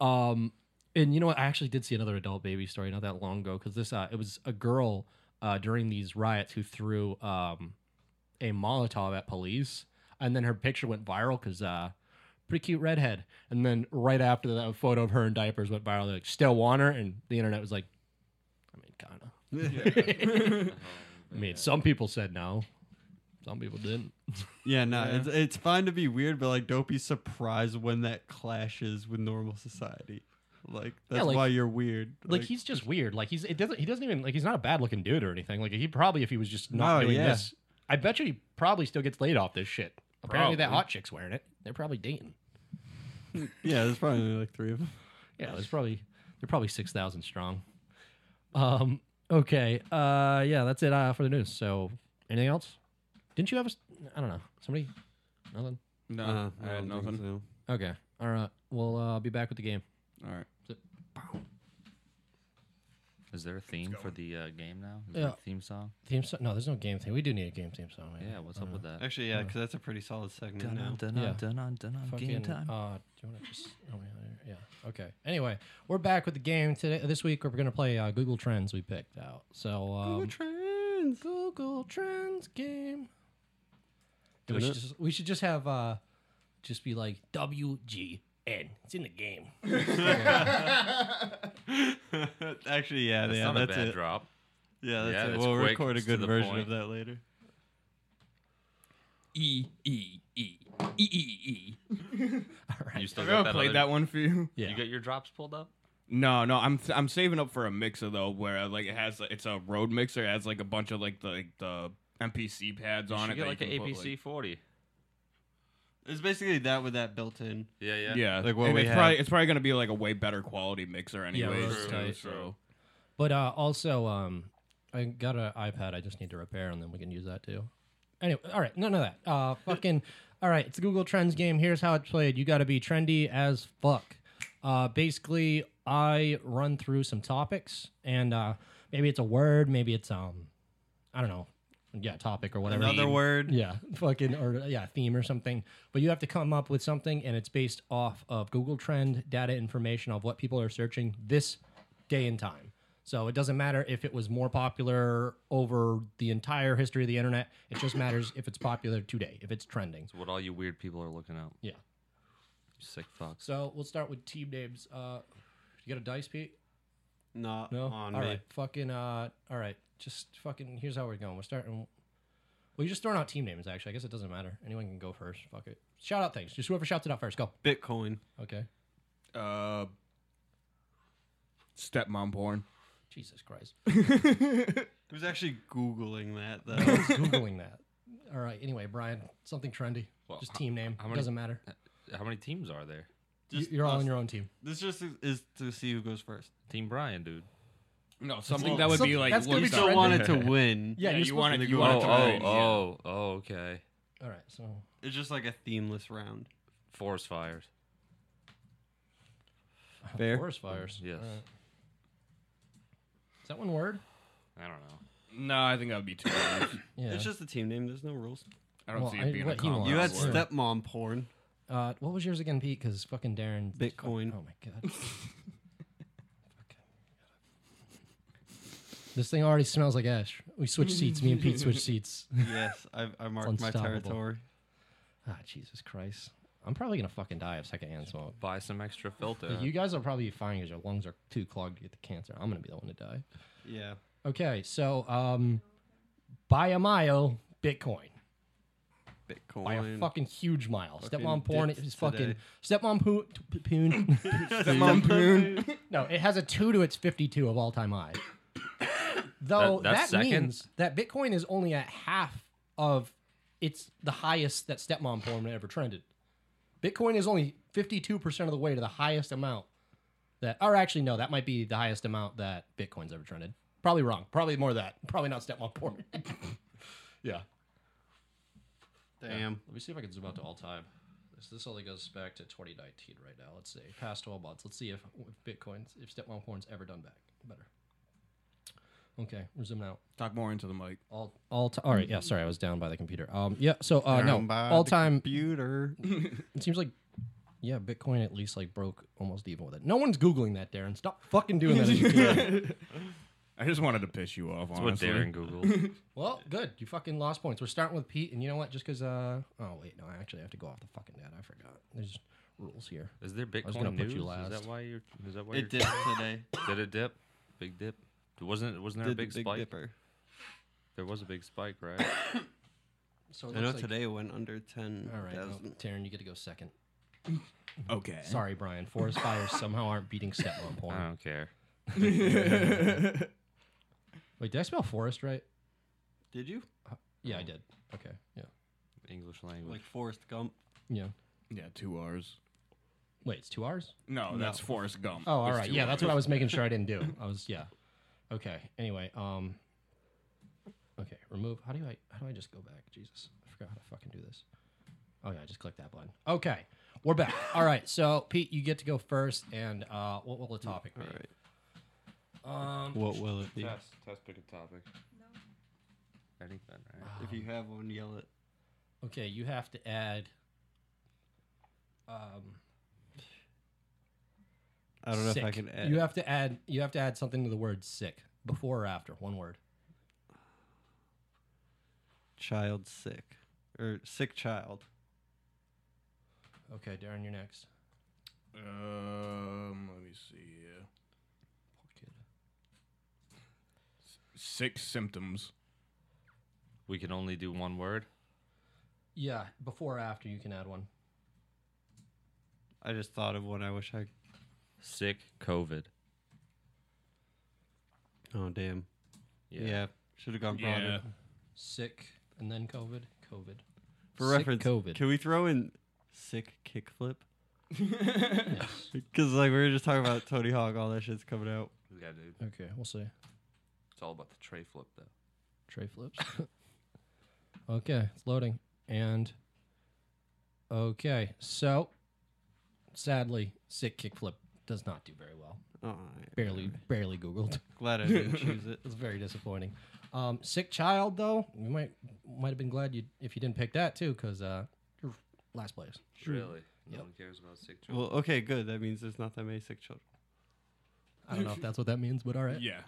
Speaker 3: Um, and you know what? I actually did see another adult baby story not that long ago because this uh, it was a girl uh, during these riots who threw um, a Molotov at police, and then her picture went viral because uh, pretty cute redhead. And then right after that, a photo of her in diapers went viral. They're like, still want her, and the internet was like, I mean, kind of.
Speaker 1: Mm-hmm.
Speaker 3: I mean, some people said no, some people didn't.
Speaker 4: yeah, no, it's it's fine to be weird, but like don't be surprised when that clashes with normal society. Like that's
Speaker 3: like-
Speaker 4: why you're weird.
Speaker 3: Like, he's just weird. Like he's it doesn't he doesn't even like he's not a bad looking dude or anything. Like he probably if he was just not
Speaker 4: No,
Speaker 3: doing
Speaker 4: yeah.
Speaker 3: this, I bet you he probably still gets laid off this shit. Apparently that
Speaker 1: Probably.
Speaker 3: hot chick's wearing it. They're probably dating.
Speaker 4: yeah, there's probably only, like three of them.
Speaker 3: Yeah, there's probably they're probably six thousand strong. Um. Okay. Uh. Yeah. That's it uh, for the news. So anything else? Didn't you have a? s- I don't know. Somebody. Nothing.
Speaker 1: No,
Speaker 4: Uh,
Speaker 1: Uh-huh. I had
Speaker 4: don't think
Speaker 1: nothing.
Speaker 4: so.
Speaker 3: Okay. All right. We'll uh, be back with the game.
Speaker 1: All right.
Speaker 10: Is there a theme for the uh, game now? Is
Speaker 3: Yeah.
Speaker 10: there a theme song?
Speaker 3: Theme song? No, there's no game theme. We do need a game theme song. man.
Speaker 10: Yeah, what's up with that?
Speaker 4: Actually, yeah, because that's a pretty solid segment
Speaker 10: Dun
Speaker 4: now.
Speaker 10: dun
Speaker 3: Yeah.
Speaker 10: dun dun dun
Speaker 3: Fucking,
Speaker 10: game time.
Speaker 3: Uh, do you want to just? oh, yeah, yeah. Okay. Anyway, we're back with the game today. This week we're gonna play uh, Google Trends we picked out. So um, Google Trends. Google Trends game. Yeah, we,
Speaker 4: Dun
Speaker 3: should just, we should just have uh, just be like WGN. It's in the game.
Speaker 4: Actually, yeah,
Speaker 5: That's
Speaker 4: yeah,
Speaker 5: not
Speaker 4: that's
Speaker 5: a bad
Speaker 4: it.
Speaker 5: drop.
Speaker 4: Yeah, that's
Speaker 5: Yeah,
Speaker 4: it.
Speaker 5: that's
Speaker 4: we'll
Speaker 5: quick,
Speaker 4: record a
Speaker 5: it's to
Speaker 4: good
Speaker 5: the
Speaker 4: version
Speaker 5: point.
Speaker 4: of that later.
Speaker 1: E E E E E E.
Speaker 5: You still
Speaker 1: Have
Speaker 5: got
Speaker 1: ever
Speaker 5: that
Speaker 1: played
Speaker 5: other-
Speaker 1: that one for you?
Speaker 3: Yeah.
Speaker 5: You got your drops pulled up?
Speaker 1: No, no, I'm I'm saving up for a mixer though, where uh, like it has it's a road mixer, it has like a bunch of like the like, the MPC pads
Speaker 5: You
Speaker 1: on
Speaker 5: should
Speaker 1: it.
Speaker 5: get
Speaker 1: that
Speaker 5: like an
Speaker 1: you can put,
Speaker 5: APC 40.
Speaker 4: It's basically that with that built in.
Speaker 5: Yeah, yeah.
Speaker 1: like- yeah,
Speaker 4: Like what
Speaker 1: and
Speaker 4: we
Speaker 1: it's
Speaker 4: have.
Speaker 1: probably it's probably gonna be like a way better quality mixer anyways.
Speaker 3: that's
Speaker 1: too,
Speaker 3: tight.
Speaker 1: so
Speaker 3: But uh, also, um, I got an iPad. I just need to repair, and then we can use that too. Anyway, all right, none of that. Uh, fucking, all right. It's a Google Trends game. Here's how it's played. You got to be trendy as fuck. Uh, basically, I run through some topics, and uh, maybe it's a word, maybe it's um, I don't know, yeah, topic or whatever.
Speaker 4: Another word.
Speaker 3: Yeah, fucking or yeah, theme or something. But you have to come up with something, and it's based off of Google Trend data information of what people are searching this day and time. So it doesn't matter if it was more popular over the entire history of the internet. It just matters if it's popular today, if it's trending.
Speaker 10: What all you weird people are looking out.
Speaker 3: Yeah.
Speaker 10: You sick fucks.
Speaker 3: So we'll start with team names. Uh, you got a dice, Pete?
Speaker 4: Not
Speaker 3: No.
Speaker 4: on
Speaker 3: all
Speaker 4: me.
Speaker 3: right. Fucking. Uh. All right. Just fucking. Here's how we're going. We're starting. Well, you're just throwing out team names. Actually, I guess it doesn't matter. Anyone can go first. Fuck it. Shout out things. Just whoever shouts it out first. Go.
Speaker 4: Bitcoin.
Speaker 3: Okay.
Speaker 1: uh, stepmom porn.
Speaker 3: Jesus Christ.
Speaker 4: It was actually googling that though.
Speaker 3: Googling that. All right. Anyway, Brian, something trendy.
Speaker 10: Well,
Speaker 3: just
Speaker 10: how-
Speaker 3: team name.
Speaker 10: how many-
Speaker 3: doesn't matter.
Speaker 10: How many teams are there?
Speaker 3: You-
Speaker 4: Just
Speaker 3: You're all
Speaker 4: us.
Speaker 3: on your own team.
Speaker 4: This just is, is to see who goes first.
Speaker 10: Team Brian, dude.
Speaker 1: No, something
Speaker 4: Well,
Speaker 1: that would
Speaker 3: something-
Speaker 1: be like
Speaker 3: that's gonna be
Speaker 1: looked
Speaker 3: so
Speaker 1: up.
Speaker 3: one-
Speaker 4: wanted to win.
Speaker 1: Yeah,
Speaker 3: Yeah, you're
Speaker 1: you
Speaker 3: supposed
Speaker 1: wanted
Speaker 4: to
Speaker 1: you
Speaker 4: go
Speaker 1: wanted
Speaker 10: Oh,
Speaker 1: to
Speaker 4: after
Speaker 10: oh,
Speaker 1: win, yeah.
Speaker 10: oh, oh, okay.
Speaker 3: All right. So
Speaker 4: It's just like a themeless round.
Speaker 10: Forest fires.
Speaker 4: Fair.
Speaker 3: forest fires.
Speaker 10: Yes.
Speaker 3: All right. Is that one word?
Speaker 10: I don't know.
Speaker 1: No, I think that would be too. much.
Speaker 3: Yeah.
Speaker 4: It's just a team name. There's no rules.
Speaker 1: I don't
Speaker 3: Well,
Speaker 1: see
Speaker 3: I-
Speaker 1: it being a
Speaker 3: what he wants.
Speaker 1: combo.
Speaker 4: You had
Speaker 3: Sure.
Speaker 1: word.
Speaker 4: stepmom porn.
Speaker 3: Uh, what was yours again, Pete? Because fucking Darren.
Speaker 4: Bitcoin.
Speaker 3: oh my god. this thing already smells like ash. We switched seats. Me and Pete switched seats.
Speaker 4: yes, I, I marked my
Speaker 3: unstoppable.
Speaker 4: territory.
Speaker 3: Ah, Jesus Christ. I'm probably gonna fucking die of secondhand smoke.
Speaker 10: Buy some extra filter.
Speaker 3: You guys are probably fine because your lungs are too clogged to get the cancer. I'm gonna be the one to die.
Speaker 4: Yeah.
Speaker 3: Okay, so um, buy a mile, Bitcoin.
Speaker 4: Bitcoin.
Speaker 3: Buy a fucking huge mile.
Speaker 4: Fucking
Speaker 3: stepmom porn
Speaker 4: dips
Speaker 3: is fucking
Speaker 4: today.
Speaker 3: stepmom poo- p- poon.
Speaker 1: Stepmom porn.
Speaker 3: No, it has a two to its fifty-two of all-time high. Though
Speaker 10: That- that's
Speaker 3: that,
Speaker 10: second?
Speaker 3: means that Bitcoin is only at half of it's the highest that stepmom porn ever trended. Bitcoin is only fifty-two percent of the way to the highest amount that, or actually no, that might be the highest amount that Bitcoin's ever trended. Probably wrong. Probably more that. Probably not stepmom porn. yeah.
Speaker 4: Damn.
Speaker 3: Let me see if I can zoom out to all time. This, this only goes back to 2019 right now. Let's see. Past 12 months. Let's see if, if Bitcoin's, if stepmom porn's ever done back better. Okay, we're zooming out.
Speaker 1: Talk more into the mic.
Speaker 3: All, all, ti all right. Yeah, sorry, I was down by the computer. Um, yeah. So, uh, no,
Speaker 4: Down by
Speaker 3: all
Speaker 4: the
Speaker 3: time.
Speaker 4: Computer.
Speaker 3: It seems like, yeah, Bitcoin at least like broke almost even with it. No one's googling that, Darren. Stop fucking doing that. on your computer.
Speaker 1: I just wanted to piss you off.
Speaker 10: That's what
Speaker 1: Honestly,
Speaker 10: Darren Googled.
Speaker 3: well, good. You fucking lost points. We're starting with Pete, and you know what? Just because, uh, oh wait, no, I actually have to go off the fucking data. I forgot. There's rules here.
Speaker 10: Is there
Speaker 3: was gonna
Speaker 10: Bitcoin
Speaker 3: put
Speaker 10: news?
Speaker 3: you
Speaker 10: Is
Speaker 3: last.
Speaker 10: that why you're? Is that why
Speaker 4: it
Speaker 10: you're?
Speaker 4: dipped today.
Speaker 10: Did it dip? Big dip. Wasn't it? Wasn't there
Speaker 4: Did
Speaker 10: a big,
Speaker 4: the big
Speaker 10: spike?
Speaker 4: dipper.
Speaker 10: There was a big spike, right?
Speaker 3: So it
Speaker 4: I know
Speaker 3: looks like-
Speaker 4: today it went under ten
Speaker 3: All right,
Speaker 4: thousand.
Speaker 3: Taryn, you get to go second.
Speaker 1: Okay.
Speaker 3: Sorry, Brian. Forest fires somehow aren't beating stepmom porn.
Speaker 5: I don't care.
Speaker 3: Wait, did I spell forest right?
Speaker 4: Did you?
Speaker 3: Yeah, I did. Okay. Yeah.
Speaker 5: English language.
Speaker 4: Like Forrest Gump.
Speaker 3: Yeah.
Speaker 11: Yeah, two R's.
Speaker 3: Wait, it's two R's?
Speaker 1: No, that's Forrest Gump.
Speaker 3: Oh, all
Speaker 1: There's
Speaker 3: right.
Speaker 1: two
Speaker 3: Yeah, that's what
Speaker 1: Rs.
Speaker 3: I was making sure I didn't do. I was yeah. Okay. Anyway, um Okay, remove. How do I how do I just go back? Jesus. I forgot how to fucking do this. Oh yeah, I just clicked that button. Okay. We're back. All right. So, Pete, you get to go first and uh what will the topic be?
Speaker 4: All right.
Speaker 3: Um
Speaker 4: What will it be?
Speaker 5: Test, test, pick a topic.
Speaker 6: No.
Speaker 5: Anything, right?
Speaker 4: If you have one, yell it.
Speaker 3: Okay, you have to add um
Speaker 4: I don't know if I
Speaker 3: sick.
Speaker 4: can add.
Speaker 3: You have to add you have to add something to the word sick before or after, one word.
Speaker 4: child sick or sick child.
Speaker 3: Okay, Darren, you're next.
Speaker 1: Um, let me see. Here. Six symptoms.
Speaker 5: We can only do one word.
Speaker 3: Yeah, before or after you can add one.
Speaker 4: I just thought of one. I wish I.
Speaker 5: Sick COVID.
Speaker 4: Oh damn. Yeah. Should have gone broader.
Speaker 1: Yeah.
Speaker 3: Sick and then COVID. COVID.
Speaker 4: For
Speaker 3: Sick
Speaker 4: reference,
Speaker 3: COVID.
Speaker 4: can we throw in sick kickflip?
Speaker 3: Yes.
Speaker 4: Because like we were just talking about Tony Hawk, all that shit's coming out.
Speaker 5: Yeah, dude.
Speaker 3: Okay, we'll see.
Speaker 5: It's all about the tray flip, though.
Speaker 3: Tray flips. okay, it's loading. And okay, so sadly, sick kickflip does not do very well.
Speaker 4: Oh,
Speaker 3: Barely, barely Googled.
Speaker 4: glad I didn't choose it.
Speaker 3: It's very disappointing. Um, sick child though, you might might have been glad you if you didn't pick that too, because uh, you're last place.
Speaker 5: Really? No
Speaker 3: Yep.
Speaker 5: one cares about sick children.
Speaker 4: Well, okay, good. That means there's not that many sick children.
Speaker 3: I don't know if that's what that means, but all right.
Speaker 1: Yeah.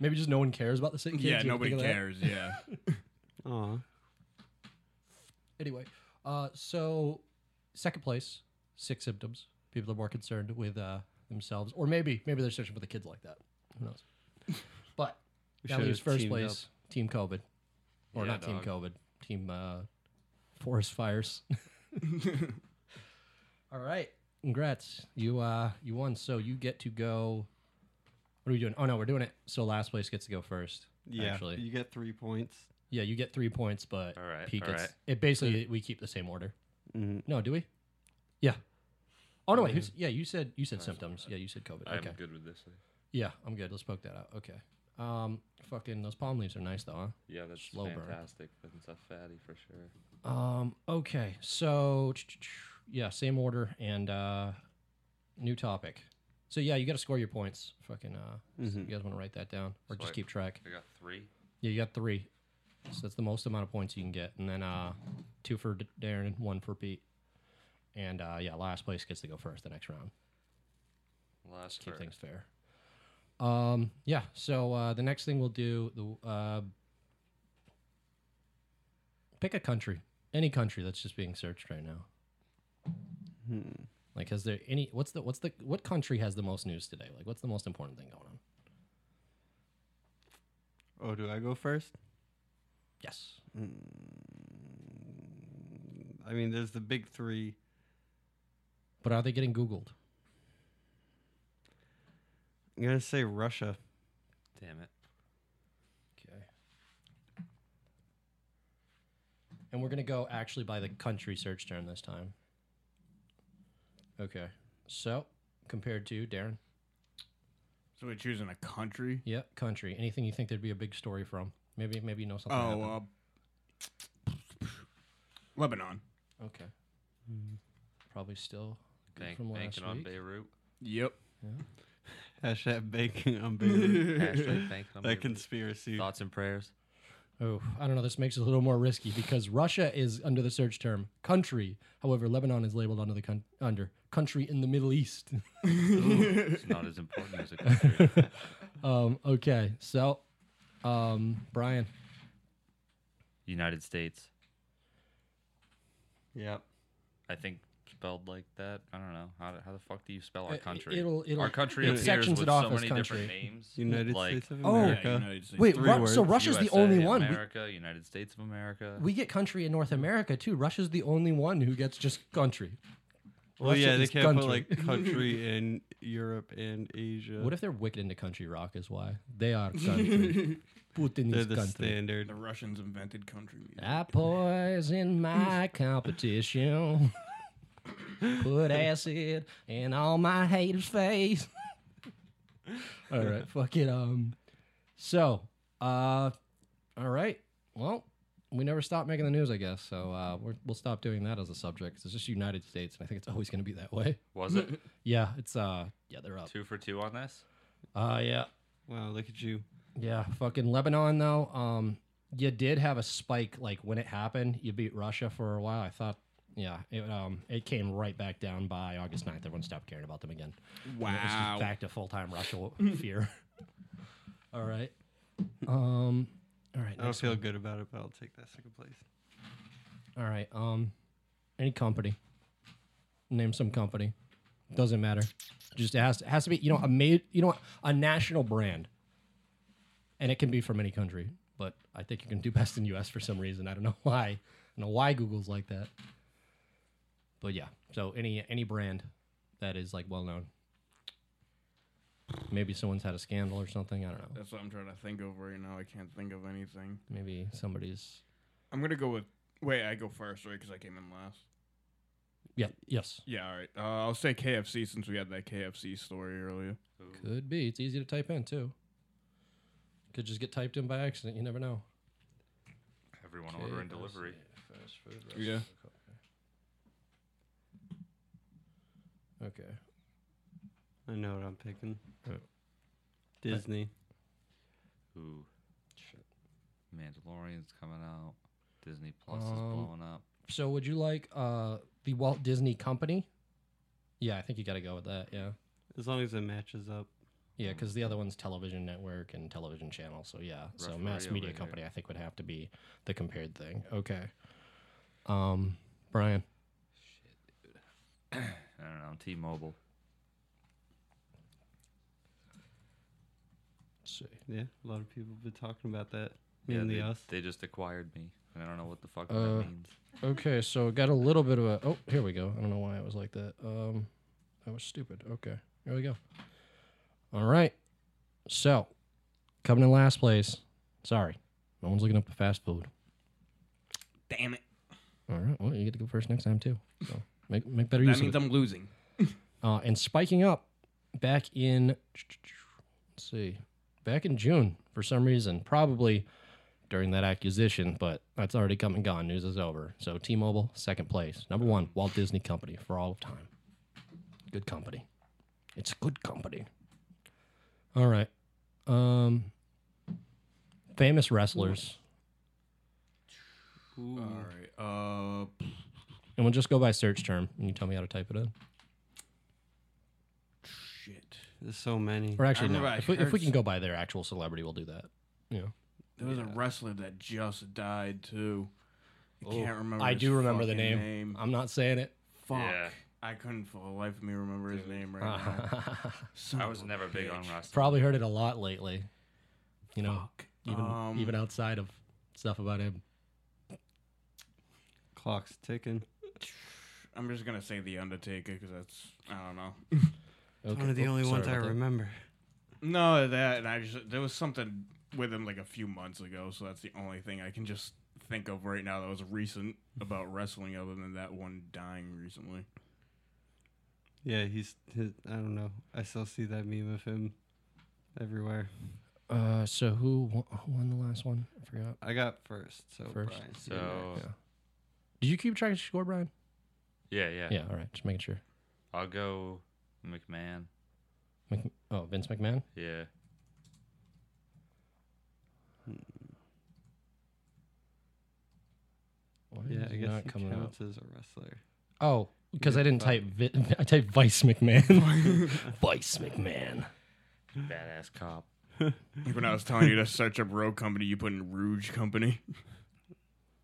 Speaker 3: Maybe just no one cares about the sick kids. You
Speaker 1: yeah.
Speaker 3: ever think
Speaker 1: Nobody
Speaker 3: of that?
Speaker 1: cares. Yeah.
Speaker 4: Aw.
Speaker 3: Anyway, uh, so second place, sick symptoms. People are more concerned with uh, themselves, or maybe maybe they're searching for the kids like that. Who knows? But
Speaker 4: We
Speaker 3: that
Speaker 4: should've
Speaker 3: leaves first
Speaker 4: teamed up.
Speaker 3: place, Team COVID, or
Speaker 5: Yeah,
Speaker 3: not Team
Speaker 5: dog.
Speaker 3: COVID, Team uh, Forest Fires. All right, congrats, you uh, you won. So you get to go. What are we doing? Oh no, we're doing it. So last place gets to go first.
Speaker 4: Yeah.
Speaker 3: actually.
Speaker 4: You get three points.
Speaker 3: Yeah, you get three points, but
Speaker 5: All right,
Speaker 3: Pete
Speaker 5: all
Speaker 3: gets
Speaker 5: right.
Speaker 3: it. Basically, we keep the same order.
Speaker 4: Mhm.
Speaker 3: No, do we? Yeah. Oh no, wait. Who's, yeah, you said you said symptoms. Yeah, you said COVID.
Speaker 5: I'm
Speaker 3: okay.
Speaker 5: good with this.
Speaker 3: Yeah, I'm good. Let's poke that out. Okay. Um, fucking those palm leaves are nice though,
Speaker 5: Yeah, that's
Speaker 3: Slow burn.
Speaker 5: fantastic. That's a fatty for sure.
Speaker 3: huh? Um, okay. So yeah, same order and uh, new topic. So yeah, you got to score your points. Fucking uh, so you guys want to write that down or just
Speaker 5: Swipe.
Speaker 3: keep track?
Speaker 5: I got three.
Speaker 3: Yeah, you got three. So that's the most amount of points you can get. And then uh, two for D- Darren and one for Pete. And uh, yeah, last place gets to go first the next round.
Speaker 5: Last
Speaker 3: Keep
Speaker 5: word.
Speaker 3: things fair. Um, yeah, so uh, the next thing we'll do the uh, pick a country, any country that's just being searched right now. Hmm. Like, has there any? What's the what's the what country has the most news today? Like, what's the most important thing going on?
Speaker 4: Oh, do I go first?
Speaker 3: Yes.
Speaker 4: I mean, there's the big three.
Speaker 3: But are they getting Googled?
Speaker 4: I'm gonna say Russia.
Speaker 5: Damn it.
Speaker 3: Okay. And we're going to go actually by the country search term this time. Okay. So, compared to Darren,
Speaker 1: so we're choosing a country.
Speaker 3: yeah, country. Anything you think there'd be a big story from? Maybe, maybe you know something.
Speaker 1: Oh,
Speaker 3: happened.
Speaker 1: uh, Lebanon.
Speaker 3: okay. Probably still good
Speaker 5: Bank,
Speaker 3: from last
Speaker 5: banking on
Speaker 3: week.
Speaker 5: Beirut.
Speaker 1: Yep.
Speaker 4: Hashtag banking on Beirut.
Speaker 5: Hashtag banking
Speaker 4: that
Speaker 5: on Beirut.
Speaker 4: conspiracy.
Speaker 5: Thoughts and prayers.
Speaker 3: Oh, I don't know. This makes it a little more risky because Russia is under the search term country. However, Lebanon is labeled under the con- under country in the Middle East.
Speaker 5: It's not as important as a country.
Speaker 3: um, okay, so um, Brian,
Speaker 5: United States.
Speaker 4: Yep.
Speaker 5: I think spelled like that. I don't know. How, how the fuck do you spell our
Speaker 3: Uh,
Speaker 5: country?
Speaker 3: it'll- it'll-
Speaker 5: our country
Speaker 3: it
Speaker 5: appears
Speaker 3: sections
Speaker 5: with
Speaker 3: it off
Speaker 5: so
Speaker 3: as
Speaker 5: many
Speaker 3: country.
Speaker 5: different names.
Speaker 4: United
Speaker 5: like
Speaker 4: States of
Speaker 3: Oh.
Speaker 4: America.
Speaker 1: Yeah, United States.
Speaker 3: Wait,
Speaker 4: Three
Speaker 3: Ru- so
Speaker 4: words.
Speaker 3: Russia's the
Speaker 5: USA,
Speaker 3: only one. We-
Speaker 5: America, United States of America.
Speaker 3: We, get country in North America too. Russia's the only one who gets just country.
Speaker 4: Well,
Speaker 3: Russia
Speaker 4: yeah, they
Speaker 3: is
Speaker 4: can't put
Speaker 3: country.
Speaker 4: like country in Europe and Asia.
Speaker 3: What if they're wicked into country rock? Is why they are country. Putin
Speaker 4: they're
Speaker 3: is
Speaker 4: the
Speaker 3: country.
Speaker 4: standard?
Speaker 1: The Russians invented country music.
Speaker 3: I poison my competition. Put acid in all my haters' face. all right, fuck it. Um, so, uh, all right. Well, we never stop making the news, I guess. So uh, we're, we'll stop doing that as a subject. 'cause It's just United States, and I think it's always going to be that way.
Speaker 10: Was it
Speaker 3: Yeah, it's uh, yeah, they're up.
Speaker 10: two for two on this?
Speaker 3: Uh, yeah.
Speaker 4: Wow, look at you.
Speaker 3: Yeah, fucking Lebanon though. Um, you did have a spike like when it happened. You beat Russia for a while. I thought, yeah, it um, it came right back down by August 9th. Everyone stopped caring about them again. It was just
Speaker 1: Wow.
Speaker 3: back to full time Russia fear. all right. Um. All right.
Speaker 4: I don't
Speaker 3: Next
Speaker 4: feel good about it, but I'll take that second place.
Speaker 3: All right. Um. Any company. Name some company. Doesn't matter. Just it has to, has to be you know a made you know a national brand. And it can be from any country, but I think you can do best in U.S. for some reason. I don't know why. I don't know why Google's like that. But yeah, so any any brand that is like well known. Maybe someone's had a scandal or something. I don't know.
Speaker 1: That's what I'm trying to think of right now. I can't think of anything.
Speaker 3: Maybe somebody's.
Speaker 1: I'm gonna go with. Wait, I go first, right? Because I came in last.
Speaker 3: Yeah. Yes.
Speaker 1: Yeah, all right. Uh, I'll say KFC since we had that KFC story earlier.
Speaker 3: Could be. It's easy to type in too. Could just get typed in by accident. You never know.
Speaker 10: Everyone ordering delivery.
Speaker 1: Yeah.
Speaker 3: Okay.
Speaker 4: I know what I'm picking. Disney.
Speaker 10: Ooh. Mandalorian's coming out. Disney Plus is
Speaker 3: Um,
Speaker 10: blowing up.
Speaker 3: So would you like uh the Walt Disney Company? Yeah, I think you got to go with that. Yeah.
Speaker 4: As long as it matches up.
Speaker 3: Yeah, because the other one's television network and television channel. So yeah, so
Speaker 10: Rough
Speaker 3: mass
Speaker 10: radio
Speaker 3: media
Speaker 10: right
Speaker 3: company I think would have to be the compared thing. Okay. Um, Brian.
Speaker 10: I don't know. T-Mobile.
Speaker 3: Let's see.
Speaker 4: Yeah, a lot of people have been talking about that.
Speaker 10: Yeah,
Speaker 4: Mainly
Speaker 10: they,
Speaker 4: us.
Speaker 10: they just acquired me, and I don't know what the fuck
Speaker 3: Uh,
Speaker 10: that means.
Speaker 3: Okay, so got a little bit of a. Oh, here we go. I don't know why it was like that. Um, that was stupid. Okay, here we go. All right. So, coming in last place. Sorry, no one's looking up the fast food.
Speaker 1: Damn it.
Speaker 3: All right. Well, you get to go first next time too. So make make better
Speaker 1: That
Speaker 3: use of
Speaker 1: means
Speaker 3: it.
Speaker 1: I'm losing.
Speaker 3: Uh, and spiking up back in. Let's see, back in June for some reason, probably during that acquisition, but that's already come and gone. News is over. So T-Mobile, second place, number one, Walt Disney Company for all of time. Good company. It's good company. All right. Um. Famous wrestlers,
Speaker 1: All right. Uh,
Speaker 3: and we'll just go by search term, and you tell me how to type it in.
Speaker 1: shit.
Speaker 4: There's so many.
Speaker 3: Or actually, no.
Speaker 1: remember I
Speaker 3: If we, if we
Speaker 1: heard
Speaker 3: can go by their actual celebrity, we'll do that. Yeah.
Speaker 1: There was a wrestler that just died too. I can't remember.
Speaker 3: I
Speaker 1: his
Speaker 3: do remember the
Speaker 1: fucking
Speaker 3: name.
Speaker 1: name.
Speaker 3: I'm not saying it.
Speaker 1: Fuck.
Speaker 10: Yeah.
Speaker 1: I couldn't for the life of me remember his name right now. Son
Speaker 10: I
Speaker 1: of
Speaker 10: was
Speaker 1: a
Speaker 10: never big on
Speaker 1: bitch.
Speaker 10: wrestling.
Speaker 3: Probably heard it a lot lately. You know,
Speaker 1: Fuck.
Speaker 3: even
Speaker 1: Um,
Speaker 3: even outside of stuff about him.
Speaker 4: Clock's ticking.
Speaker 1: I'm just gonna say the Undertaker because that's I don't know.
Speaker 4: It's One of the
Speaker 3: oh,
Speaker 4: only
Speaker 3: sorry
Speaker 4: ones I
Speaker 3: about that.
Speaker 4: remember.
Speaker 1: No, that and I just there was something with him like a few months ago, so that's the only thing I can just think of right now that was recent about wrestling, other than that one dying recently.
Speaker 4: Yeah, he's. His, I don't know. I still see that meme of him everywhere.
Speaker 3: Uh, so who won, who won the last one? I forgot.
Speaker 4: I got first, so
Speaker 3: First.
Speaker 4: Brian.
Speaker 10: So
Speaker 3: Yeah. Did you keep track of the score, Brian?
Speaker 10: yeah, yeah,
Speaker 3: Yeah. All right. Just making sure.
Speaker 10: I'll go McMahon.
Speaker 3: Mc, oh, Vince McMahon.
Speaker 10: Yeah.
Speaker 3: Why
Speaker 4: yeah,
Speaker 3: is
Speaker 4: I
Speaker 3: it
Speaker 4: guess
Speaker 3: not
Speaker 4: he
Speaker 3: coming up?
Speaker 4: counts as a wrestler.
Speaker 3: Oh, because I didn't
Speaker 4: fuck.
Speaker 3: type. Vi- I typed Vice McMahon. Vice McMahon.
Speaker 10: Badass cop.
Speaker 1: Like when I was telling you to search up Rogue Company, you put in Rouge Company.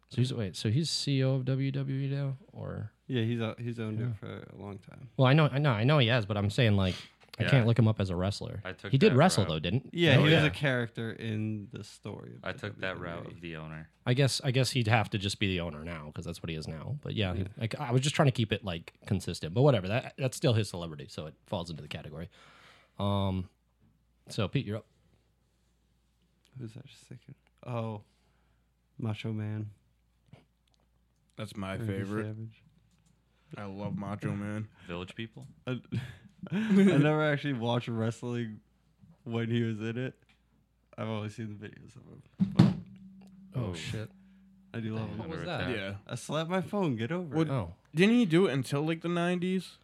Speaker 3: So he's wait. So he's CEO of WWE now, or
Speaker 4: Yeah, uh, he's o- he's owned it for a long time.
Speaker 3: Oh, well, I know, I know, I know he has, but I'm saying like I
Speaker 12: Yeah.
Speaker 3: can't look him up as a wrestler.
Speaker 5: I took
Speaker 3: he did
Speaker 5: that
Speaker 3: wrestle
Speaker 5: route.
Speaker 3: though, didn't?
Speaker 4: Yeah,
Speaker 3: No,
Speaker 4: he was
Speaker 3: yeah.
Speaker 4: a character in the story. of
Speaker 5: I
Speaker 4: the
Speaker 5: took that
Speaker 4: WWE.
Speaker 5: route of the owner.
Speaker 3: I guess I guess he'd have to just be the owner now because that's what he is now. But yeah, he- like I was just trying to keep it like consistent. But whatever, that that's still his celebrity, so it falls into the category. Um, so Pete, you're up.
Speaker 4: Who's that second? Oh, Macho Man.
Speaker 1: That's my
Speaker 4: Randy
Speaker 1: favorite.
Speaker 4: Savage.
Speaker 1: I love Macho Man.
Speaker 5: Village people.
Speaker 4: I, I never actually watched wrestling when he was in it. I've only seen the videos of him.
Speaker 3: Oh, shit!
Speaker 4: I do love
Speaker 3: What
Speaker 4: him.
Speaker 3: was
Speaker 5: Remember
Speaker 3: that?
Speaker 5: that.
Speaker 1: Yeah.
Speaker 4: I slapped my phone. Get over
Speaker 1: What-
Speaker 4: it.
Speaker 3: Oh,
Speaker 1: Didn't he do it until like the nineties?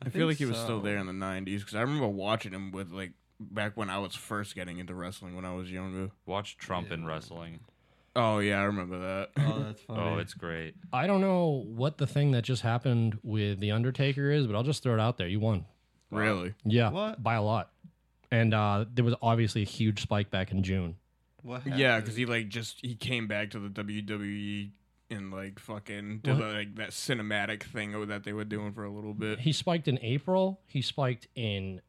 Speaker 1: I, feel
Speaker 4: think
Speaker 1: like he was
Speaker 4: so.
Speaker 1: still there in the nineties because I remember watching him with like back when I was first getting into wrestling when I was younger.
Speaker 5: Watch Trump in wrestling.
Speaker 1: Oh yeah, I remember that.
Speaker 4: Oh, that's funny.
Speaker 5: Oh, it's great.
Speaker 3: I don't know what the thing that just happened with the Undertaker is, but I'll just throw it out there. You won.
Speaker 1: really?
Speaker 3: Yeah,
Speaker 4: What?
Speaker 3: by a lot. And uh, there was obviously a huge spike back in June.
Speaker 4: what
Speaker 1: Yeah,
Speaker 4: happened?
Speaker 1: because he like just he came back to the WWE and like fucking did
Speaker 3: What?
Speaker 1: the, like that cinematic thing that they were doing for a little bit.
Speaker 3: He spiked in April, he spiked in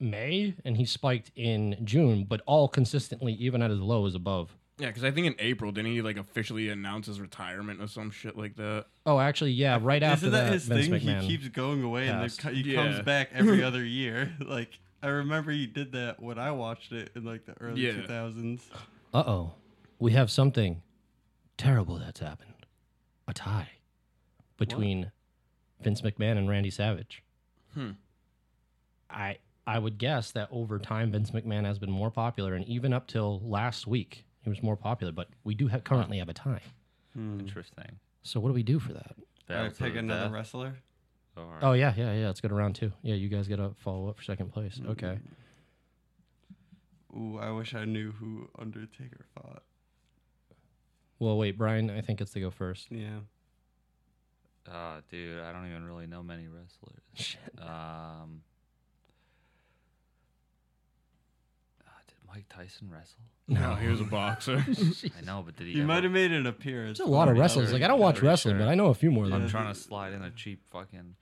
Speaker 3: May, and he spiked in June, but all consistently, even at his lows above.
Speaker 1: Yeah, because I think in April didn't he like officially announce his retirement or some shit like that?
Speaker 3: Oh, actually, yeah, right after
Speaker 4: Isn't that,
Speaker 3: that,
Speaker 4: his
Speaker 3: Vince
Speaker 4: thing?
Speaker 3: McMahon.
Speaker 4: He keeps going away and
Speaker 3: passed.
Speaker 4: then co- he
Speaker 1: Yeah.
Speaker 4: comes back every other year. Like I remember he did that when I watched it in like the early
Speaker 1: Yeah.
Speaker 4: 2000s.
Speaker 3: Uh oh, we have something terrible that's happened. A tie between Vince McMahon and Randy Savage.
Speaker 1: Hmm.
Speaker 3: I I would guess that over time Vince McMahon has been more popular, and even up till last week he was more popular. But we do have, currently have a tie. Hmm.
Speaker 5: Interesting.
Speaker 3: So what do we do for that?
Speaker 4: All right,
Speaker 5: Battles of
Speaker 4: pick
Speaker 5: the
Speaker 4: Mm. another
Speaker 5: Death.
Speaker 4: wrestler.
Speaker 5: All right.
Speaker 3: Oh yeah, yeah, yeah. Let's go to round two. Yeah, you guys got to follow up for second place.
Speaker 5: Mm-hmm.
Speaker 3: Okay.
Speaker 4: Ooh, I wish I knew who Undertaker fought.
Speaker 3: Well, wait, Brian. I think gets to go first.
Speaker 4: Yeah.
Speaker 5: Ah, dude, I don't even really know many wrestlers.
Speaker 3: Shit.
Speaker 5: Um, ah, did Mike Tyson wrestle?
Speaker 1: No, he was a boxer.
Speaker 5: I know, but did he?
Speaker 4: He
Speaker 5: ever-
Speaker 4: might have made an appearance.
Speaker 3: There's a lot of
Speaker 5: Pretty
Speaker 3: wrestlers.
Speaker 5: sure.
Speaker 3: Like I don't watch
Speaker 5: Pretty
Speaker 3: wrestling,
Speaker 5: sure.
Speaker 3: but I know a few more than
Speaker 5: I'm
Speaker 4: Yeah.
Speaker 5: trying to slide in a cheap fucking.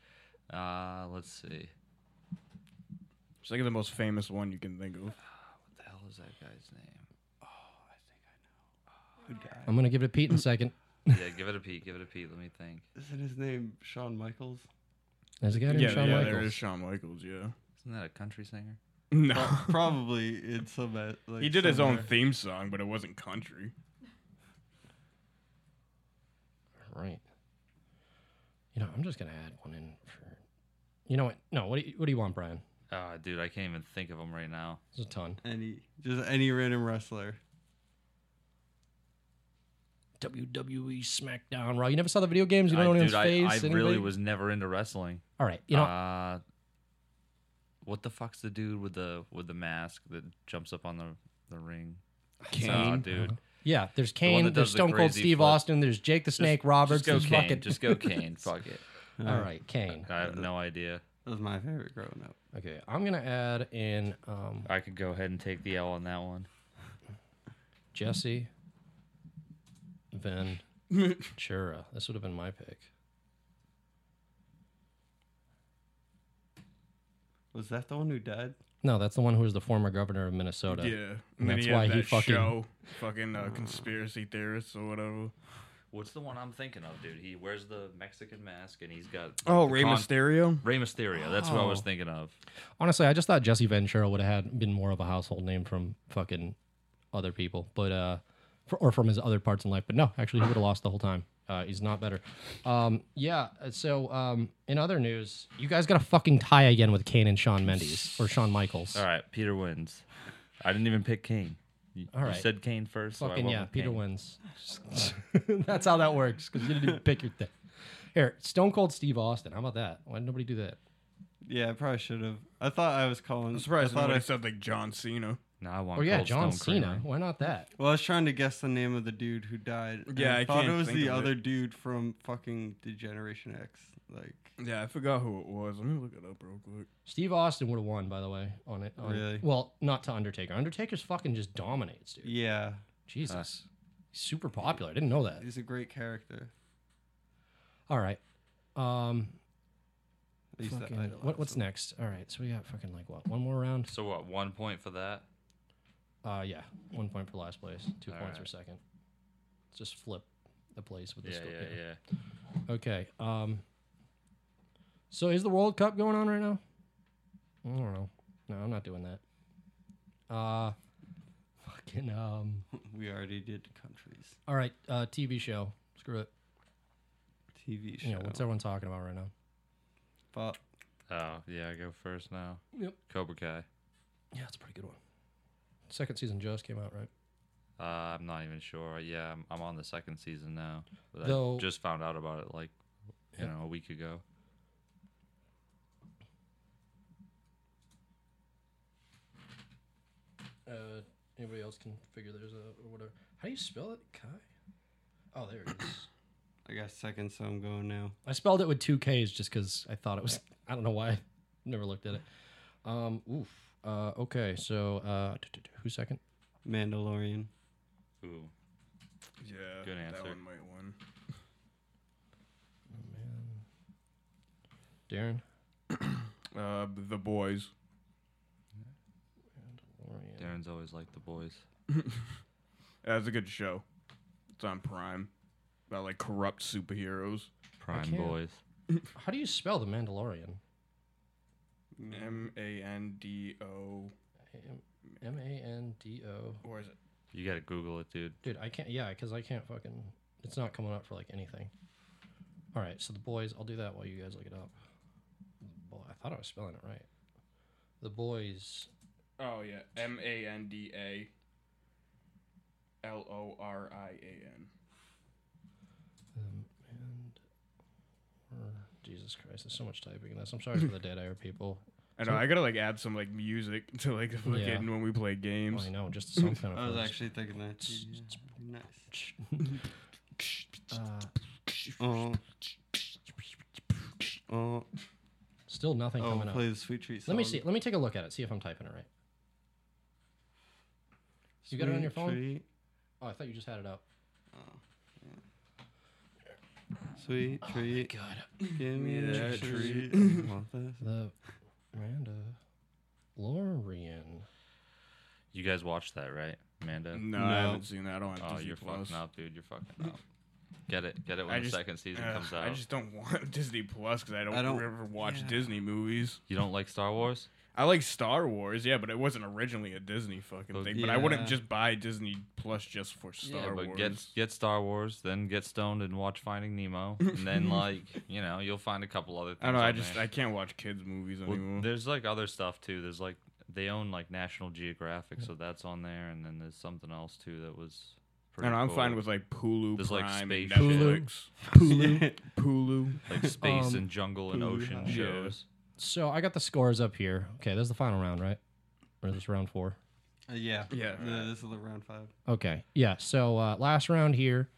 Speaker 5: Uh, let's see.
Speaker 1: It's like the most famous one you can think of.
Speaker 5: What the hell is that guy's name?
Speaker 3: I'm gonna give it to Pete in a second.
Speaker 5: Yeah, give it a peek. Give it a peek. Let me think.
Speaker 4: Isn't his name Shawn Michaels?
Speaker 3: There's a guy named
Speaker 1: yeah,
Speaker 3: Shawn
Speaker 1: yeah,
Speaker 3: Michaels.
Speaker 1: there is Shawn Michaels. Yeah.
Speaker 5: Isn't that a country singer?
Speaker 1: No,
Speaker 4: Pro- Probably in some. uh, Like,
Speaker 1: he did his own
Speaker 4: somewhere.
Speaker 1: theme song, but it wasn't country.
Speaker 3: Right. You know, I'm just gonna add one in for. You know what? No. What do you, What do you want, Brian?
Speaker 5: Ah, dude, I can't even think of him right now.
Speaker 3: There's a ton.
Speaker 4: Any just any random wrestler.
Speaker 3: WWE E, SmackDown Raw. You never saw the video games. You don't
Speaker 5: I,
Speaker 3: know anyone's
Speaker 5: dude, I,
Speaker 3: face.
Speaker 5: I
Speaker 3: anybody?
Speaker 5: really was never into wrestling.
Speaker 3: All right. You know.
Speaker 5: Uh, what the fuck's the dude with the with the mask that jumps up on the the ring? Nah, dude.
Speaker 3: yeah. There's
Speaker 5: one
Speaker 3: Kane.
Speaker 5: that
Speaker 3: There's
Speaker 5: does the
Speaker 3: Stone Cold
Speaker 5: crazy
Speaker 3: Steve
Speaker 5: flip.
Speaker 3: Austin. There's Jake the Snake Roberts.
Speaker 5: Just go
Speaker 3: there's
Speaker 5: Kane.
Speaker 3: fucking.
Speaker 5: Just go Kane. Fuck it.
Speaker 3: All right, Kane.
Speaker 5: I have no idea.
Speaker 4: Uh, That was my favorite growing up.
Speaker 3: Okay, I'm gonna add in um,
Speaker 5: I could go ahead and take the L on that one.
Speaker 3: Jesse Ventura. This would have been my pick.
Speaker 4: Was that the one who died?
Speaker 3: No, that's the one who was the former governor of Minnesota.
Speaker 1: Yeah,
Speaker 3: And
Speaker 1: and then
Speaker 3: that's
Speaker 1: he
Speaker 3: why
Speaker 1: had
Speaker 3: he
Speaker 1: that
Speaker 3: fucking- Oh.
Speaker 1: show, fucking uh, conspiracy theorists or whatever.
Speaker 5: What's the one I'm thinking of, dude? He wears the Mexican mask and he's got
Speaker 1: Oh,
Speaker 5: the
Speaker 1: Rey
Speaker 5: con-
Speaker 1: Mysterio. Oh.
Speaker 5: Rey Mysterio. That's what I was thinking of.
Speaker 3: Honestly, I just thought Jesse Ventura would have had been more of a household name from fucking other people, but uh, for, or from his other parts in life. But no, actually, he would have lost the whole time. Uh, he's not better. Um, yeah. So um, in other news, you guys got a fucking tie again with Kane and Shawn Mendes or Shawn Michaels.
Speaker 5: All right, Peter wins. I didn't even pick Kane. You,
Speaker 3: All
Speaker 5: you
Speaker 3: right.
Speaker 5: said Kane first. so I
Speaker 3: Fucking
Speaker 5: went
Speaker 3: yeah,
Speaker 5: with
Speaker 3: Peter
Speaker 5: Kane.
Speaker 3: wins. That's how that works because you didn't even pick your thing. Here, Stone Cold Steve Austin. How about that? Why did nobody do that?
Speaker 4: Yeah, I probably should have. I thought I was calling.
Speaker 1: I'm surprised
Speaker 4: I thought
Speaker 1: nobody
Speaker 4: I,
Speaker 1: said like John Cena.
Speaker 5: No, I want.
Speaker 3: Oh yeah,
Speaker 5: Cold
Speaker 3: John
Speaker 5: Stone Creamery.
Speaker 3: Cena. Why not that?
Speaker 4: well, I was trying to guess the name of the dude who died. and
Speaker 1: Yeah,
Speaker 4: I,
Speaker 1: I
Speaker 4: thought
Speaker 1: can't
Speaker 4: it was
Speaker 1: think
Speaker 4: the
Speaker 1: of
Speaker 4: other
Speaker 1: it.
Speaker 4: dude from fucking Degeneration X. Like,
Speaker 1: Yeah, I forgot who it was. Let me look it up real quick.
Speaker 3: Steve Austin would have won, by the way, on it. on-
Speaker 4: Really?
Speaker 3: Well, not to Undertaker. Undertaker's fucking just dominates, dude.
Speaker 4: yeah,
Speaker 3: Jesus, he's super popular. I didn't know that.
Speaker 4: he's a great character.
Speaker 3: All right, um,
Speaker 4: used to
Speaker 3: Fucking-
Speaker 4: idolize
Speaker 3: what, what's
Speaker 4: them.
Speaker 3: next? All right, so we got fucking like what? One more round?
Speaker 5: So what? One point for that.
Speaker 3: Uh, yeah, one point for last place, two
Speaker 5: All
Speaker 3: points for
Speaker 5: right.
Speaker 3: second. Let's just flip the place with the
Speaker 5: Yeah,
Speaker 3: score.
Speaker 5: yeah, yeah.
Speaker 3: yeah. Okay. Um. So is the World Cup going on right now? I don't know. No, I'm not doing that. Uh, fucking um.
Speaker 4: We already did countries.
Speaker 3: All right, uh, TV show. Screw it.
Speaker 4: TV show.
Speaker 3: You know, what's everyone talking about right now?
Speaker 4: But
Speaker 5: Oh yeah, I go first now.
Speaker 3: Yep.
Speaker 5: Cobra Kai.
Speaker 3: Yeah, it's a pretty good one. Second season just came out, right?
Speaker 5: Uh, I'm not even sure. Yeah, I'm, I'm on the second season now. But
Speaker 3: Though-
Speaker 5: I just found out about it like, you
Speaker 3: Yeah.
Speaker 5: know, a week ago.
Speaker 3: Uh, anybody else can figure theirs out or whatever. How do you spell it? Kai? Oh, there it is.
Speaker 4: I got second, so I'm going now.
Speaker 3: I spelled it with two K's just because I thought it was. I don't know why. Never looked at it. Um, oof. Uh, okay, so uh, t- t- t- who's second?
Speaker 4: Mandalorian.
Speaker 5: Ooh,
Speaker 1: Yeah,
Speaker 5: Good answer.
Speaker 1: That one might win.
Speaker 3: Darren.
Speaker 1: Uh, the boys.
Speaker 3: Mandalorian.
Speaker 5: Darren's always like the boys.
Speaker 1: That's a good show. It's on Prime. About like corrupt superheroes.
Speaker 5: Prime
Speaker 3: can't-
Speaker 5: boys.
Speaker 3: How do you spell the Mandalorian?
Speaker 5: Mm.
Speaker 1: M A N D O.
Speaker 3: M A N D O.
Speaker 1: Or is it?
Speaker 5: You gotta Google it, dude.
Speaker 3: Dude, I can't. Yeah, because I can't fucking. It's not coming up for like anything. All right, so the boys. I'll do that while you guys look it up. Boy, I thought I was spelling it right. The boys.
Speaker 1: Oh yeah, M A N D A L O R I A N.
Speaker 3: Um, and or- Jesus Christ, there's so much typing in this. I'm sorry for the dead air people.
Speaker 1: I know. I gotta like add some like music to like fucking
Speaker 3: Yeah.
Speaker 1: when we play
Speaker 3: Well,
Speaker 1: games.
Speaker 3: I know, just some kind of.
Speaker 4: I was
Speaker 3: first.
Speaker 4: actually thinking that. too, yeah.
Speaker 3: Uh,
Speaker 4: Nice. Oh. Oh.
Speaker 3: still nothing
Speaker 4: Oh,
Speaker 3: coming up.
Speaker 4: play the sweet treat.
Speaker 3: Let me
Speaker 4: song.
Speaker 3: see. Let me take a look at it. See if I'm typing it right. You got it on your
Speaker 4: Sweet
Speaker 3: phone?
Speaker 4: treat. Oh,
Speaker 3: Oh, I thought you just had it up.
Speaker 4: Sweet treat.
Speaker 3: God,
Speaker 4: Give me that
Speaker 1: treat.
Speaker 4: treat. Want that?
Speaker 3: the Miranda Lorian.
Speaker 5: You guys watched that, right, Amanda?
Speaker 1: No,
Speaker 4: No.
Speaker 1: I haven't seen that. I don't have
Speaker 5: Oh,
Speaker 1: Mm, Disney
Speaker 5: you're
Speaker 1: Plus.
Speaker 5: fucking up, dude. You're fucking up. Get it, get it
Speaker 1: I
Speaker 5: when the
Speaker 1: just-
Speaker 5: second season
Speaker 1: Ugh,
Speaker 5: comes out.
Speaker 1: I just don't want Disney Plus because I don't,
Speaker 4: I don't-
Speaker 1: ever watch
Speaker 4: yeah.
Speaker 1: Disney movies.
Speaker 5: You don't like Star Wars?
Speaker 1: I like Star Wars, yeah, but it wasn't originally a Disney fucking
Speaker 5: But-
Speaker 1: thing. But I wouldn't
Speaker 4: Yeah.
Speaker 1: just buy Disney Plus just for Star
Speaker 5: yeah, but
Speaker 1: Wars.
Speaker 5: get get Star Wars, then get stoned and watch Finding Nemo, and then like you know you'll find a couple other. things.
Speaker 1: I don't know. I
Speaker 5: on
Speaker 1: just
Speaker 5: there.
Speaker 1: I can't watch kids movies
Speaker 5: Oh, Well,
Speaker 1: anymore.
Speaker 5: there's like other stuff too. There's like they own like National Geographic, so that's on there, and then there's something else too that was.
Speaker 1: I don't know, I'm fine
Speaker 5: cool.
Speaker 1: with like Hulu,
Speaker 5: There's, like,
Speaker 1: Prime, and
Speaker 5: space shit.
Speaker 1: Netflix,
Speaker 4: Hulu.
Speaker 1: Hulu.
Speaker 5: like space
Speaker 3: um,
Speaker 5: and jungle and
Speaker 4: Hulu
Speaker 5: ocean
Speaker 4: High.
Speaker 1: Yeah.
Speaker 5: shows.
Speaker 3: So I got the scores up here. Okay, this is the final round, right? Or is this round four?
Speaker 4: Uh, yeah.
Speaker 1: Yeah.
Speaker 4: No, this is the round five.
Speaker 3: Okay. Yeah. So uh, last round here,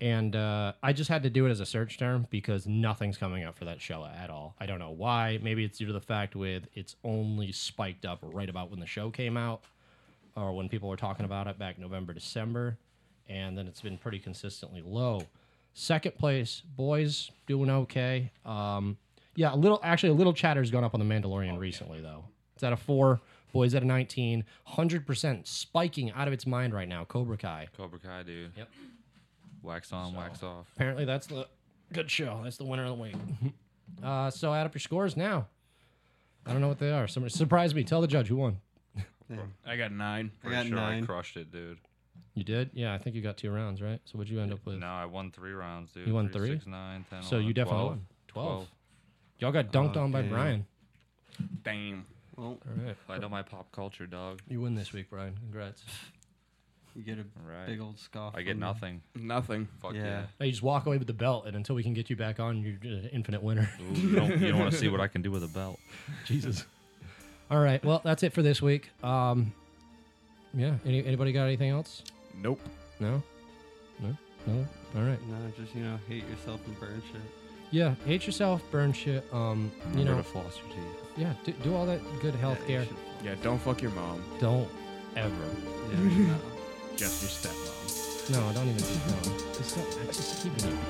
Speaker 3: and uh, I just had to do it as a search term because nothing's coming up for that show at all. I don't know why. Maybe it's due to the fact with it's only spiked up right about when the show came out, or when people were talking about it back November, December, and then it's been pretty consistently low. Second place, boys doing okay. Um, yeah, a little actually a little chatter's gone up on the Mandalorian recently though. It's at a four, boys at a 19, 100% spiking out of its mind right now. Cobra Kai.
Speaker 5: Cobra Kai, dude.
Speaker 3: Yep.
Speaker 5: Wax on, wax off.
Speaker 3: Apparently that's the good show. That's the winner of the week. Uh, so add up your scores now. I don't know what they are. Somebody surprise me. Tell the judge who won.
Speaker 1: I got nine.
Speaker 5: Pretty
Speaker 4: got
Speaker 5: sure
Speaker 4: nine.
Speaker 5: I crushed it, dude.
Speaker 3: You did? Yeah, I think you got two rounds, right? So what'd you end up with?
Speaker 5: No, I won three rounds, dude.
Speaker 3: You won
Speaker 5: Three,
Speaker 3: three?
Speaker 5: six, nine, ten,
Speaker 3: so you
Speaker 5: 11,
Speaker 3: definitely
Speaker 5: 12.
Speaker 3: won. 12. Y'all got dunked on by
Speaker 4: Okay.
Speaker 3: Brian.
Speaker 1: Damn.
Speaker 4: Well,
Speaker 3: All right.
Speaker 5: I know my pop culture, dog.
Speaker 3: You win this week, Brian. Congrats.
Speaker 4: you get a
Speaker 5: Right.
Speaker 4: big old scoff.
Speaker 5: I get
Speaker 4: from-
Speaker 5: nothing.
Speaker 1: Nothing.
Speaker 5: Fuck yeah.
Speaker 4: Yeah.
Speaker 3: Now you just walk away with the belt, and until we can get you back on, you're just an infinite winner.
Speaker 5: Ooh, you don't, you don't want to see what I can do with a belt.
Speaker 3: Jesus. All right. Well, that's it for this week. Um, yeah. Any, anybody got anything else?
Speaker 1: Nope.
Speaker 3: No. No. No. All right.
Speaker 4: No, just you know, hate yourself and burn shit.
Speaker 3: Yeah. Hate yourself. Burn shit. Um. You know.
Speaker 5: floss your teeth.
Speaker 3: Yeah. Do, do all that good health care.
Speaker 4: Yeah, you
Speaker 1: Yeah, don't fuck your mom.
Speaker 3: Don't ever.
Speaker 4: should- yeah, no.
Speaker 1: Just your stepmom.
Speaker 3: No. Don't even. No. It's not, I just keep it.